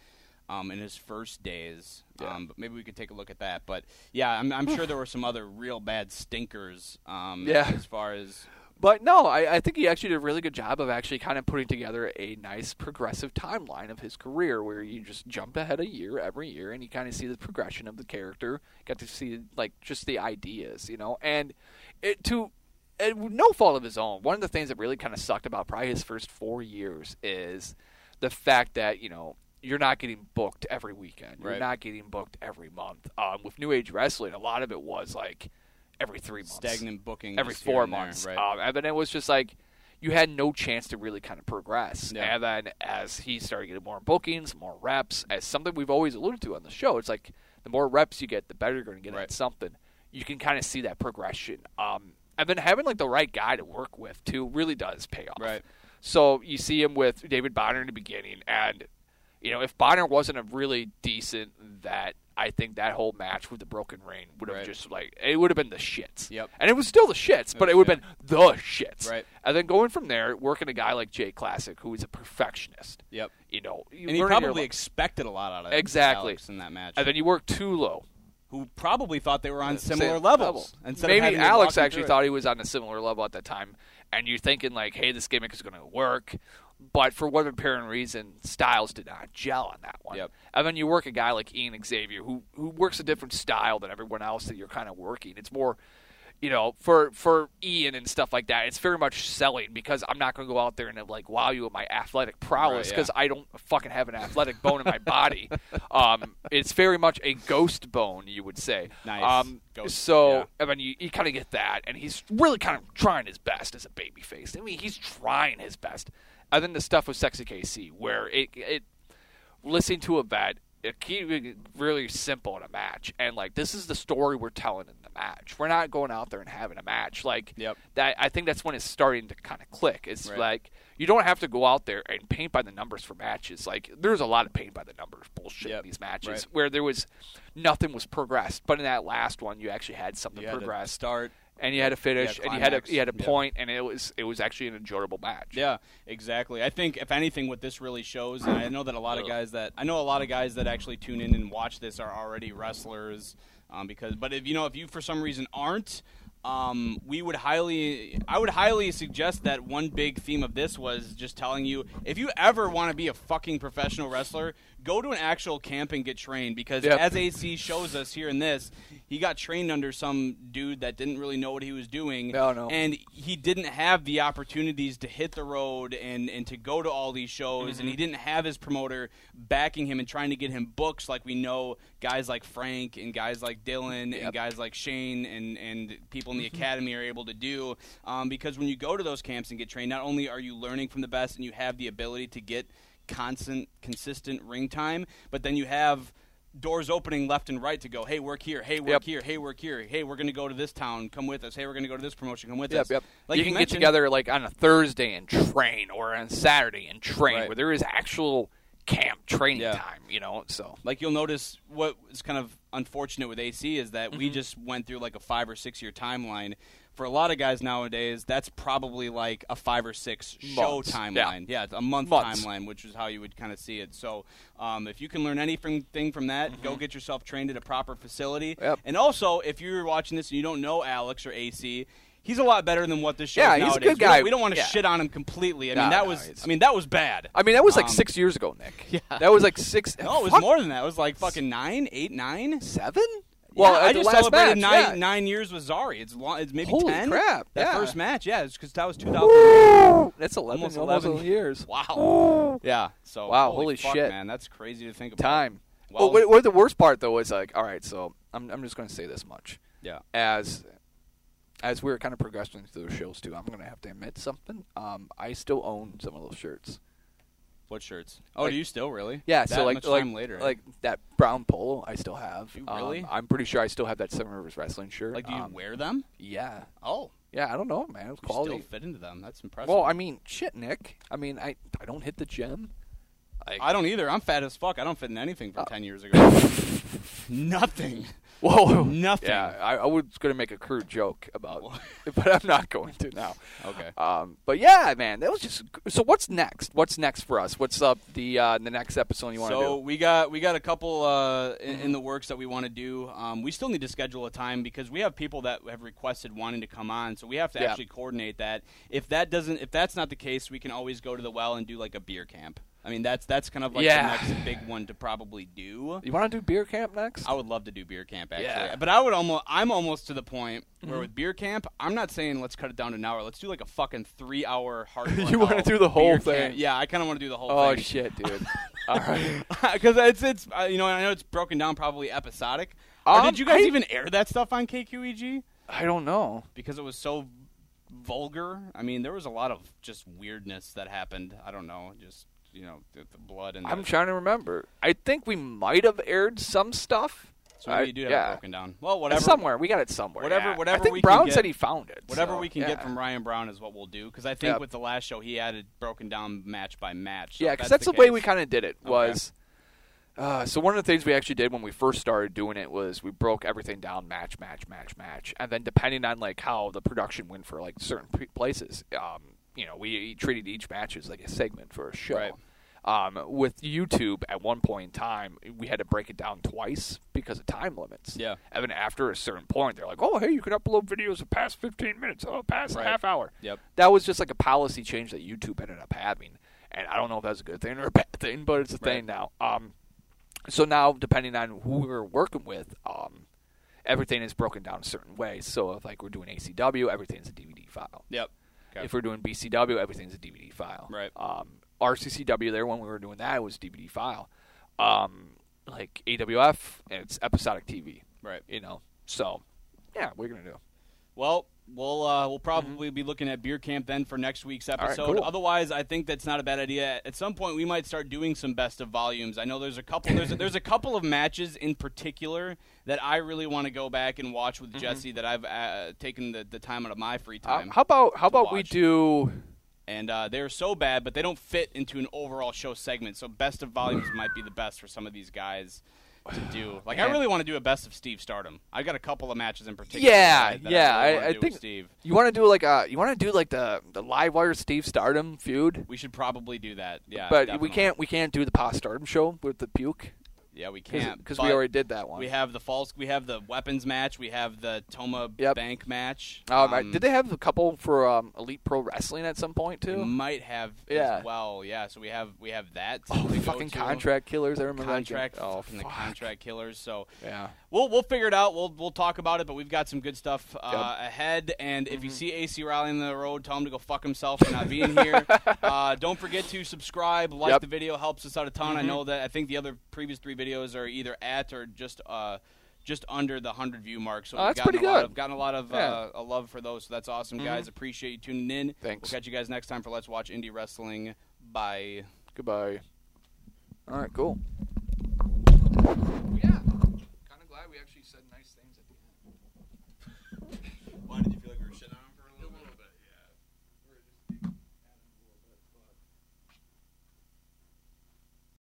Speaker 1: Um, in his first days,
Speaker 2: Yeah.
Speaker 1: um, but maybe we could take a look at that. But yeah, I'm, I'm sure there were some other real bad stinkers. Um,
Speaker 2: Yeah.
Speaker 1: as far as
Speaker 2: But no, I, I think he actually did a really good job of actually kind of putting together a nice progressive timeline of his career where you just jump ahead a year every year and you kind of see the progression of the character, got to see like just the ideas, you know, and it to it, no fault of his own. One of the things that really kind of sucked about probably his first four years is the fact that, you know, you're not getting booked every weekend. You're
Speaker 1: Right.
Speaker 2: not getting booked every month. Um, with New Age Wrestling, a lot of it was like every three months
Speaker 1: stagnant booking
Speaker 2: every
Speaker 1: just here
Speaker 2: four
Speaker 1: and there,
Speaker 2: months.
Speaker 1: right?
Speaker 2: Um, and then it was just like you had no chance to really kind of progress.
Speaker 1: Yeah.
Speaker 2: And then as he started getting more bookings, more reps, as something we've always alluded to on the show, it's like the more reps you get, the better you're going to get
Speaker 1: Right.
Speaker 2: at something. You can kind of see that progression. Um, and then having like the right guy to work with too really does pay off.
Speaker 1: Right.
Speaker 2: So you see him with David Bonner in the beginning, and you know if Bonner wasn't a really decent that I think that whole match with the broken rain would have
Speaker 1: Right.
Speaker 2: just like it would have been the shits.
Speaker 1: Yep.
Speaker 2: And it was still the shits, but
Speaker 1: was-
Speaker 2: it would have
Speaker 1: yeah.
Speaker 2: been the shits.
Speaker 1: Right.
Speaker 2: And then going from there, working a guy like Jay Classic, who is a perfectionist.
Speaker 1: Yep.
Speaker 2: You know, you
Speaker 1: And he
Speaker 2: learn to hear
Speaker 1: probably
Speaker 2: about-
Speaker 1: expected a lot out of
Speaker 2: Exactly.
Speaker 1: Alex in that match.
Speaker 2: and then you work too low.
Speaker 1: who probably thought they were on
Speaker 2: Same
Speaker 1: similar
Speaker 2: level.
Speaker 1: levels. Instead of
Speaker 2: Maybe
Speaker 1: having to walk
Speaker 2: Alex
Speaker 1: him
Speaker 2: actually
Speaker 1: through it.
Speaker 2: thought he was on a similar level at that time, and you're thinking like, "Hey, this gimmick is going to work," but for whatever apparent reason, Styles did not gel on that one.
Speaker 1: Yep.
Speaker 2: And then you work a guy like Ian Xavier, who who works a different style than everyone else that you're kind of working. It's more. You know, for for Ian and stuff like that, it's very much selling because I'm not going to go out there and like wow you with my athletic prowess
Speaker 1: Right, yeah.
Speaker 2: because I don't fucking have an athletic bone in my body. Um, it's very much a ghost bone, you would say.
Speaker 1: Nice.
Speaker 2: Um,
Speaker 1: Ghost,
Speaker 2: so
Speaker 1: yeah.
Speaker 2: I mean, you, you kind of get that, and he's really kind of trying his best as a babyface. I mean, he's trying his best. And then the stuff with Sexy KC, where it it listening to a bet, it keep it really simple in a match, and like this is the story we're telling in the match. We're not going out there and having a match like
Speaker 1: Yep.
Speaker 2: that. I think that's when it's starting to kind of click. It's
Speaker 1: Right.
Speaker 2: like you don't have to go out there and paint by the numbers for matches. Like there's a lot of paint by the numbers bullshit
Speaker 1: Yep.
Speaker 2: in these matches
Speaker 1: Right.
Speaker 2: where there was nothing was progressed, but in that last one you actually had something
Speaker 1: You had to
Speaker 2: progressed
Speaker 1: start.
Speaker 2: and you had a finish
Speaker 1: Yeah,
Speaker 2: and you had a
Speaker 1: climax.
Speaker 2: you had a
Speaker 1: Yeah.
Speaker 2: point, and it was it was actually an enjoyable match.
Speaker 1: Yeah, exactly. I think if anything, what this really shows, and I know that a lot of
Speaker 2: Ugh.
Speaker 1: guys that I know a lot of guys that actually tune in and watch this are already wrestlers. Um, because, but if you know, if you for some reason aren't, um, we would highly, I would highly suggest that one big theme of this was just telling you if you ever want to be a fucking professional wrestler, go to an actual camp and get trained. Because
Speaker 2: Yep.
Speaker 1: as AC shows us here in this, he got trained under some dude that didn't really know what he was doing.
Speaker 2: Oh, No, no.
Speaker 1: And he didn't have the opportunities to hit the road and, and to go to all these shows,
Speaker 2: Mm-hmm.
Speaker 1: and he didn't have his promoter backing him and trying to get him books like we know guys like Frank and guys like Dylan and
Speaker 2: Yep. Mm-hmm.
Speaker 1: guys like Shane and, and people in the academy are able to do. Um, because when you go to those camps and get trained, not only are you learning from the best and you have the ability to get constant, consistent ring time, but then you have doors opening left and right to go, hey, work here, hey, work
Speaker 2: Yep.
Speaker 1: here, hey, work here, hey, we're going to go to this town, come with us, hey, we're going to go to this promotion, come with
Speaker 2: Yep,
Speaker 1: us.
Speaker 2: yep.
Speaker 1: Like
Speaker 2: you,
Speaker 1: you,
Speaker 2: can get
Speaker 1: mentioned,
Speaker 2: together like on a Thursday and train, or on Saturday and train,
Speaker 1: Right.
Speaker 2: where there is actual camp training
Speaker 1: Yeah.
Speaker 2: time. You know, so
Speaker 1: Like you'll notice what is kind of unfortunate with AC is that
Speaker 2: Mm-hmm.
Speaker 1: we just went through like a five or six year timeline. For a lot of guys nowadays, that's probably like a five or six show
Speaker 2: Months, yeah.
Speaker 1: timeline. Yeah, it's a month
Speaker 2: Months.
Speaker 1: timeline, which is how you would kind of see it. So um, if you can learn anything thing from that, go get yourself trained at a proper facility.
Speaker 2: Mm-hmm. Yep.
Speaker 1: And also, if you're watching this and you don't know Alex or AC, he's a lot better than what this show
Speaker 2: Yeah,
Speaker 1: is
Speaker 2: he's
Speaker 1: nowadays.
Speaker 2: a good
Speaker 1: We don't- We
Speaker 2: guy.
Speaker 1: don't, want to
Speaker 2: Yeah.
Speaker 1: shit on him completely. I
Speaker 2: No,
Speaker 1: mean, that
Speaker 2: no,
Speaker 1: was
Speaker 2: he's-
Speaker 1: I mean that was bad.
Speaker 2: I mean that was like
Speaker 1: Um,
Speaker 2: six years ago, Nick. Yeah, that was like six.
Speaker 1: No, it was
Speaker 2: fuck,
Speaker 1: more than that. It was like fucking nine, eight, nine.
Speaker 2: seven.
Speaker 1: Well,
Speaker 2: well, at
Speaker 1: I
Speaker 2: the
Speaker 1: just
Speaker 2: last
Speaker 1: celebrated
Speaker 2: match,
Speaker 1: nine
Speaker 2: yeah.
Speaker 1: nine years with Zari. It's long. It's maybe
Speaker 2: Holy
Speaker 1: ten.
Speaker 2: crap,
Speaker 1: That
Speaker 2: yeah.
Speaker 1: first match, yeah, because that was 2000.
Speaker 2: That's 11,
Speaker 1: Almost
Speaker 2: almost
Speaker 1: 11.
Speaker 2: 11 years.
Speaker 1: wow. Yeah. So
Speaker 2: Wow,
Speaker 1: Holy,
Speaker 2: holy
Speaker 1: fuck,
Speaker 2: shit.
Speaker 1: man, that's crazy to think about.
Speaker 2: Time.
Speaker 1: Well-
Speaker 2: Well, what, what the worst part though is like, all right, so I'm I'm just going to say this much.
Speaker 1: Yeah.
Speaker 2: As as we're kind of progressing through the shows too, I'm going to have to admit something. Um, I still own some of those shirts.
Speaker 1: What shirts? Oh,
Speaker 2: Like-
Speaker 1: do you still really?
Speaker 2: Yeah,
Speaker 1: That
Speaker 2: so like
Speaker 1: much
Speaker 2: like,
Speaker 1: time later.
Speaker 2: like that brown polo I still have.
Speaker 1: You
Speaker 2: Um,
Speaker 1: really?
Speaker 2: I'm pretty sure I still have that Seven Rivers wrestling shirt.
Speaker 1: like do you
Speaker 2: Um,
Speaker 1: wear them?
Speaker 2: Yeah,
Speaker 1: Oh,
Speaker 2: yeah. I don't know, man. It was
Speaker 1: you
Speaker 2: quality.
Speaker 1: still fit into them. That's impressive.
Speaker 2: well, I mean, shit, Nick. I mean, I I don't hit the gym. Like,
Speaker 1: I don't either. I'm fat as fuck. I don't fit in anything
Speaker 2: uh,
Speaker 1: from ten years ago. Nothing.
Speaker 2: Whoa,
Speaker 1: Nothing.
Speaker 2: Yeah, I, I was gonna make a crude joke about, but I'm not going to now.
Speaker 1: Okay.
Speaker 2: Um, but yeah, man, that was just. So what's next? What's next for us? What's up the uh, the next episode you want to
Speaker 1: so
Speaker 2: do?
Speaker 1: we got we got a couple uh, in, in the works that we want to do. Um, we still need to schedule a time because we have people that have requested wanting to come on, so we have to
Speaker 2: Yeah.
Speaker 1: actually coordinate that. If that doesn't, if that's not the case, we can always go to the well and do like a beer camp. I mean, that's that's kind of like
Speaker 2: Yeah.
Speaker 1: the next big one to probably do.
Speaker 2: You want to do beer camp next?
Speaker 1: I would love to do beer camp actually,
Speaker 2: Yeah. Mm-hmm.
Speaker 1: but I would almost I'm almost to the point where with beer camp I'm not saying let's cut it down to an hour. Let's do like a fucking three hour hard.
Speaker 2: You wanna
Speaker 1: workout
Speaker 2: do the whole
Speaker 1: beer camp.
Speaker 2: thing.
Speaker 1: Yeah, I kind of want to do the whole
Speaker 2: oh
Speaker 1: thing
Speaker 2: shit, dude. All right.
Speaker 1: because it's it's uh, you know I know it's broken down probably episodic. Or
Speaker 2: Um,
Speaker 1: did you guys
Speaker 2: I-
Speaker 1: even air that stuff on KQEG
Speaker 2: I don't know.
Speaker 1: because it was so vulgar? I mean, there was a lot of just weirdness that happened. I don't know, just you know the, the blood and
Speaker 2: I'm
Speaker 1: the,
Speaker 2: trying to remember. I think we might have aired some stuff.
Speaker 1: so maybe
Speaker 2: I-
Speaker 1: you do have
Speaker 2: yeah.
Speaker 1: it broken down. Well, whatever.
Speaker 2: Somewhere we got it somewhere.
Speaker 1: Whatever-
Speaker 2: yeah.
Speaker 1: whatever
Speaker 2: I think
Speaker 1: we can
Speaker 2: Brown
Speaker 1: get-
Speaker 2: said he found it.
Speaker 1: Whatever
Speaker 2: so,
Speaker 1: we can
Speaker 2: yeah.
Speaker 1: get from Ryan Brown is what we'll do because I think
Speaker 2: Yep.
Speaker 1: with the last show he had it broken down match by match. So
Speaker 2: Yeah,
Speaker 1: because
Speaker 2: because that's, the, way we
Speaker 1: case-
Speaker 2: kind of did it.
Speaker 1: Okay.
Speaker 2: Was Uh, so one of the things we actually did when we first started doing it was we broke everything down match match match match and then depending on like how the production went for like certain p- places um, you know we treated each match as like a segment for a show
Speaker 1: Right.
Speaker 2: um, with youtube at one point in time we had to break it down twice because of time limits
Speaker 1: Yeah.
Speaker 2: and then after a certain point they're like oh hey you can upload videos of past 15 minutes oh past
Speaker 1: Right.
Speaker 2: half hour
Speaker 1: Yep.
Speaker 2: that was just like a policy change that youtube ended up having and i don't know if that's a good thing or a bad thing but it's a thing now um, so now depending on who we're working with um, everything is broken down a certain way so if like we're doing acw everything's a dvd file
Speaker 1: Yep. Okay.
Speaker 2: if we're doing bcw everything's a dvd file
Speaker 1: Right.
Speaker 2: um, rccw there when we were doing that it was dvd file um, like awf it's episodic tv
Speaker 1: Right.
Speaker 2: you know so yeah we're gonna do
Speaker 1: Well, we'll uh, we'll probably be looking at beer camp then for next week's
Speaker 2: Mm-hmm. right,
Speaker 1: episode.
Speaker 2: cool.
Speaker 1: Otherwise, I think that's not a bad idea. At some point, we might start doing some best of volumes. I know there's a couple there's a, there's a couple of matches in particular that I really want to go back and watch with Jesse that I've uh, taken the, the time out of my free
Speaker 2: Um,
Speaker 1: time.
Speaker 2: Mm-hmm. how about how about we
Speaker 1: watch.
Speaker 2: do
Speaker 1: and uh, they're so bad, but they don't fit into an overall show segment. So best of volumes might be the best for some of these guys to do. Like I
Speaker 2: Man.
Speaker 1: really want to do a best of Steve Stardom. I've got a couple of matches in particular.
Speaker 2: Yeah,
Speaker 1: that
Speaker 2: yeah.
Speaker 1: really wanna
Speaker 2: I, I
Speaker 1: do with
Speaker 2: think
Speaker 1: Steve.
Speaker 2: you want to do like a you want to do like the the live wire Steve Stardom feud,
Speaker 1: We should probably do that. Yeah,
Speaker 2: but
Speaker 1: definitely.
Speaker 2: we can't we can't do the past Stardom show with the puke
Speaker 1: Yeah, we can't
Speaker 2: because we
Speaker 1: but
Speaker 2: already did that one.
Speaker 1: We have the false. We have the weapons match. We have the Toma
Speaker 2: Yep.
Speaker 1: Bank match.
Speaker 2: um, I- did they have a couple for um, Elite Pro Wrestling at some point
Speaker 1: we
Speaker 2: too?
Speaker 1: might have
Speaker 2: Yeah.
Speaker 1: as well. Yeah, so we have we have that. to
Speaker 2: Oh,
Speaker 1: go
Speaker 2: fucking
Speaker 1: to.
Speaker 2: contract killers! I remember that game.
Speaker 1: Contract.
Speaker 2: Oh,
Speaker 1: fucking the
Speaker 2: fuck.
Speaker 1: contract killers. So
Speaker 2: Yeah.
Speaker 1: we'll we'll figure it out. We'll we'll talk about it. But we've got some good stuff uh, ahead. And
Speaker 2: Mm-hmm.
Speaker 1: if you see AC Riley on the road, tell him to go fuck himself for not being here. uh, don't forget to subscribe, like
Speaker 2: Yep. Mm-hmm.
Speaker 1: the video, helps us out a ton. I know that I think the other previous three videos are either at or just. Uh, just under the hundred view mark, so
Speaker 2: Oh,
Speaker 1: we've
Speaker 2: that's
Speaker 1: gotten
Speaker 2: pretty
Speaker 1: a lot
Speaker 2: good.
Speaker 1: of gotten a lot of
Speaker 2: Yeah. Mm-hmm.
Speaker 1: uh, a love for those. So that's awesome, guys. Appreciate you tuning in.
Speaker 2: Thanks.
Speaker 1: We'll catch you guys next time for Let's Watch Indie Wrestling. Bye.
Speaker 2: Goodbye. All right. Cool. Yeah. Kind of glad we actually said nice things.